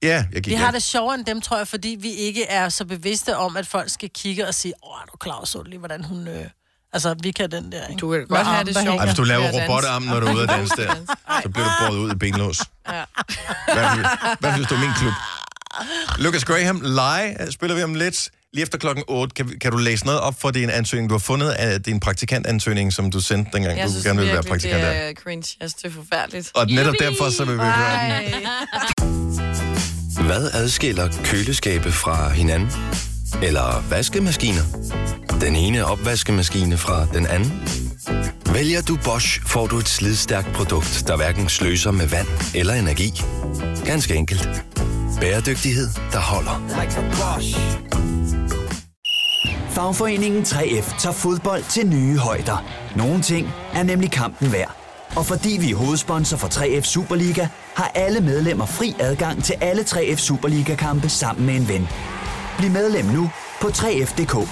Speaker 1: Ja, jeg gik
Speaker 3: Vi har
Speaker 1: hjem.
Speaker 3: det sjovere end dem, tror jeg, fordi vi ikke er så bevidste om, at folk skal kigge og sige, åh, er du klar, så du lige, hvordan hun... Øh... Altså, vi kan den der, ikke?
Speaker 4: Du kan
Speaker 1: godt have det sjovt. Ej, hvis du laver robotarm, når du er ude at danse der. Så bliver du båret ud i benlås.
Speaker 4: Ja.
Speaker 1: Hvad, hvad synes du er min klub? Lucas Graham, Lie, øh, spiller vi om lidt. Lige efter klokken 8, kan, vi- kan du læse noget op for din ansøgning? Du har fundet af din praktikantansøgning, som du sendte dengang,
Speaker 4: Jeg
Speaker 1: du
Speaker 4: synes
Speaker 1: gerne ville være
Speaker 4: virkelig,
Speaker 1: praktikant
Speaker 4: det
Speaker 1: der.
Speaker 4: er cringe. Jeg synes, det er forfærdeligt.
Speaker 1: Og netop derfor, så vil vi høre den.
Speaker 19: Hvad adskiller køleskabe fra hinanden? Eller vaskemaskiner? Den ene opvaskemaskine fra den anden? Vælger du Bosch, får du et slidstærkt produkt, der hverken sløser med vand eller energi. Ganske enkelt. Bæredygtighed, der holder.
Speaker 20: Like a Bosch. Fagforeningen 3F tager fodbold til nye højder. Nogle ting er nemlig kampen værd. Og fordi vi er hovedsponsor for 3F Superliga, har alle medlemmer fri adgang til alle 3F Superliga-kampe sammen med en ven. Bliv medlem nu på 3F.dk.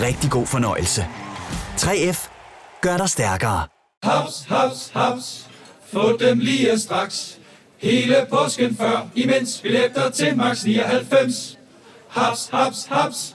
Speaker 20: Rigtig god fornøjelse. 3F gør dig stærkere.
Speaker 21: Haps, haps, haps. Få dem lige straks. Hele påsken før, imens billetter til max 99. Haps, haps, haps.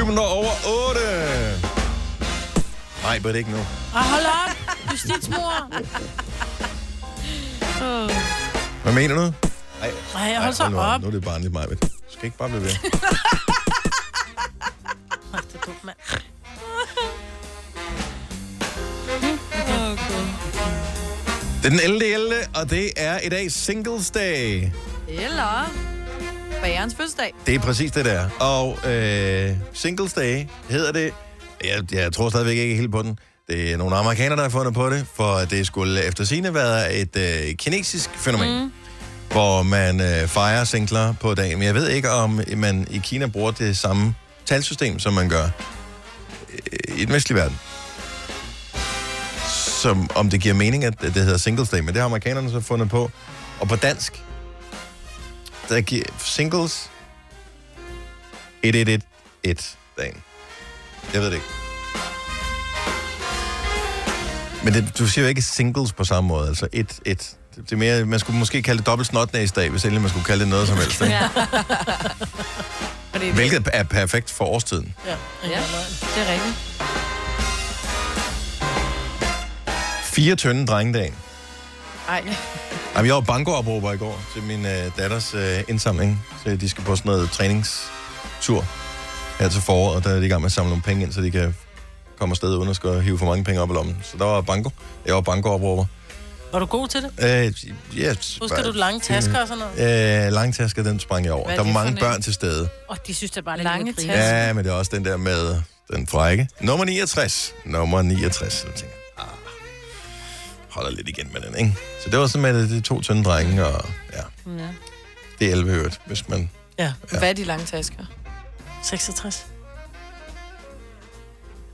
Speaker 1: minutter over 8. Nej, bare det ikke nu.
Speaker 3: Og hold op, justitsmor. Åh.
Speaker 1: Hvad mener du? Nej,
Speaker 3: Ej, hold så
Speaker 1: nu
Speaker 3: op.
Speaker 1: Nu er det barnligt mig. Du skal ikke bare blive ved.
Speaker 3: Ej, det er dumt, mand.
Speaker 1: Det er den 11. 11. E, og det er i dag Singles Day.
Speaker 4: Eller bagerens fødselsdag.
Speaker 1: Det er præcis det, der. Og øh, Singles Day hedder det. Jeg, jeg tror stadigvæk ikke helt på den. Det er nogle amerikanere, der har fundet på det, for det skulle efter sine være et øh, kinesisk fænomen, mm. hvor man øh, fejrer singler på dagen. Men jeg ved ikke, om man i Kina bruger det samme talsystem, som man gør øh, i den vestlige verden. Som om det giver mening, at det hedder Singles Day, men det har amerikanerne så fundet på. Og på dansk, der giver singles 1111 dagen. Jeg ved det ikke. Men det, du siger jo ikke singles på samme måde, altså 1 1 det er mere, man skulle måske kalde det dobbelt snotnæsdag, hvis endelig man skulle kalde det noget som helst. Ikke? Hvilket er perfekt for årstiden.
Speaker 4: Ja. ja, det er rigtigt.
Speaker 1: Fire tynde drengedagen.
Speaker 4: Ej.
Speaker 1: Jamen, jeg var bankoopråber i går til min øh, datters øh, indsamling, så de skal på sådan noget træningstur her til foråret, der er de i gang med at samle nogle penge ind, så de kan komme afsted uden at skulle hive for mange penge op i lommen. Så der var banko. Jeg var bankoopråber.
Speaker 3: Var du god til det?
Speaker 1: Øh, ja,
Speaker 3: Husker du lange tasker og sådan noget?
Speaker 1: noget? Øh, lange tasker, den sprang jeg over.
Speaker 3: Hvad
Speaker 1: Hvad
Speaker 3: er
Speaker 1: der
Speaker 3: det for
Speaker 1: var mange
Speaker 3: en?
Speaker 1: børn til stede.
Speaker 2: Og de synes, det er bare lidt Lange
Speaker 1: Ja, men det er også den der med den frække. Nummer 69. Nummer 69. Så tænker jeg, ah, holder lidt igen med den, ikke? Så det var sådan med de- de to tynde drenge, og ja,
Speaker 4: Ja.
Speaker 1: det er 11 hørt, hvis man...
Speaker 3: Ja.
Speaker 4: Hvad er de lange tasker?
Speaker 3: 66.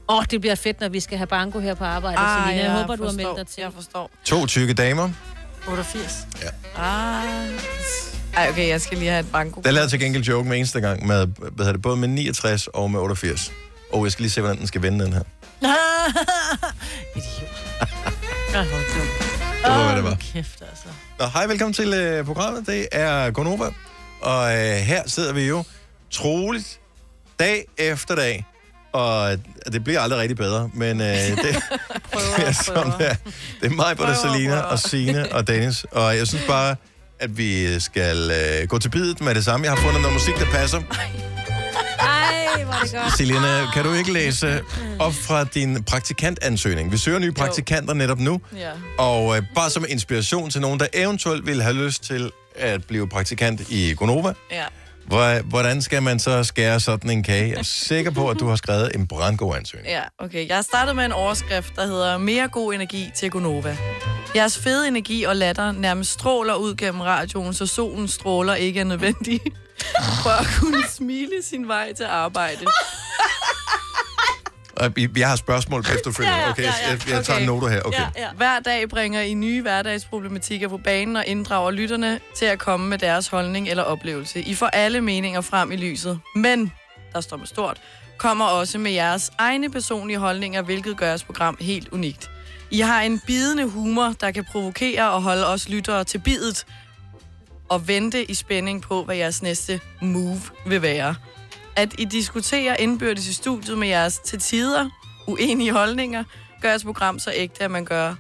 Speaker 2: Åh, oh, det bliver fedt, når vi skal have banko her på arbejde,
Speaker 4: Ah,
Speaker 2: ah, Selina. Jeg
Speaker 4: jeg
Speaker 2: håber, du har meldt
Speaker 4: forstår.
Speaker 2: dig til. Jeg
Speaker 4: forstår.
Speaker 1: To tykke damer.
Speaker 3: 88.
Speaker 1: Ja.
Speaker 4: Ah. Ej, okay, jeg skal lige have et banko.
Speaker 1: Der lavede jeg til gengæld joke med eneste gang, med, hvad hedder det, både med 69 og med 88. Og jeg skal lige se, hvordan den skal vende, den her.
Speaker 3: Ja, hold da.
Speaker 1: Det var, hvad det var.
Speaker 3: Kæft, altså.
Speaker 1: Nå, hej, velkommen til øh, programmet. Det er Gonova, og øh, her sidder vi jo troligt dag efter dag, og øh, det bliver aldrig rigtig bedre, men øh, det, det er som det er. Det er mig, både Selina og Sine og Dennis, og jeg synes bare, at vi skal øh, gå til bidet med det samme. Jeg har fundet noget musik, der passer.
Speaker 2: Ej, hvor er det godt.
Speaker 1: Selina, kan du ikke læse op fra din praktikantansøgning? Vi søger nye praktikanter netop nu,
Speaker 4: Ja.
Speaker 1: og øh, bare som inspiration til nogen, der eventuelt vil have lyst til at blive praktikant i Gonova.
Speaker 4: Ja.
Speaker 1: Hvor- Hvordan skal man så skære sådan en kage? Jeg er sikker på, at du har skrevet en brandgod ansøgning.
Speaker 4: Ja, okay. Jeg startede med en overskrift, der hedder Mere god energi til Gonova. Jeres fede energi og latter nærmest stråler ud gennem radioen, så solen stråler ikke er nødvendig for at kunne smile sin vej til arbejde.
Speaker 1: Og øh, vi- Jeg har spørgsmål på efterfølgende. Okay, jeg, jeg tager en note her. Okay.
Speaker 4: Ja, ja. Hver dag bringer I nye hverdagsproblematikker på banen og inddrager lytterne til at komme med deres holdning eller oplevelse. I får alle meninger frem i lyset. Men, der står med stort, kommer også med jeres egne personlige holdninger, hvilket gør jeres program helt unikt. I har en bidende humor, der kan provokere og holde os lyttere til bidet og vente i spænding på, hvad jeres næste move vil være. At I diskuterer indbyrdes i studiet med jeres til tider uenige holdninger, gør jeres program så ægte, at man gør,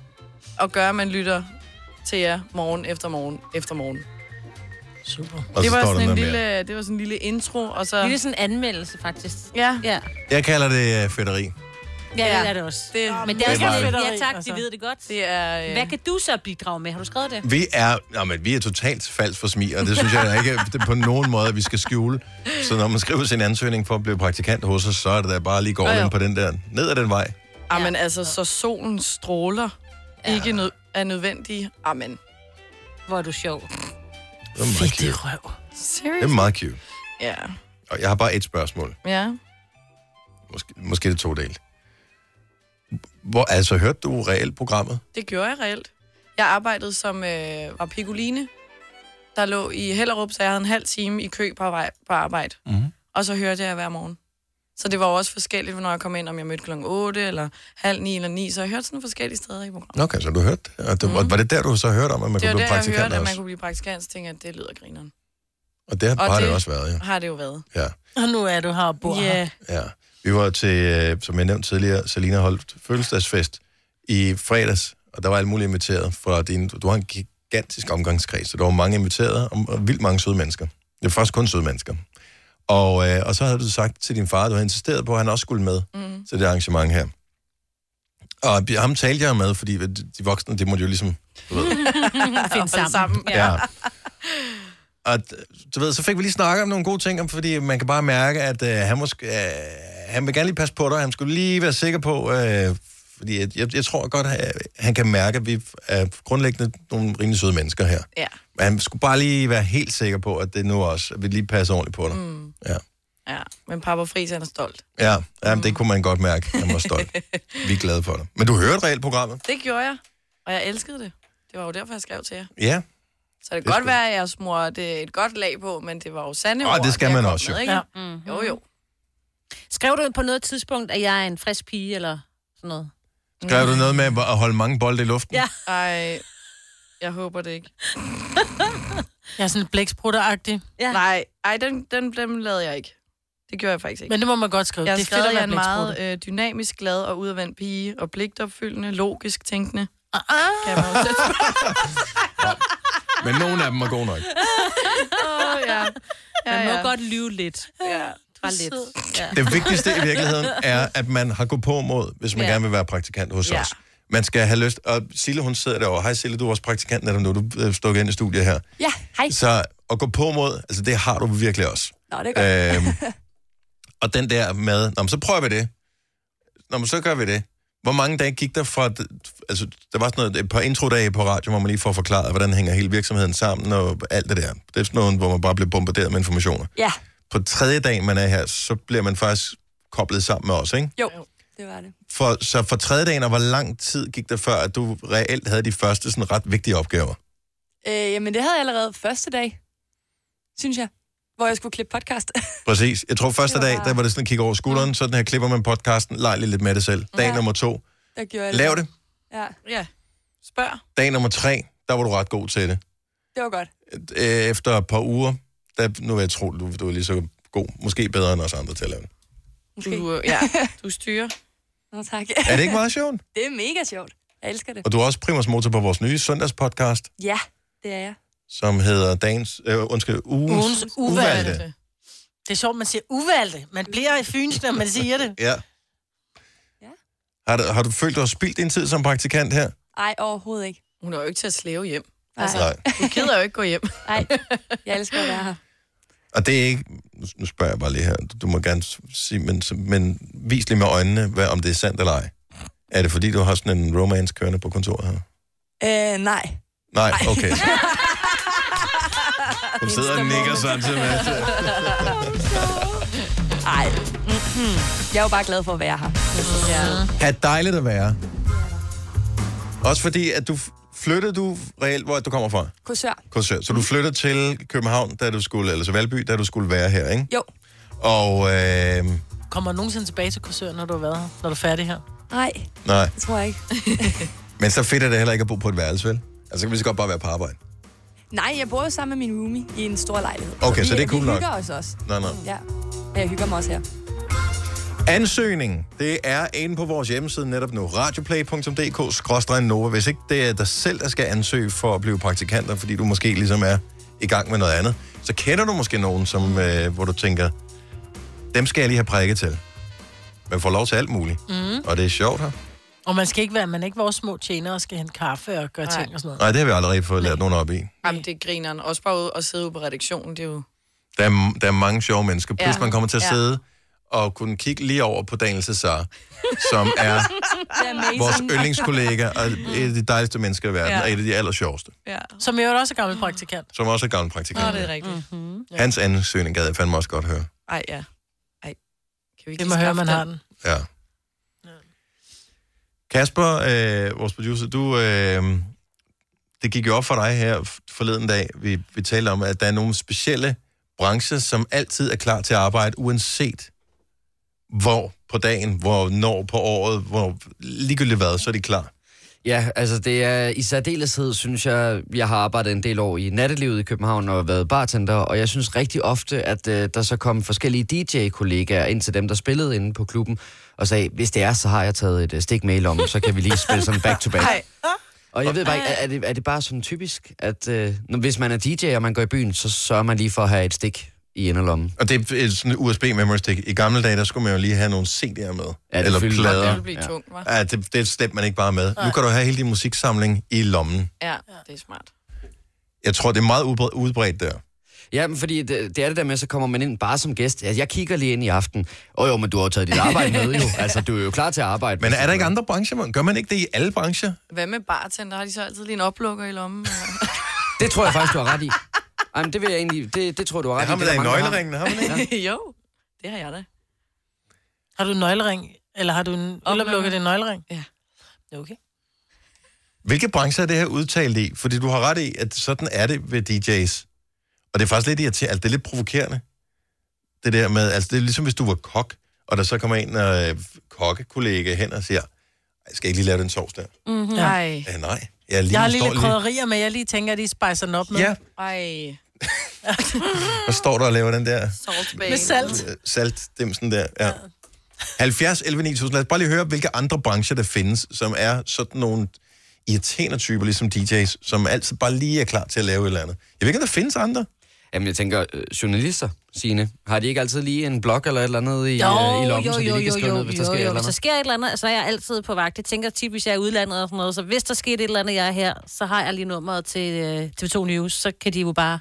Speaker 4: og gør, at man lytter til jer morgen efter morgen efter morgen.
Speaker 3: Super.
Speaker 1: Og
Speaker 4: Det
Speaker 1: så
Speaker 4: var,
Speaker 1: står
Speaker 4: sådan
Speaker 1: der
Speaker 4: en
Speaker 1: noget mere.
Speaker 4: lille, det var sådan en lille intro, og så...
Speaker 2: Lille sådan anmeldelse, faktisk.
Speaker 4: Ja.
Speaker 2: Ja,
Speaker 1: Jeg kalder det øh, fedteri.
Speaker 2: ja, ja. det er det også. Det, men det er
Speaker 1: det
Speaker 2: også
Speaker 1: er meget.
Speaker 2: lidt, ja tak, de ved det godt.
Speaker 4: Det er, øh...
Speaker 2: Hvad kan du så bidrage med? Har du skrevet det?
Speaker 1: Vi er, nå, men vi er totalt falsk for smig, og det synes jeg da ikke det på nogen måde, at vi skal skjule. Så når man skriver sin ansøgning for at blive praktikant hos os, så er det da bare lige gå
Speaker 4: Jo, jo.
Speaker 1: ind på den der, ned ad den vej.
Speaker 4: Amen, altså, så solen stråler. Ja. Ikke nød, er nødvendig. Ah, Amen.
Speaker 2: Hvor er du sjov.
Speaker 1: Det er meget cute.
Speaker 4: Røv.
Speaker 1: Det
Speaker 4: Seriøst?
Speaker 1: er meget cute.
Speaker 4: Ja.
Speaker 1: Og jeg har bare et spørgsmål.
Speaker 4: Ja.
Speaker 1: Måske, måske det er to delt. Hvor, altså, hørte du reelt programmet?
Speaker 4: Det gjorde jeg reelt. Jeg arbejdede som øh, var piccoline, der lå i Hellerup, så jeg havde en halv time i kø på, vej, på arbejde.
Speaker 1: Mm.
Speaker 22: Mhm.
Speaker 4: Og så hørte jeg hver morgen. Så det var jo også forskelligt, når jeg kom ind, om jeg mødte klokken 8 eller halv 9 eller 9, så jeg hørte sådan forskellige steder i programmet.
Speaker 1: Okay, så du hørte det. Og det mm. Var det der, du så hørte om, at man
Speaker 4: Mhm. det
Speaker 1: kunne
Speaker 4: var
Speaker 1: blive
Speaker 4: der, jeg
Speaker 1: praktikant
Speaker 4: hørte, at man
Speaker 1: også?
Speaker 4: kunne blive praktikant, så tænkte jeg, at det lyder grineren.
Speaker 1: Og det har det også været, ja.
Speaker 4: Har det jo været.
Speaker 1: ja.
Speaker 3: Og nu er du her og bor yeah. her.
Speaker 1: Ja. Vi var til, øh, som jeg nævnte tidligere, Selina holdt fødselsdagsfest i fredags, og der var alle mulige inviteret fra din... Du har en gigantisk omgangskreds, så der var mange inviterede, og, og vildt mange søde mennesker. Det var faktisk kun søde mennesker. Og, øh, og så havde du sagt til din far, at du havde insisteret på, at han også skulle med mm. til det arrangement her. Og ham talte jeg med, fordi de voksne, det måtte jo ligesom... Du ved,
Speaker 4: Finde sammen. sammen.
Speaker 1: Ja. ja. Og d- du ved, så fik vi lige snakket om nogle gode ting, om- fordi man kan bare mærke, at øh, han, måske, øh, han vil gerne lige passe på dig, han skulle lige være sikker på, øh, fordi jeg, jeg, jeg tror godt, at han kan mærke, at vi er grundlæggende nogle rimelig søde mennesker her.
Speaker 4: Ja.
Speaker 1: Men han skulle bare lige være helt sikker på, at det nu også, at vi lige passer ordentligt på dig. Mm. Ja,
Speaker 4: Ja, men pappa Friis, han er stolt.
Speaker 1: ja jamen, det kunne man godt mærke. Han var stolt. vi er glade for dig. Men du hørte reelt programmet?
Speaker 4: Det gjorde jeg, og jeg elskede det. Det var jo derfor, jeg skrev til jer. Så
Speaker 1: Ja.
Speaker 4: det
Speaker 1: Det
Speaker 4: kan godt
Speaker 1: skal-
Speaker 4: være, at jeg smurte det et godt lag på, men det var jo sande
Speaker 1: Åh, det
Speaker 4: ord,
Speaker 1: skal
Speaker 4: jeg
Speaker 1: man
Speaker 4: kom
Speaker 1: også,
Speaker 4: med,
Speaker 1: jo.
Speaker 4: Ikke?
Speaker 1: Ja.
Speaker 4: Mm-hmm. Jo, jo.
Speaker 2: Skrev du på noget tidspunkt, at jeg er en frisk pige, eller sådan noget?
Speaker 1: Skrev du noget med at holde mange bolde i luften?
Speaker 2: Ja.
Speaker 4: Ej, jeg håber det ikke.
Speaker 3: Jeg er sådan blæksprutter-agtig.
Speaker 2: Ja.
Speaker 4: Nej, ej, den, den, den lavede jeg ikke. Det gjorde jeg faktisk ikke.
Speaker 3: Men det må man godt skrive.
Speaker 4: Jeg
Speaker 3: det er
Speaker 4: skrev,
Speaker 3: fedt at
Speaker 4: jeg er
Speaker 3: være
Speaker 4: en meget øh, dynamisk, glad og udadvendt pige, og pligtopfyldende, logisk tænkende.
Speaker 3: Ah, ah.
Speaker 4: Kan man jo sætte
Speaker 1: Men nogle af dem var gode nok.
Speaker 4: Åh, ja. ja.
Speaker 2: Man må
Speaker 4: ja.
Speaker 2: godt lyve lidt.
Speaker 4: Ja.
Speaker 2: Bare lidt. Ja.
Speaker 1: Det vigtigste i virkeligheden er, at man har gået på mod, hvis man
Speaker 2: Ja.
Speaker 1: ja. gerne vil være praktikant hos
Speaker 2: Ja.
Speaker 1: ja. os. Man skal have lyst. Og Sille, hun sidder derovre. Hej Sille, du er vores praktikant netop nu. Du øh, stukker ind i studiet her.
Speaker 23: Ja, hej.
Speaker 1: Så at gå på mod, altså det har du virkelig også.
Speaker 23: Nå, det er godt.
Speaker 1: Øhm, og den der med, Nå, men så prøver vi det. Nå, men så gør vi det. Hvor mange dage gik der fra... Altså, der var sådan noget, et par introdage på radio, hvor man lige får forklaret, hvordan hænger hele virksomheden sammen og alt det der. Det er sådan noget, hvor man bare bliver bombarderet med informationer.
Speaker 23: Ja,
Speaker 1: På tredje dag, man er her, så bliver man faktisk koblet sammen med os, ikke?
Speaker 23: jo, det var det.
Speaker 1: For, så for tredje dagen, og hvor lang tid gik der før, at du reelt havde de første sådan ret vigtige opgaver?
Speaker 23: Øh, jamen, det havde jeg allerede første dag, synes jeg, hvor jeg skulle klippe podcast.
Speaker 1: Præcis. Jeg tror første dag, der var det sådan at kigge over skulderen, sådan her klipper man podcasten, leg lige lidt med det selv. Dag
Speaker 23: Ja.
Speaker 1: nummer to,
Speaker 23: der gjorde jeg
Speaker 1: lav det.
Speaker 23: Ja.
Speaker 4: ja, spørg.
Speaker 1: Dag nummer tre, der var du ret god til det.
Speaker 23: Det var godt.
Speaker 1: Øh, Efter et par uger, der, nu vil jeg tro, du, du er lige så god, måske bedre end os andre til at lave det.
Speaker 4: Du, øh, ja, du styrer.
Speaker 23: Nå, tak.
Speaker 1: Er det ikke meget sjovt?
Speaker 23: Det er mega sjovt. Jeg elsker det.
Speaker 1: Og du er også primus motor på vores nye søndagspodcast,
Speaker 23: Ja, det er jeg.
Speaker 1: som hedder dagens, øh, undskyld, ugens,
Speaker 3: Ugens uvalgte. Det er sjovt, man siger uvalgte. Man bliver i Fyns, når man siger det.
Speaker 1: Ja. Har du, har du følt, du har spildt din tid som praktikant her?
Speaker 23: Ej, overhovedet ikke.
Speaker 4: Hun er jo ikke til at slæve hjem.
Speaker 1: Altså, Nej.
Speaker 4: Hun gider jo ikke gå hjem.
Speaker 23: Nej, jeg elsker at være her.
Speaker 1: Og det er ikke... nu- Nu spørger jeg bare lige her. Du- Du må gerne s- sige, men, s- men vis lige med øjnene, hvad, om det er sandt eller ej. Er det fordi, du har sådan en romance kørende på kontoret her?
Speaker 23: Øh, nej.
Speaker 1: Nej, okay. Hun sidder og nikker samtidig med.
Speaker 23: Ej. Mm-hmm. Jeg er jo bare glad for at være her. Ja.
Speaker 4: Mm-hmm.
Speaker 1: Ha' dejligt at være. Også fordi, at du f- flyttede du reelt, hvor er det, du kommer fra?
Speaker 23: Kursør.
Speaker 1: Korsør. Så du flyttede til København, da du skulle, eller så Valby, da du skulle være her, ikke?
Speaker 23: Jo.
Speaker 1: Og, øh,
Speaker 3: Kommer du nogensinde tilbage til Korsør, når du har været her? Når du er færdig her?
Speaker 23: Nej,
Speaker 1: nej.
Speaker 23: det tror jeg ikke.
Speaker 1: Men så fedt er det heller ikke at bo på et værelse, vel? Altså, så kan vi så godt bare være på arbejde.
Speaker 23: Nej, jeg bor jo sammen med min roomie i en stor lejlighed.
Speaker 1: Okay, så
Speaker 23: vi-
Speaker 1: det er cool
Speaker 23: Vi
Speaker 1: nok.
Speaker 23: hygger os også.
Speaker 1: Nå, nå.
Speaker 23: Ja, og jeg hygger mig også her.
Speaker 1: Ansøgning, det er inde på vores hjemmeside netop nu, radioplay.dk-nova, hvis ikke det er dig selv, der skal ansøge for at blive praktikanter, fordi du måske ligesom er i gang med noget andet, så kender du måske nogen, som, øh, hvor du tænker, dem skal jeg lige have prikket til. Man får lov til alt muligt,
Speaker 3: Mm.
Speaker 1: og det er sjovt her.
Speaker 3: Og man skal ikke være, man er ikke vores små tjenere og skal hente kaffe og gøre ting og sådan noget.
Speaker 1: Nej, det har vi allerede fået lært nogen op i.
Speaker 4: Jamen, det griner han. Også bare ud og sidde ude på redaktionen, det er jo...
Speaker 1: Der er, der er mange sjove mennesker. Plus
Speaker 4: Ja.
Speaker 1: man kommer til at
Speaker 4: Ja.
Speaker 1: sidde og kunne kigge lige over på Daniel Cesar, som er Mhm. vores yndlingskollega, og et af de dejligste mennesker i verden,
Speaker 3: Ja.
Speaker 1: og et af de allersjoveste,
Speaker 4: Ja.
Speaker 3: Som jo også er gammel praktikant. Mhm.
Speaker 1: som også er gammel praktikant.
Speaker 4: det er rigtigt. Mm-hmm. Ja.
Speaker 1: Hans ansøgning gad jeg fandme også godt høre.
Speaker 4: Ej, ja. Ej. Kan vi ikke
Speaker 3: Det
Speaker 4: lige
Speaker 3: må høre,
Speaker 4: skaffe
Speaker 3: man har den.
Speaker 1: Ja. Kasper, øh, vores producer, du, øh, det gik jo op for dig her f- forleden dag, vi, vi talte om, at der er nogle specielle brancher, som altid er klar til at arbejde, uanset hvor på dagen, hvornår på året, hvor ligegyldigt hvad, så er de klar.
Speaker 5: Ja, altså det er i særdeleshed, synes jeg, jeg har arbejdet en del år i nattelivet i København og været bartender, og jeg synes rigtig ofte, at øh, der så kom forskellige DJ-kollegaer ind til dem, der spillede inde på klubben, og sagde, hvis det er, så har jeg taget et øh, stik med i lommen, så kan vi lige spille sådan back-to-back. Og jeg ved bare ikke, er, er, det, er det bare sådan typisk, at øh, når, hvis man er DJ, og man går i byen, så sørger man lige for at have et stik i inderlommen?
Speaker 1: Og det er et sådan USB memory stick. I gamle dage, der skulle man jo lige have nogle CD'er med.
Speaker 5: Ja, det
Speaker 1: eller
Speaker 5: fyldte-
Speaker 1: plader.
Speaker 5: det ville blive Ja. tungt,
Speaker 4: hva'?
Speaker 1: Ja, det, det slæbte man ikke bare med.
Speaker 4: Nej.
Speaker 1: Nu kan du have hele din musiksamling i lommen.
Speaker 4: Ja, det er smart.
Speaker 1: Jeg tror, det er meget udbredt, udbredt der.
Speaker 5: Ja, men fordi det, det er det der med, så kommer man ind bare som gæst. Altså, jeg kigger lige ind i aften. Åh jo, men du har jo taget dit arbejde med jo. Altså, du er jo klar til at arbejde.
Speaker 1: Men er der ikke andre brancher? man? Gør man ikke det i alle brancher?
Speaker 4: Hvad med bartender? Har de så altid lige en oplukker i lommen? eller?
Speaker 5: Det tror jeg faktisk, du har ret i. Jamen, det vil jeg egentlig... Det, det tror du har ret
Speaker 1: Ja, har
Speaker 5: i.
Speaker 1: man
Speaker 5: Det
Speaker 1: da
Speaker 5: er
Speaker 1: i
Speaker 5: mange, der
Speaker 1: nøgleringene, har man ikke?
Speaker 4: jo, det har jeg da.
Speaker 3: Har du en nøglering? Eller har du en ølomlukket en nøglering?
Speaker 4: Ja.
Speaker 3: Okay.
Speaker 1: Hvilke brancher er det her udtalt i? Fordi du har ret i, at sådan er det ved DJ's. Og det er faktisk lidt irriterende, altså, det er lidt provokerende. Det der med, altså det er ligesom hvis du var kok, og der så kommer en øh, kokkekollega hen og siger, "Ej, skal jeg ikke lige lave den sovs der?
Speaker 3: Mm-hmm.
Speaker 4: Mhm. Ej.
Speaker 1: Ja, nej. Jeg, er
Speaker 3: Jeg har lige
Speaker 1: står
Speaker 3: lidt krydderier med, jeg lige tænker, at de spicer den op med.
Speaker 1: Ja.
Speaker 4: Ej.
Speaker 1: Hvad står der og laver den der?
Speaker 4: Saltbane.
Speaker 3: Med salt.
Speaker 1: Øh, Salt, dem sådan der, ja. 70, 11, 9000. Lad os bare lige høre, hvilke andre brancher der findes, som er sådan nogle irriterende typer, ligesom DJ's, som altid bare lige er klar til at lave et eller andet. Jeg ved ikke, om der findes andre.
Speaker 5: Jamen, jeg tænker, øh, journalister, Signe, har de ikke altid lige en blog eller et eller andet i, øh, i lommen, så de lige kan skrive ned, hvis der sker et eller
Speaker 2: Hvis der
Speaker 5: andet?
Speaker 2: sker et eller andet, så er jeg altid på vagt. Jeg tænker tit, hvis jeg er i udlandet og sådan noget, så hvis der sker et eller andet, jeg er her, så har jeg lige nummeret til øh, TV2 News, så kan de jo bare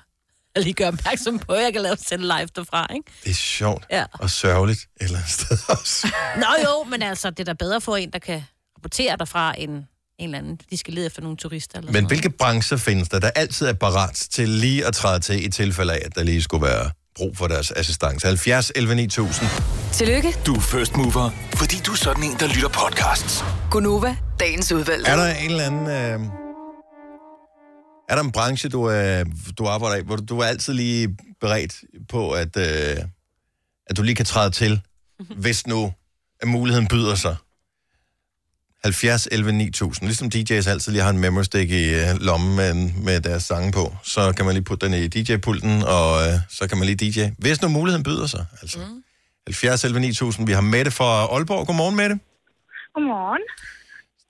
Speaker 2: lige gøre opmærksom på, at jeg kan lave sende live derfra, ikke?
Speaker 1: Det er sjovt
Speaker 2: Ja.
Speaker 1: og sørgeligt et eller andet sted også.
Speaker 2: Nå jo, men altså, det er da bedre at få en, der kan rapportere derfra, end en eller anden, de skal lede efter nogle turister. Eller
Speaker 1: Men hvilke brancher findes der, der altid er parat til lige at træde til i tilfælde af, at der lige skulle være brug for deres assistance? 70, 11, 9000.
Speaker 6: Tillykke,
Speaker 1: Du er first mover.
Speaker 7: Fordi du er sådan en, der lytter podcasts.
Speaker 6: Gunova, dagens udvalgte.
Speaker 1: Er der en eller anden... Øh... Er der en branche, du, øh, du arbejder i, hvor du er altid lige beredt på, at, øh, at du lige kan træde til, hvis nu at muligheden byder sig? 70, 11, 9000. Ligesom DJ's altid lige har en memory stick i øh, lommen med, med deres sange på, så kan man lige putte den i DJ-pulten, og øh, så kan man lige DJ. Hvis nu muligheden byder sig, altså. Mm. 70, 11, 9000. Vi har Mette fra Aalborg. Godmorgen, Mette.
Speaker 22: Godmorgen.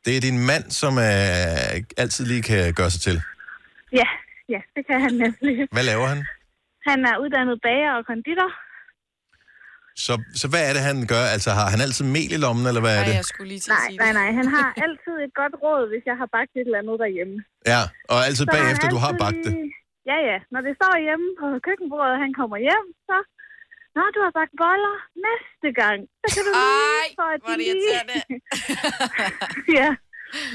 Speaker 1: Det er din mand, som øh, altid lige kan gøre sig til.
Speaker 22: Ja, ja, det kan han nemlig.
Speaker 1: Hvad laver han?
Speaker 22: Han er uddannet bager og konditor.
Speaker 1: Så, så hvad er det, han gør? Altså, har han altid mel i lommen, eller hvad er det?
Speaker 4: skulle lige
Speaker 22: til nej, nej, nej. Han har altid et godt råd, hvis jeg har bagt et eller andet derhjemme.
Speaker 1: Ja,
Speaker 22: Så
Speaker 1: og altid
Speaker 22: han
Speaker 1: Altså bagefter, du har
Speaker 22: altid
Speaker 1: bagt det.
Speaker 22: lige- Ja, ja. Når det står hjemme på køkkenbordet, og han kommer hjem, så... Nå, du har bagt boller næste gang. Så kan du Ej, for, at
Speaker 4: hvor er det
Speaker 22: ja.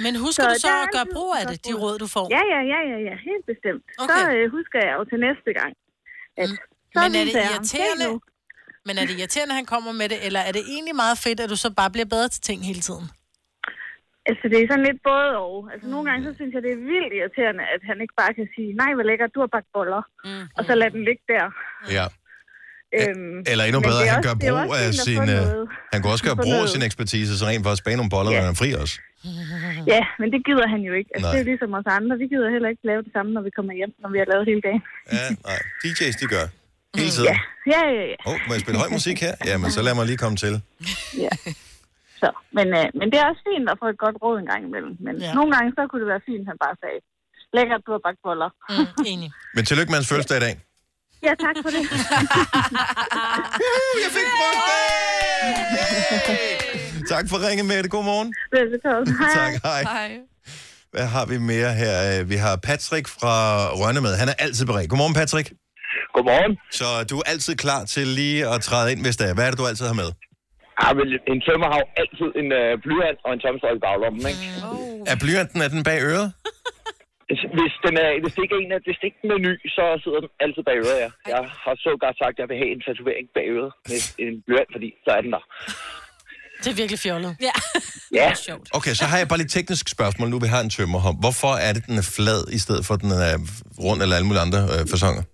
Speaker 3: Men husker du så
Speaker 22: der er
Speaker 3: at gøre
Speaker 22: altid
Speaker 3: brug af
Speaker 22: et
Speaker 3: det,
Speaker 22: godt
Speaker 3: de råd, du får?
Speaker 22: Ja, ja, ja, ja, ja. Helt bestemt. Okay. Så øh, husker jeg jo til næste gang. At, mm. så
Speaker 3: Men er det
Speaker 22: viser jeg ham, "Se nu."
Speaker 3: irriterende? Men er det irriterende, at han kommer med det, eller er det egentlig meget fedt, at du så bare bliver bedre til ting hele tiden?
Speaker 22: Altså, det er sådan lidt både og. Altså, nogle gange,
Speaker 3: Mm.
Speaker 22: så synes jeg, det er vildt irriterende, at han ikke bare kan sige, nej, hvor lækkert, du har bagt boller,
Speaker 3: Mm-hmm.
Speaker 22: mm. og så lade den ligge der.
Speaker 1: Ja.
Speaker 22: Øhm,
Speaker 1: Eller endnu
Speaker 22: men
Speaker 1: bedre,
Speaker 22: det er
Speaker 1: han
Speaker 22: også-
Speaker 1: gør
Speaker 22: det er
Speaker 1: brug
Speaker 22: også
Speaker 1: af
Speaker 22: fint at få
Speaker 1: sin... øh,
Speaker 22: noget.
Speaker 1: Han kunne også gøre
Speaker 22: Få
Speaker 1: brug af
Speaker 22: noget.
Speaker 1: sin ekspertise, så rent faktisk bage nogle boller, når han er fri også.
Speaker 22: Ja, men det gider han jo ikke. Altså,
Speaker 1: Nej.
Speaker 22: det er jo ligesom os andre. Vi gider heller ikke lave det samme, når vi kommer hjem, når vi har lavet hele dagen.
Speaker 1: Ja, nej. DJ's, de gør. Hele tiden?
Speaker 22: Ja, ja, ja. ja.
Speaker 1: Åh, oh, må jeg spille høj musik her? Jamen, så lad mig lige komme til.
Speaker 22: ja. Så, men, øh, men det er også fint at få et godt råd en gang imellem. Men ja. nogle gange, så kunne det være fint, at han bare sagde, lækkert, du har bagt boller. Mm, enig.
Speaker 1: Men tillykke med hans fødselsdag i dag.
Speaker 22: Ja, tak for det.
Speaker 1: jeg fik brugt det! Tak for ringe, Mette. God morgen.
Speaker 22: Velbekomme. Hej.
Speaker 1: Tak, hej. Hvad har vi mere her? Øh, Vi har Patrick fra Rønne med. Han er altid beredt. Godmorgen, Patrick.
Speaker 8: Godmorgen.
Speaker 1: Så du er altid klar til lige at træde ind, hvis der er. Hvad er det, du altid har med?
Speaker 8: Ja, Ah, men en tømmer har jo altid en øh, blyant og en tømmerstøj i baglommen, ikke?
Speaker 1: Er blyanten er den bag øret?
Speaker 8: Hvis, den er, hvis det ikke er en af, hvis det ikke den er ny, så sidder den altid bag øret, ja. Jeg har så godt sagt, at jeg vil have en tatovering bag øret med en blyant, fordi så er den der.
Speaker 3: Det er virkelig fjollet. Ja.
Speaker 8: Ja.
Speaker 1: Okay, så har jeg bare lidt teknisk spørgsmål, nu vi har en tømmerhånd. Hvorfor er det, den er flad, i stedet for, at den er rund eller alle mulige andre øh, fasonger?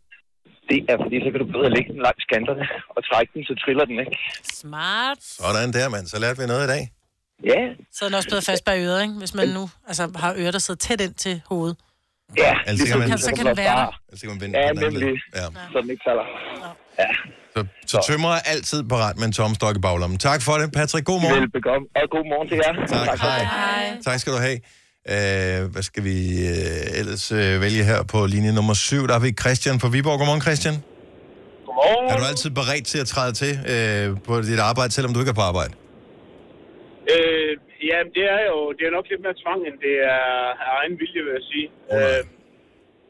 Speaker 8: Det er, fordi så kan du bedre lægge den langs kanterne og trække den, så triller den, ikke?
Speaker 3: Smart.
Speaker 1: Sådan der, mand. Så lærte vi noget i dag.
Speaker 8: Ja.
Speaker 3: Så er den også blevet fast bag øret, ikke? Hvis man nu altså, har ører, der sidder tæt ind til hovedet.
Speaker 8: Ja,
Speaker 1: Ellers kan man,
Speaker 3: så kan det være der.
Speaker 1: Ellers kan man vende ja, den anden lidt. Ja.
Speaker 8: så den ikke falder.
Speaker 1: Så, så tømmer er altid parat med en tom stok i baglommen. Tak for det, Patrick. God morgen.
Speaker 8: Velbekomme, og god morgen til jer.
Speaker 1: Tak, tak hej. hej. Tak skal du have. Øh, hvad skal vi øh, ellers øh, vælge her på linje nummer 7? Der har vi Christian fra Viborg. Godmorgen, Christian.
Speaker 8: Godmorgen.
Speaker 1: Er du altid beredt til at træde til øh, på dit arbejde, selvom du ikke er på arbejde?
Speaker 11: Øh, jamen, det er jo det er nok lidt mere tvang, end det er af egen vilje, vil jeg sige. Oh, øh,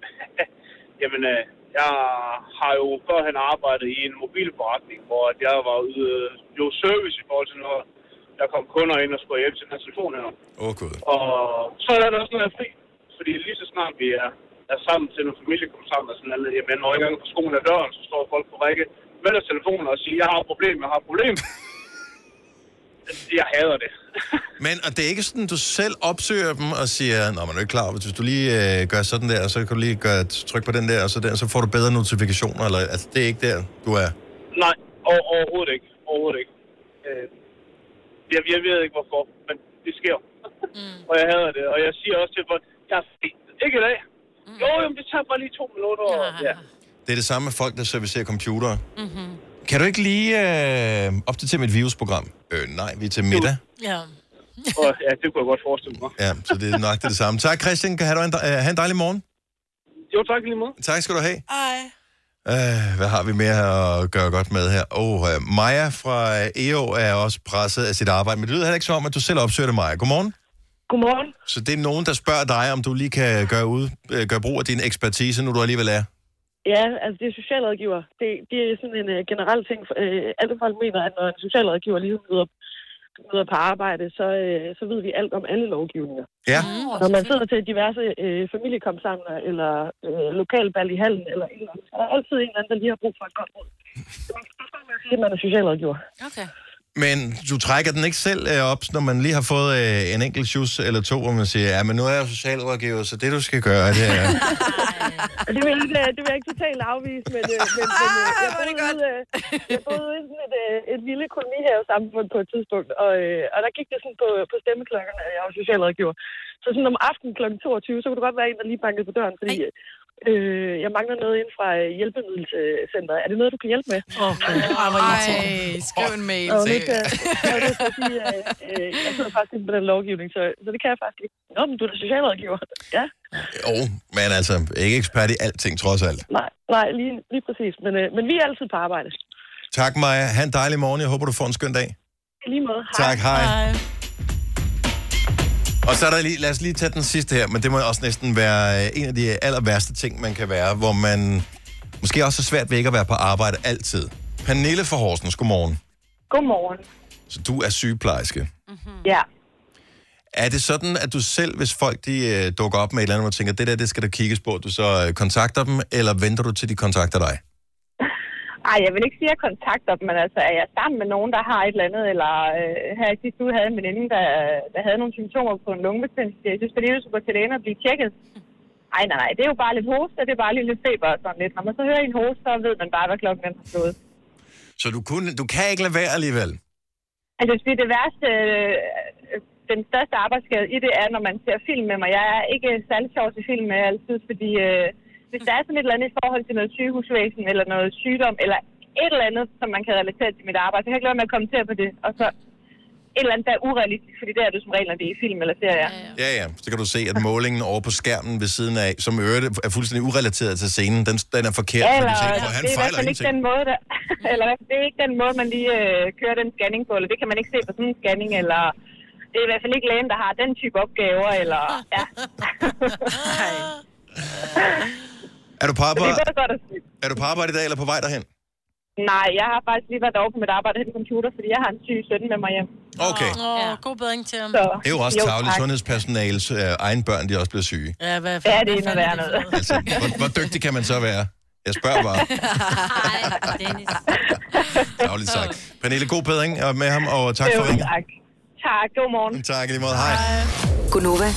Speaker 11: jamen, øh, jeg har jo førhen arbejdet i en mobilforretning, hvor at jeg var ude øh, jo service i forhold til, når der kom kunder ind og skulle hjælpe til deres telefon her.
Speaker 1: Åh, oh, gud.
Speaker 11: Og så er der også noget fri, fordi lige så snart vi er, er sammen til nogle familie kommer sammen og sådan noget, jamen, når jeg ikke engang på skoen af døren, så står folk på række med deres telefoner og siger, jeg har et problem, jeg har et problem. jeg hader det.
Speaker 1: Men og det er ikke sådan, du selv opsøger dem og siger, Nå, man er jo ikke klar, hvis du lige øh, gør sådan der, så kan du lige gøre et tryk på den der, og så, der, så får du bedre notifikationer. Eller, altså, det er ikke der, du er.
Speaker 11: Nej, over, overhovedet ikke. Overhovedet ikke. Øh, jeg, jeg ved ikke hvorfor, men det sker. Mm. og jeg hader det. Og jeg siger også til folk, jeg er fri. Ikke i dag. Mm. Jo, jo, men det tager bare lige to minutter. Og, ja.
Speaker 1: Det er det samme med folk, der servicerer computere. Mm-hmm. Kan du ikke lige øh, opdatere mit virusprogram? Øh, nej, vi er til middag.
Speaker 3: Ja.
Speaker 11: og, ja, det kunne jeg godt forestille mig.
Speaker 1: Ja, så det er nok det, er det samme. Tak, Christian. Kan have, du en, øh, have en dejlig morgen.
Speaker 11: Jo, tak lige måde.
Speaker 1: Tak skal du have.
Speaker 3: Ej.
Speaker 1: Øh, hvad har vi mere at gøre godt med her? Åh, oh, øh, Maja fra øh, EO er også presset af sit arbejde, men det lyder heller ikke som om, at du selv opsøger det, Maja. Godmorgen.
Speaker 15: Godmorgen.
Speaker 1: Så det er nogen, der spørger dig, om du lige kan gøre, ud, øh, gøre brug af din ekspertise, nu du alligevel er.
Speaker 15: Ja, altså det er socialrådgiver. Det, det er sådan en uh, generel ting. For, uh, alle folk mener, at når en socialrådgiver ligesom møder, møder på arbejde, så, uh, så ved vi alt om alle lovgivninger.
Speaker 1: Ja.
Speaker 11: Mm,
Speaker 15: Når man sidder til diverse uh, familiekomsamler, eller uh, lokalbal i hallen, eller en eller anden, så er der altid en eller anden, der lige har brug for et godt råd. Så man skal starte med at sige, at man er socialrådgiver.
Speaker 3: Okay.
Speaker 1: Men du trækker den ikke selv øh, op, når man lige har fået øh, en enkelt shoes eller to, hvor man siger, ja, men nu er jeg socialrådgiver, så det du skal gøre, det er...
Speaker 15: Og Det vil, jeg ikke, øh, det vil jeg ikke totalt afvise, men, øh, men, men øh,
Speaker 4: Ah,
Speaker 15: jeg, boede ude, øh, jeg boede ude i sådan et, øh, et lille kolonihavesamfund på et tidspunkt, og, øh, og der gik det sådan på, på stemmeklokkerne, at jeg var socialrådgiver. Så sådan om aftenen kl. 22, så kunne det godt være en, der lige bankede på døren, fordi øh, jeg mangler noget ind fra øh, hjælpemiddelcenteret. Er det noget, du kan hjælpe med?
Speaker 3: Okay.
Speaker 15: Ej, hvor
Speaker 4: Ej, skriv en mail
Speaker 15: Og
Speaker 4: til.
Speaker 15: lidt, øh, og det er fordi, øh, øh, jeg sidder faktisk ikke på den lovgivning, så, så det kan jeg faktisk ikke. Nå, men du er da socialrådgiver. Ja,
Speaker 1: Jo, men altså, ikke ekspert i alting, trods alt.
Speaker 15: nej, nej, lige, lige præcis. Men, øh, men vi er altid på arbejde.
Speaker 1: Tak, Maja. Ha' en dejlig morgen. Jeg håber, du får en skøn dag.
Speaker 15: I lige måde. Hej.
Speaker 1: Tak, hej. Og så er der lige, lad os lige tage den sidste her, men det må også næsten være øh, en af de aller værste ting, man kan være, hvor man måske også er svært ved ikke at være på arbejde altid. Pernille fra Horsens, godmorgen.
Speaker 15: Godmorgen.
Speaker 1: Så du er sygeplejerske.
Speaker 15: Ja.
Speaker 1: Er det sådan, at du selv, hvis folk de, øh, dukker op med et eller andet, og tænker, det der, det skal der kigges på, du så øh, kontakter dem, eller venter du til, de kontakter dig?
Speaker 15: Ej, jeg vil ikke sige, at jeg kontakter dem, men altså, er jeg sammen med nogen, der har et eller andet, eller øh, her i sidste uge havde en veninde, der, der havde nogle symptomer på en lungebetændelse. Jeg synes, fordi du skulle gå til lægen og blive tjekket. Ej, nej, nej, det er jo bare lidt hoste, og det er bare lige lidt feber og sådan lidt. Når man så hører en hoste, så ved man bare, hvad klokken den har slået.
Speaker 1: Så du, kunne, du kan ikke lade være alligevel.
Speaker 15: Altså, det, er det værste, øh, den største arbejdsskade i det er, når man ser film med mig. Jeg er ikke særlig sjov til film med altid, fordi øh,
Speaker 12: hvis der er sådan et eller andet i forhold til noget sygehusvæsen, eller noget sygdom, eller et eller andet, som man kan relatere til mit arbejde, så kan jeg ikke lade være med at kommentere på det. Og så et eller andet, der er urealistisk, fordi det er du som regel, når det er i film eller serier. Ja, ja.
Speaker 1: Ja, ja. Så kan du se, at målingen over på skærmen ved siden af, som i øvrigt er fuldstændig urelateret til scenen, den, den er forkert. Ja,
Speaker 12: eller,
Speaker 1: fordi tænker, "Åh, han
Speaker 12: det er i hvert
Speaker 1: fejler
Speaker 12: fald ikke
Speaker 1: ingenting.
Speaker 12: den måde, der, eller det er ikke den måde, man lige øh, kører den scanning på, eller det kan man ikke se på sådan en scanning, eller det er i hvert fald ikke lægen, der har den type opgaver, eller ja.
Speaker 1: Er du, på
Speaker 12: Så det
Speaker 1: arbejde,
Speaker 12: er godt, godt at se.
Speaker 1: er du på arbejde i dag, eller på vej derhen?
Speaker 12: Nej, jeg har faktisk lige været over på mit arbejde og hentet computer, fordi jeg har en syg søn med mig hjem.
Speaker 1: Okay.
Speaker 3: Åh, ja. god bedring til ham.
Speaker 1: Det er jo også tavligt. Sundhedspersonales øh, egen børn, de også bliver syge.
Speaker 3: Ja, hvad
Speaker 12: Ja, det er endnu værre noget.
Speaker 1: Hvor, hvor dygtig kan man så være? Jeg spørger bare. Tavligt sagt. Pernille, god bedring øh, med ham, og tak for ringen.
Speaker 12: Tak. Tak, god morgen.
Speaker 1: Tak i lige måde. Hej.
Speaker 6: Gunova,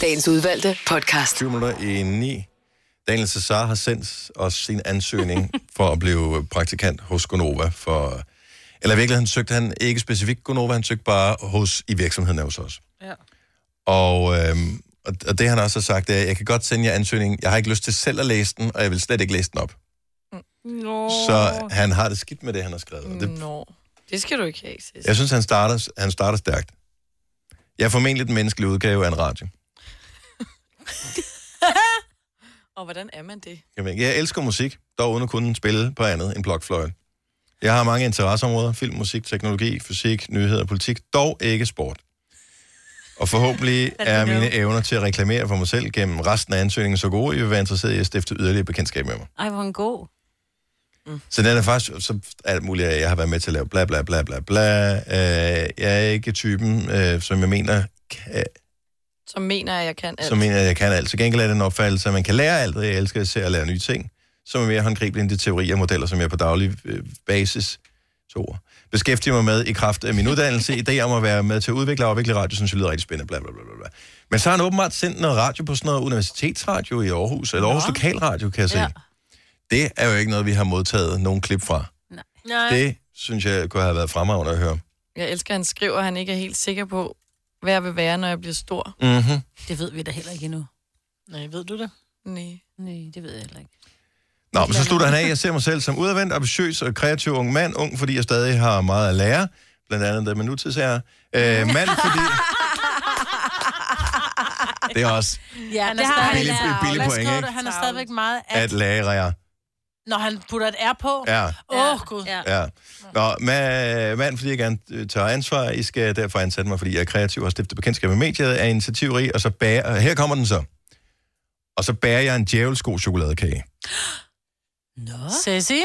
Speaker 6: dagens udvalgte podcast.
Speaker 1: 20 minutter i 9. Daniel Cesar har sendt os sin ansøgning for at blive praktikant hos Gonova. For, eller i virkeligheden søgte han ikke specifikt Gonova, han søgte bare hos, i virksomheden hos os.
Speaker 2: Ja.
Speaker 1: Og, øhm, og og det han også har sagt, er, at jeg kan godt sende jer ansøgningen. Jeg har ikke lyst til selv at læse den, og jeg vil slet ikke læse den op.
Speaker 4: Nå.
Speaker 1: Så han har det skidt med det, han har skrevet. Og det,
Speaker 4: Mm, Nå. Det skal du ikke have, Sis.
Speaker 1: jeg synes, han starter, han starter stærkt. Jeg er formentlig den menneskelige udgave af en radio.
Speaker 4: Og hvordan er man det?
Speaker 1: Jamen, jeg elsker musik, dog uden at kunne spille på andet end blokfløjen. Jeg har mange interesseområder. Film, musik, teknologi, fysik, nyheder og politik. Dog ikke sport. Og forhåbentlig er mine evner til at reklamere for mig selv gennem resten af ansøgningen så gode, at I vil være interesseret i at stifte yderligere bekendtskab med mig.
Speaker 2: Ej, hvor er han god.
Speaker 1: Så den er faktisk så alt muligt, at jeg har været med til at lave bla bla bla bla bla. Øh, jeg er ikke typen, øh, som jeg mener, kan,
Speaker 4: Så mener jeg, at jeg kan alt.
Speaker 1: som mener, at jeg kan alt. Så gengæld er den opfattelse, at man kan lære alt, og jeg elsker især at lære nye ting, som er mere håndgribelige end de teorier og modeller, som jeg på daglig øh, basis to beskæftiger mig med i kraft af min uddannelse. I dag om at være med til at udvikle og afvikle radio, synes jeg lyder rigtig spændende, bla, bla, bla, bla, bla. Men så har han åbenbart sendt noget radio på sådan noget universitetsradio i Aarhus, eller Aarhus Lokalradio, kan jeg se.
Speaker 2: Ja.
Speaker 1: Det er jo ikke noget, vi har modtaget nogen klip fra.
Speaker 4: Nej.
Speaker 1: Det synes jeg kunne have været fremragende at høre.
Speaker 4: Jeg elsker, at han skriver, at han ikke er helt sikker på, hvad jeg vil være, når jeg bliver stor.
Speaker 1: Mm-hmm.
Speaker 2: Det ved vi da heller ikke endnu.
Speaker 4: Nej, ved du det? Nej.
Speaker 2: Nej, det ved jeg heller ikke.
Speaker 1: Nå, men så slutter han af. Jeg ser mig selv som udadvendt, ambitiøs og kreativ ung mand. Ung, fordi jeg stadig har meget at lære. Blandt andet det med nutidsære. Øh, mand, fordi... Det er også
Speaker 3: Ja,
Speaker 1: det har han. Billig- billig point, ikke?
Speaker 3: Han er stadigvæk meget
Speaker 1: at
Speaker 3: at,
Speaker 1: lære. jer.
Speaker 3: når han putter et R på.
Speaker 1: Ja.
Speaker 3: Åh, oh, gud. Ja.
Speaker 1: Ja. Nå, ma- mand, fordi jeg gerne øh, tager ansvar. I skal derfor ansætte mig, fordi jeg er kreativ og stifter bekendtskab med mediet, er initiativrig, og så bærer... og Her kommer den så. Og så bærer jeg en djævelsko chokoladekage.
Speaker 4: Sissi?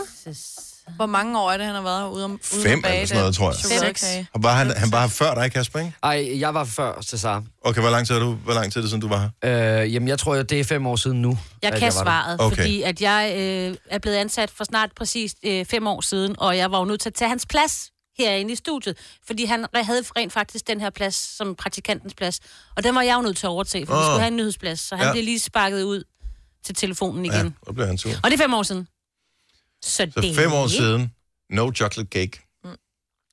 Speaker 4: Hvor mange år er det, han har været ude om ude
Speaker 1: Fem eller sådan noget, tror jeg.
Speaker 4: Seks.
Speaker 1: Og var han, han var her før dig, Kasper, ikke?
Speaker 5: Ej, jeg var før Cesar.
Speaker 1: Okay, hvor lang tid er, du, hvor lang tid er det, siden du var her?
Speaker 5: Øh, jamen, jeg tror, det er fem år siden nu.
Speaker 2: Jeg
Speaker 5: at
Speaker 2: kan
Speaker 5: var der.
Speaker 2: svaret, okay. fordi at jeg øh, er blevet ansat for snart præcis øh, fem år siden, og jeg var jo nødt til at tage hans plads herinde i studiet, fordi han re- havde rent faktisk den her plads som praktikantens plads, og den var jeg jo nødt til at overtage, for oh. vi
Speaker 1: Åh.
Speaker 2: skulle have en nyhedsplads, så han
Speaker 1: Ja.
Speaker 2: ja. blev lige sparket ud til telefonen igen.
Speaker 1: Ja, og blev han sur.
Speaker 2: Og det er fem år siden. Så,
Speaker 1: Så
Speaker 2: det
Speaker 1: fem år siden, no chocolate cake.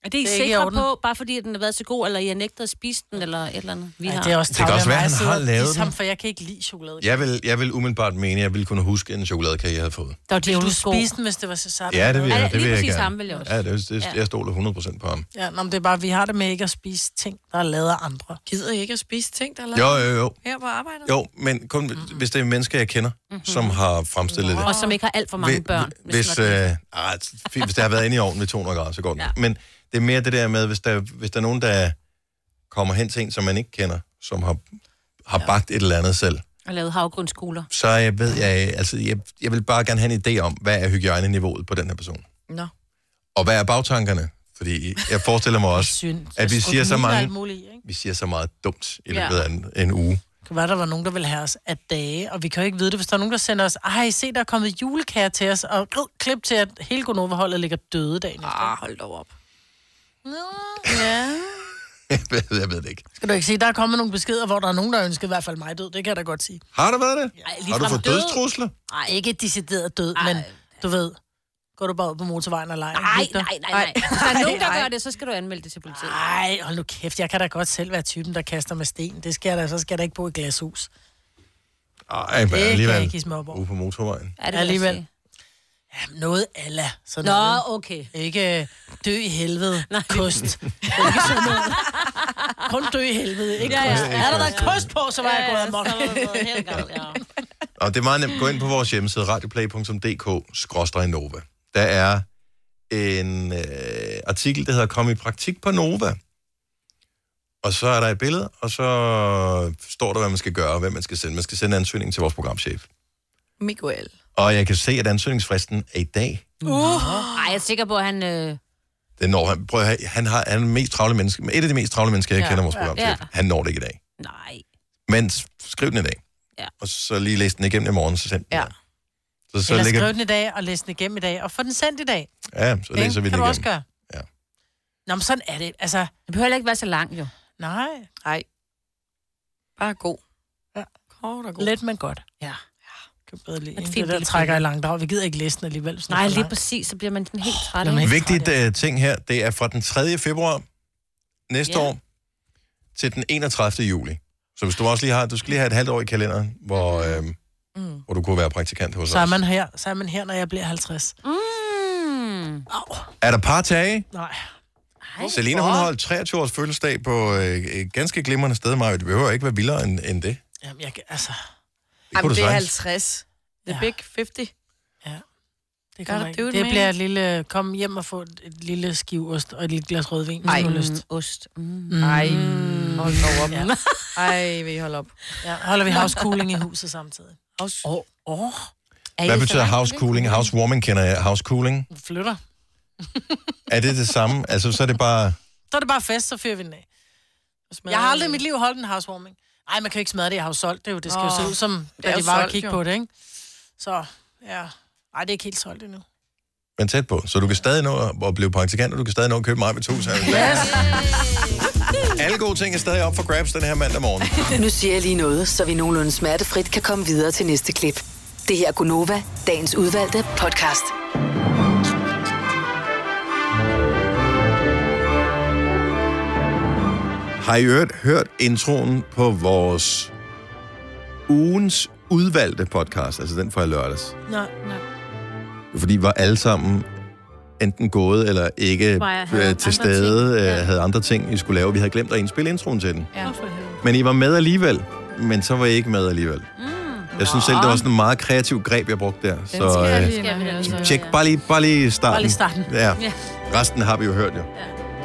Speaker 2: Er det I
Speaker 3: Det er ikke i
Speaker 2: sikre
Speaker 3: orden.
Speaker 2: på, bare fordi at den har været så god, eller I har nægtet at spise den, eller et eller andet? Vi
Speaker 3: Ej,
Speaker 2: har.
Speaker 3: det er også
Speaker 1: Det kan
Speaker 3: tavligt af
Speaker 1: også være,
Speaker 3: mig
Speaker 1: han
Speaker 3: at sidde
Speaker 1: har
Speaker 3: og
Speaker 1: lavet
Speaker 3: disse
Speaker 1: den.
Speaker 3: Ham, for jeg kan ikke lide chokolade.
Speaker 1: Jeg vil, jeg vil umiddelbart mene, at jeg ville kunne huske en chokoladekage, jeg havde fået.
Speaker 2: Der var
Speaker 3: Vil du
Speaker 2: djævelsko.
Speaker 3: spise den, hvis det var så sammen?
Speaker 1: Ja, det vil jeg,
Speaker 3: Ja,
Speaker 1: det vil
Speaker 3: lige
Speaker 1: jeg
Speaker 3: præcis
Speaker 1: gerne.
Speaker 3: ham vil jeg også.
Speaker 1: Ja, det, det,
Speaker 3: Ja.
Speaker 1: jeg stoler 100% på ham.
Speaker 3: Ja, nå, men det er bare, vi har det med ikke at spise ting, der er lavet af andre.
Speaker 4: Gider I ikke at spise ting, der er
Speaker 1: Jo, jo, jo.
Speaker 4: Her på arbejdet?
Speaker 1: Jo, men kun hvis det er mennesker, jeg kender, som har fremstillet det.
Speaker 2: Og som ikke har alt for mange
Speaker 1: Hvi-
Speaker 2: børn.
Speaker 1: hvi- Hvis, hvis, øh, ah, fint, hvis det har været inde i ovnen ved 200 grader, så går det. Ja. Men det er mere det der med, hvis der, hvis der er nogen, der kommer hen til en, som man ikke kender, som har, har bagt et eller andet selv,
Speaker 2: Og lavet havgrundskoler.
Speaker 1: så jeg ved jeg, altså, jeg, jeg vil bare gerne have en idé om, hvad er hygiejneniveauet på den her person.
Speaker 4: Nå.
Speaker 1: Og hvad er bagtankerne? Fordi jeg forestiller mig også,
Speaker 3: Synd.
Speaker 1: at vi
Speaker 3: Skulle
Speaker 1: siger,
Speaker 3: den
Speaker 1: så
Speaker 3: lide
Speaker 1: mange,
Speaker 3: alt muligt, ikke?
Speaker 1: vi siger så meget dumt
Speaker 3: Ja.
Speaker 1: i løbet af en, en uge.
Speaker 3: Det kan være, der var nogen, der ville have os af dage, og vi kan jo ikke vide det, hvis der er nogen, der sender os, ej, se, der er kommet julekager til os, og øh, klip til, at hele Gonova-holdet ligger døde dagen efter. Ah,
Speaker 4: hold dog op.
Speaker 3: Ja.
Speaker 1: jeg, ved, jeg ved det ikke.
Speaker 3: Skal du ikke se, der er kommet nogle beskeder, hvor der er nogen, der ønsker i hvert fald mig død. Det kan jeg da godt sige.
Speaker 1: Har der været det?
Speaker 3: Ej,
Speaker 1: har du fået dødstrusler?
Speaker 3: Nej, ikke decideret død, Ej. men du ved, går du bare ud på motorvejen og leger?
Speaker 2: Nej, nej, nej, nej. Hvis der er nogen, der gør det, så skal du anmelde det til politiet.
Speaker 3: Nej, hold nu kæft, jeg kan da godt selv være typen, der kaster med sten. Det skal jeg da, så skal jeg da ikke bo i glashus.
Speaker 1: Ej,
Speaker 3: Det
Speaker 1: men
Speaker 3: kan
Speaker 1: alligevel.
Speaker 3: jeg ikke hisse mig op over.
Speaker 1: Ude på motorvejen.
Speaker 3: Er det alligevel. Jamen, noget alla. Sådan
Speaker 2: Nå,
Speaker 3: noget. okay. Ikke øh, dø i helvede. Nej. Kost. Det er ikke sådan noget. Kun dø i helvede, ikke
Speaker 2: Ja,
Speaker 3: ja,
Speaker 2: ja.
Speaker 3: ja. kost. Er der været
Speaker 2: Ja, ja.
Speaker 3: kost på, så var
Speaker 2: Ja,
Speaker 3: jeg
Speaker 2: ja,
Speaker 3: gået amok.
Speaker 2: så var du gået helt galt, ja.
Speaker 1: Og det er meget nemt. Gå ind på vores hjemmeside, radioplay.dk-nova. Der er en øh, artikel, der hedder Kom i praktik på Nova. Og så er der et billede, og så står der, hvad man skal gøre, og hvem man skal sende. Man skal sende en ansøgning til vores programchef.
Speaker 4: Miguel.
Speaker 1: Og jeg kan se, at ansøgningsfristen er i dag.
Speaker 2: Uh. Ej, jeg er sikker på, at han... Øh...
Speaker 1: Den når han. Prøv at høre, han, har, han er den mest travle menneske, et af de mest travle mennesker, jeg
Speaker 2: Ja.
Speaker 1: kender vores
Speaker 2: Ja.
Speaker 1: programchef.
Speaker 2: Ja.
Speaker 1: Han når det ikke i dag.
Speaker 2: Nej.
Speaker 1: Men s- skriv den i dag.
Speaker 2: Ja.
Speaker 1: Og så lige læs den igennem i morgen, så send den.
Speaker 3: Ja.
Speaker 1: Så,
Speaker 3: Så
Speaker 1: så
Speaker 3: Eller
Speaker 1: ligger-
Speaker 3: skriv den i dag, og læs den igennem i dag, og få den sendt i dag.
Speaker 1: Ja, så
Speaker 3: Ikke?
Speaker 1: læser vi
Speaker 3: kan
Speaker 1: den
Speaker 3: du også
Speaker 1: igennem.
Speaker 3: gøre. Ja. Nå, men sådan er det. Altså,
Speaker 2: det behøver heller ikke være så lang, jo.
Speaker 3: Nej.
Speaker 4: Nej. Bare god.
Speaker 3: Ja.
Speaker 4: Kort og god.
Speaker 3: Let, men godt. Ja. ja. Kan bedre lide,
Speaker 2: Men
Speaker 3: ikke?
Speaker 2: fint
Speaker 3: det der
Speaker 2: lille
Speaker 3: trækker i
Speaker 2: billede.
Speaker 3: langt af. Vi gider ikke læse den alligevel. hvis den er
Speaker 2: Nej,
Speaker 3: for
Speaker 2: lige
Speaker 3: lang.
Speaker 2: præcis, så bliver man den helt træt.
Speaker 3: Nå, men
Speaker 2: ikke?
Speaker 1: Vigtigt uh, ting her, det er fra den 3. februar næste
Speaker 2: Ja.
Speaker 1: år til den 31. juli. Så hvis du også lige har, du skal lige have et halvt år i kalenderen, hvor, øh,
Speaker 3: Mm.
Speaker 1: hvor du kunne være praktikant hos
Speaker 3: Så er
Speaker 1: os.
Speaker 3: man her, så er man her, når jeg bliver 50.
Speaker 2: Mm.
Speaker 3: Au.
Speaker 1: Er der partage?
Speaker 3: Nej.
Speaker 1: Selina, hun holdt 23 års fødselsdag på øh, et ganske glimrende sted, Maja. Det behøver ikke være vildere end, end det.
Speaker 3: Jamen, jeg, kan- altså,
Speaker 1: Det kunne du
Speaker 4: det er
Speaker 1: sagtens.
Speaker 4: 50. The
Speaker 3: Ja.
Speaker 4: big 50.
Speaker 3: Ja. Det,
Speaker 4: Gotta
Speaker 3: kommer
Speaker 4: do
Speaker 3: ikke.
Speaker 4: it,
Speaker 3: det
Speaker 4: man.
Speaker 3: bliver et lille... Kom hjem og få et, et lille skivost og et lille glas rødvin, hvis
Speaker 4: Ej,
Speaker 3: du har lyst.
Speaker 2: ost. Mm.
Speaker 4: Ej,
Speaker 3: Mm.
Speaker 4: hold dog op.
Speaker 3: Ja.
Speaker 4: Ej, vil I holde op.
Speaker 3: Ja, holder vi housecooling i huset samtidig.
Speaker 4: House...
Speaker 3: Åh, oh, oh.
Speaker 1: Hvad betyder house cooling? House warming kender jeg. House cooling.
Speaker 3: Flytter.
Speaker 1: Er det det samme? Altså, så er det bare...
Speaker 3: Så er det bare fest, så fyrer vi den af. Jeg har aldrig i mit liv holdt en housewarming. Nej, man kan jo ikke smadre det, jeg har jo solgt det jo. Det skal jo
Speaker 4: Åh,
Speaker 3: se ud som,
Speaker 4: det er
Speaker 3: da
Speaker 4: jo
Speaker 3: de var og
Speaker 4: solgt,
Speaker 3: kigge
Speaker 4: jo.
Speaker 3: på det, ikke? Så, ja. Ej, det er ikke helt solgt endnu.
Speaker 1: Men tæt på. Så du kan stadig nå at- at blive praktikant, og du kan stadig nå at købe mig med hus her. Alle gode ting er stadig op for grabs den her mandag morgen.
Speaker 6: Nu siger jeg lige noget, så vi nogenlunde smertefrit kan komme videre til næste klip. Det her er Gunova, dagens udvalgte podcast.
Speaker 1: Har I hørt, hørt introen på vores ugens udvalgte podcast, altså den fra i lørdags?
Speaker 3: Nej, nej.
Speaker 1: Det er Fordi vi var alle sammen enten gået eller ikke
Speaker 3: Var jeg- havde
Speaker 1: øh,
Speaker 3: andre
Speaker 1: til stede, øh, havde andre ting, I skulle lave. Vi havde glemt at indspille introen til den.
Speaker 4: Ja.
Speaker 1: Men I var med alligevel, men så var I ikke med alligevel. Jeg synes selv, det var sådan en meget kreativ greb, jeg brugte der.
Speaker 4: Mm. Den skal jeg
Speaker 1: øh,
Speaker 4: lige ind og høre,
Speaker 3: altså.
Speaker 4: så.
Speaker 1: Tjek bare lige, bare lige starten.
Speaker 4: Bare lige starten.
Speaker 1: Ja.
Speaker 4: Ja.
Speaker 1: Resten har vi jo hørt, jo. Det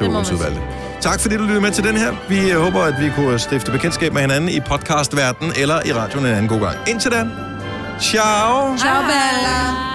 Speaker 4: det
Speaker 1: var
Speaker 4: må
Speaker 1: ugens
Speaker 4: man sige.
Speaker 1: udvalgte. Tak fordi du lyttede med til den her. Vi øh, håber, at vi kunne stifte bekendtskab med hinanden i podcastverdenen eller i radioen en anden god gang. Indtil da. Ciao.
Speaker 4: Ciao, Bella.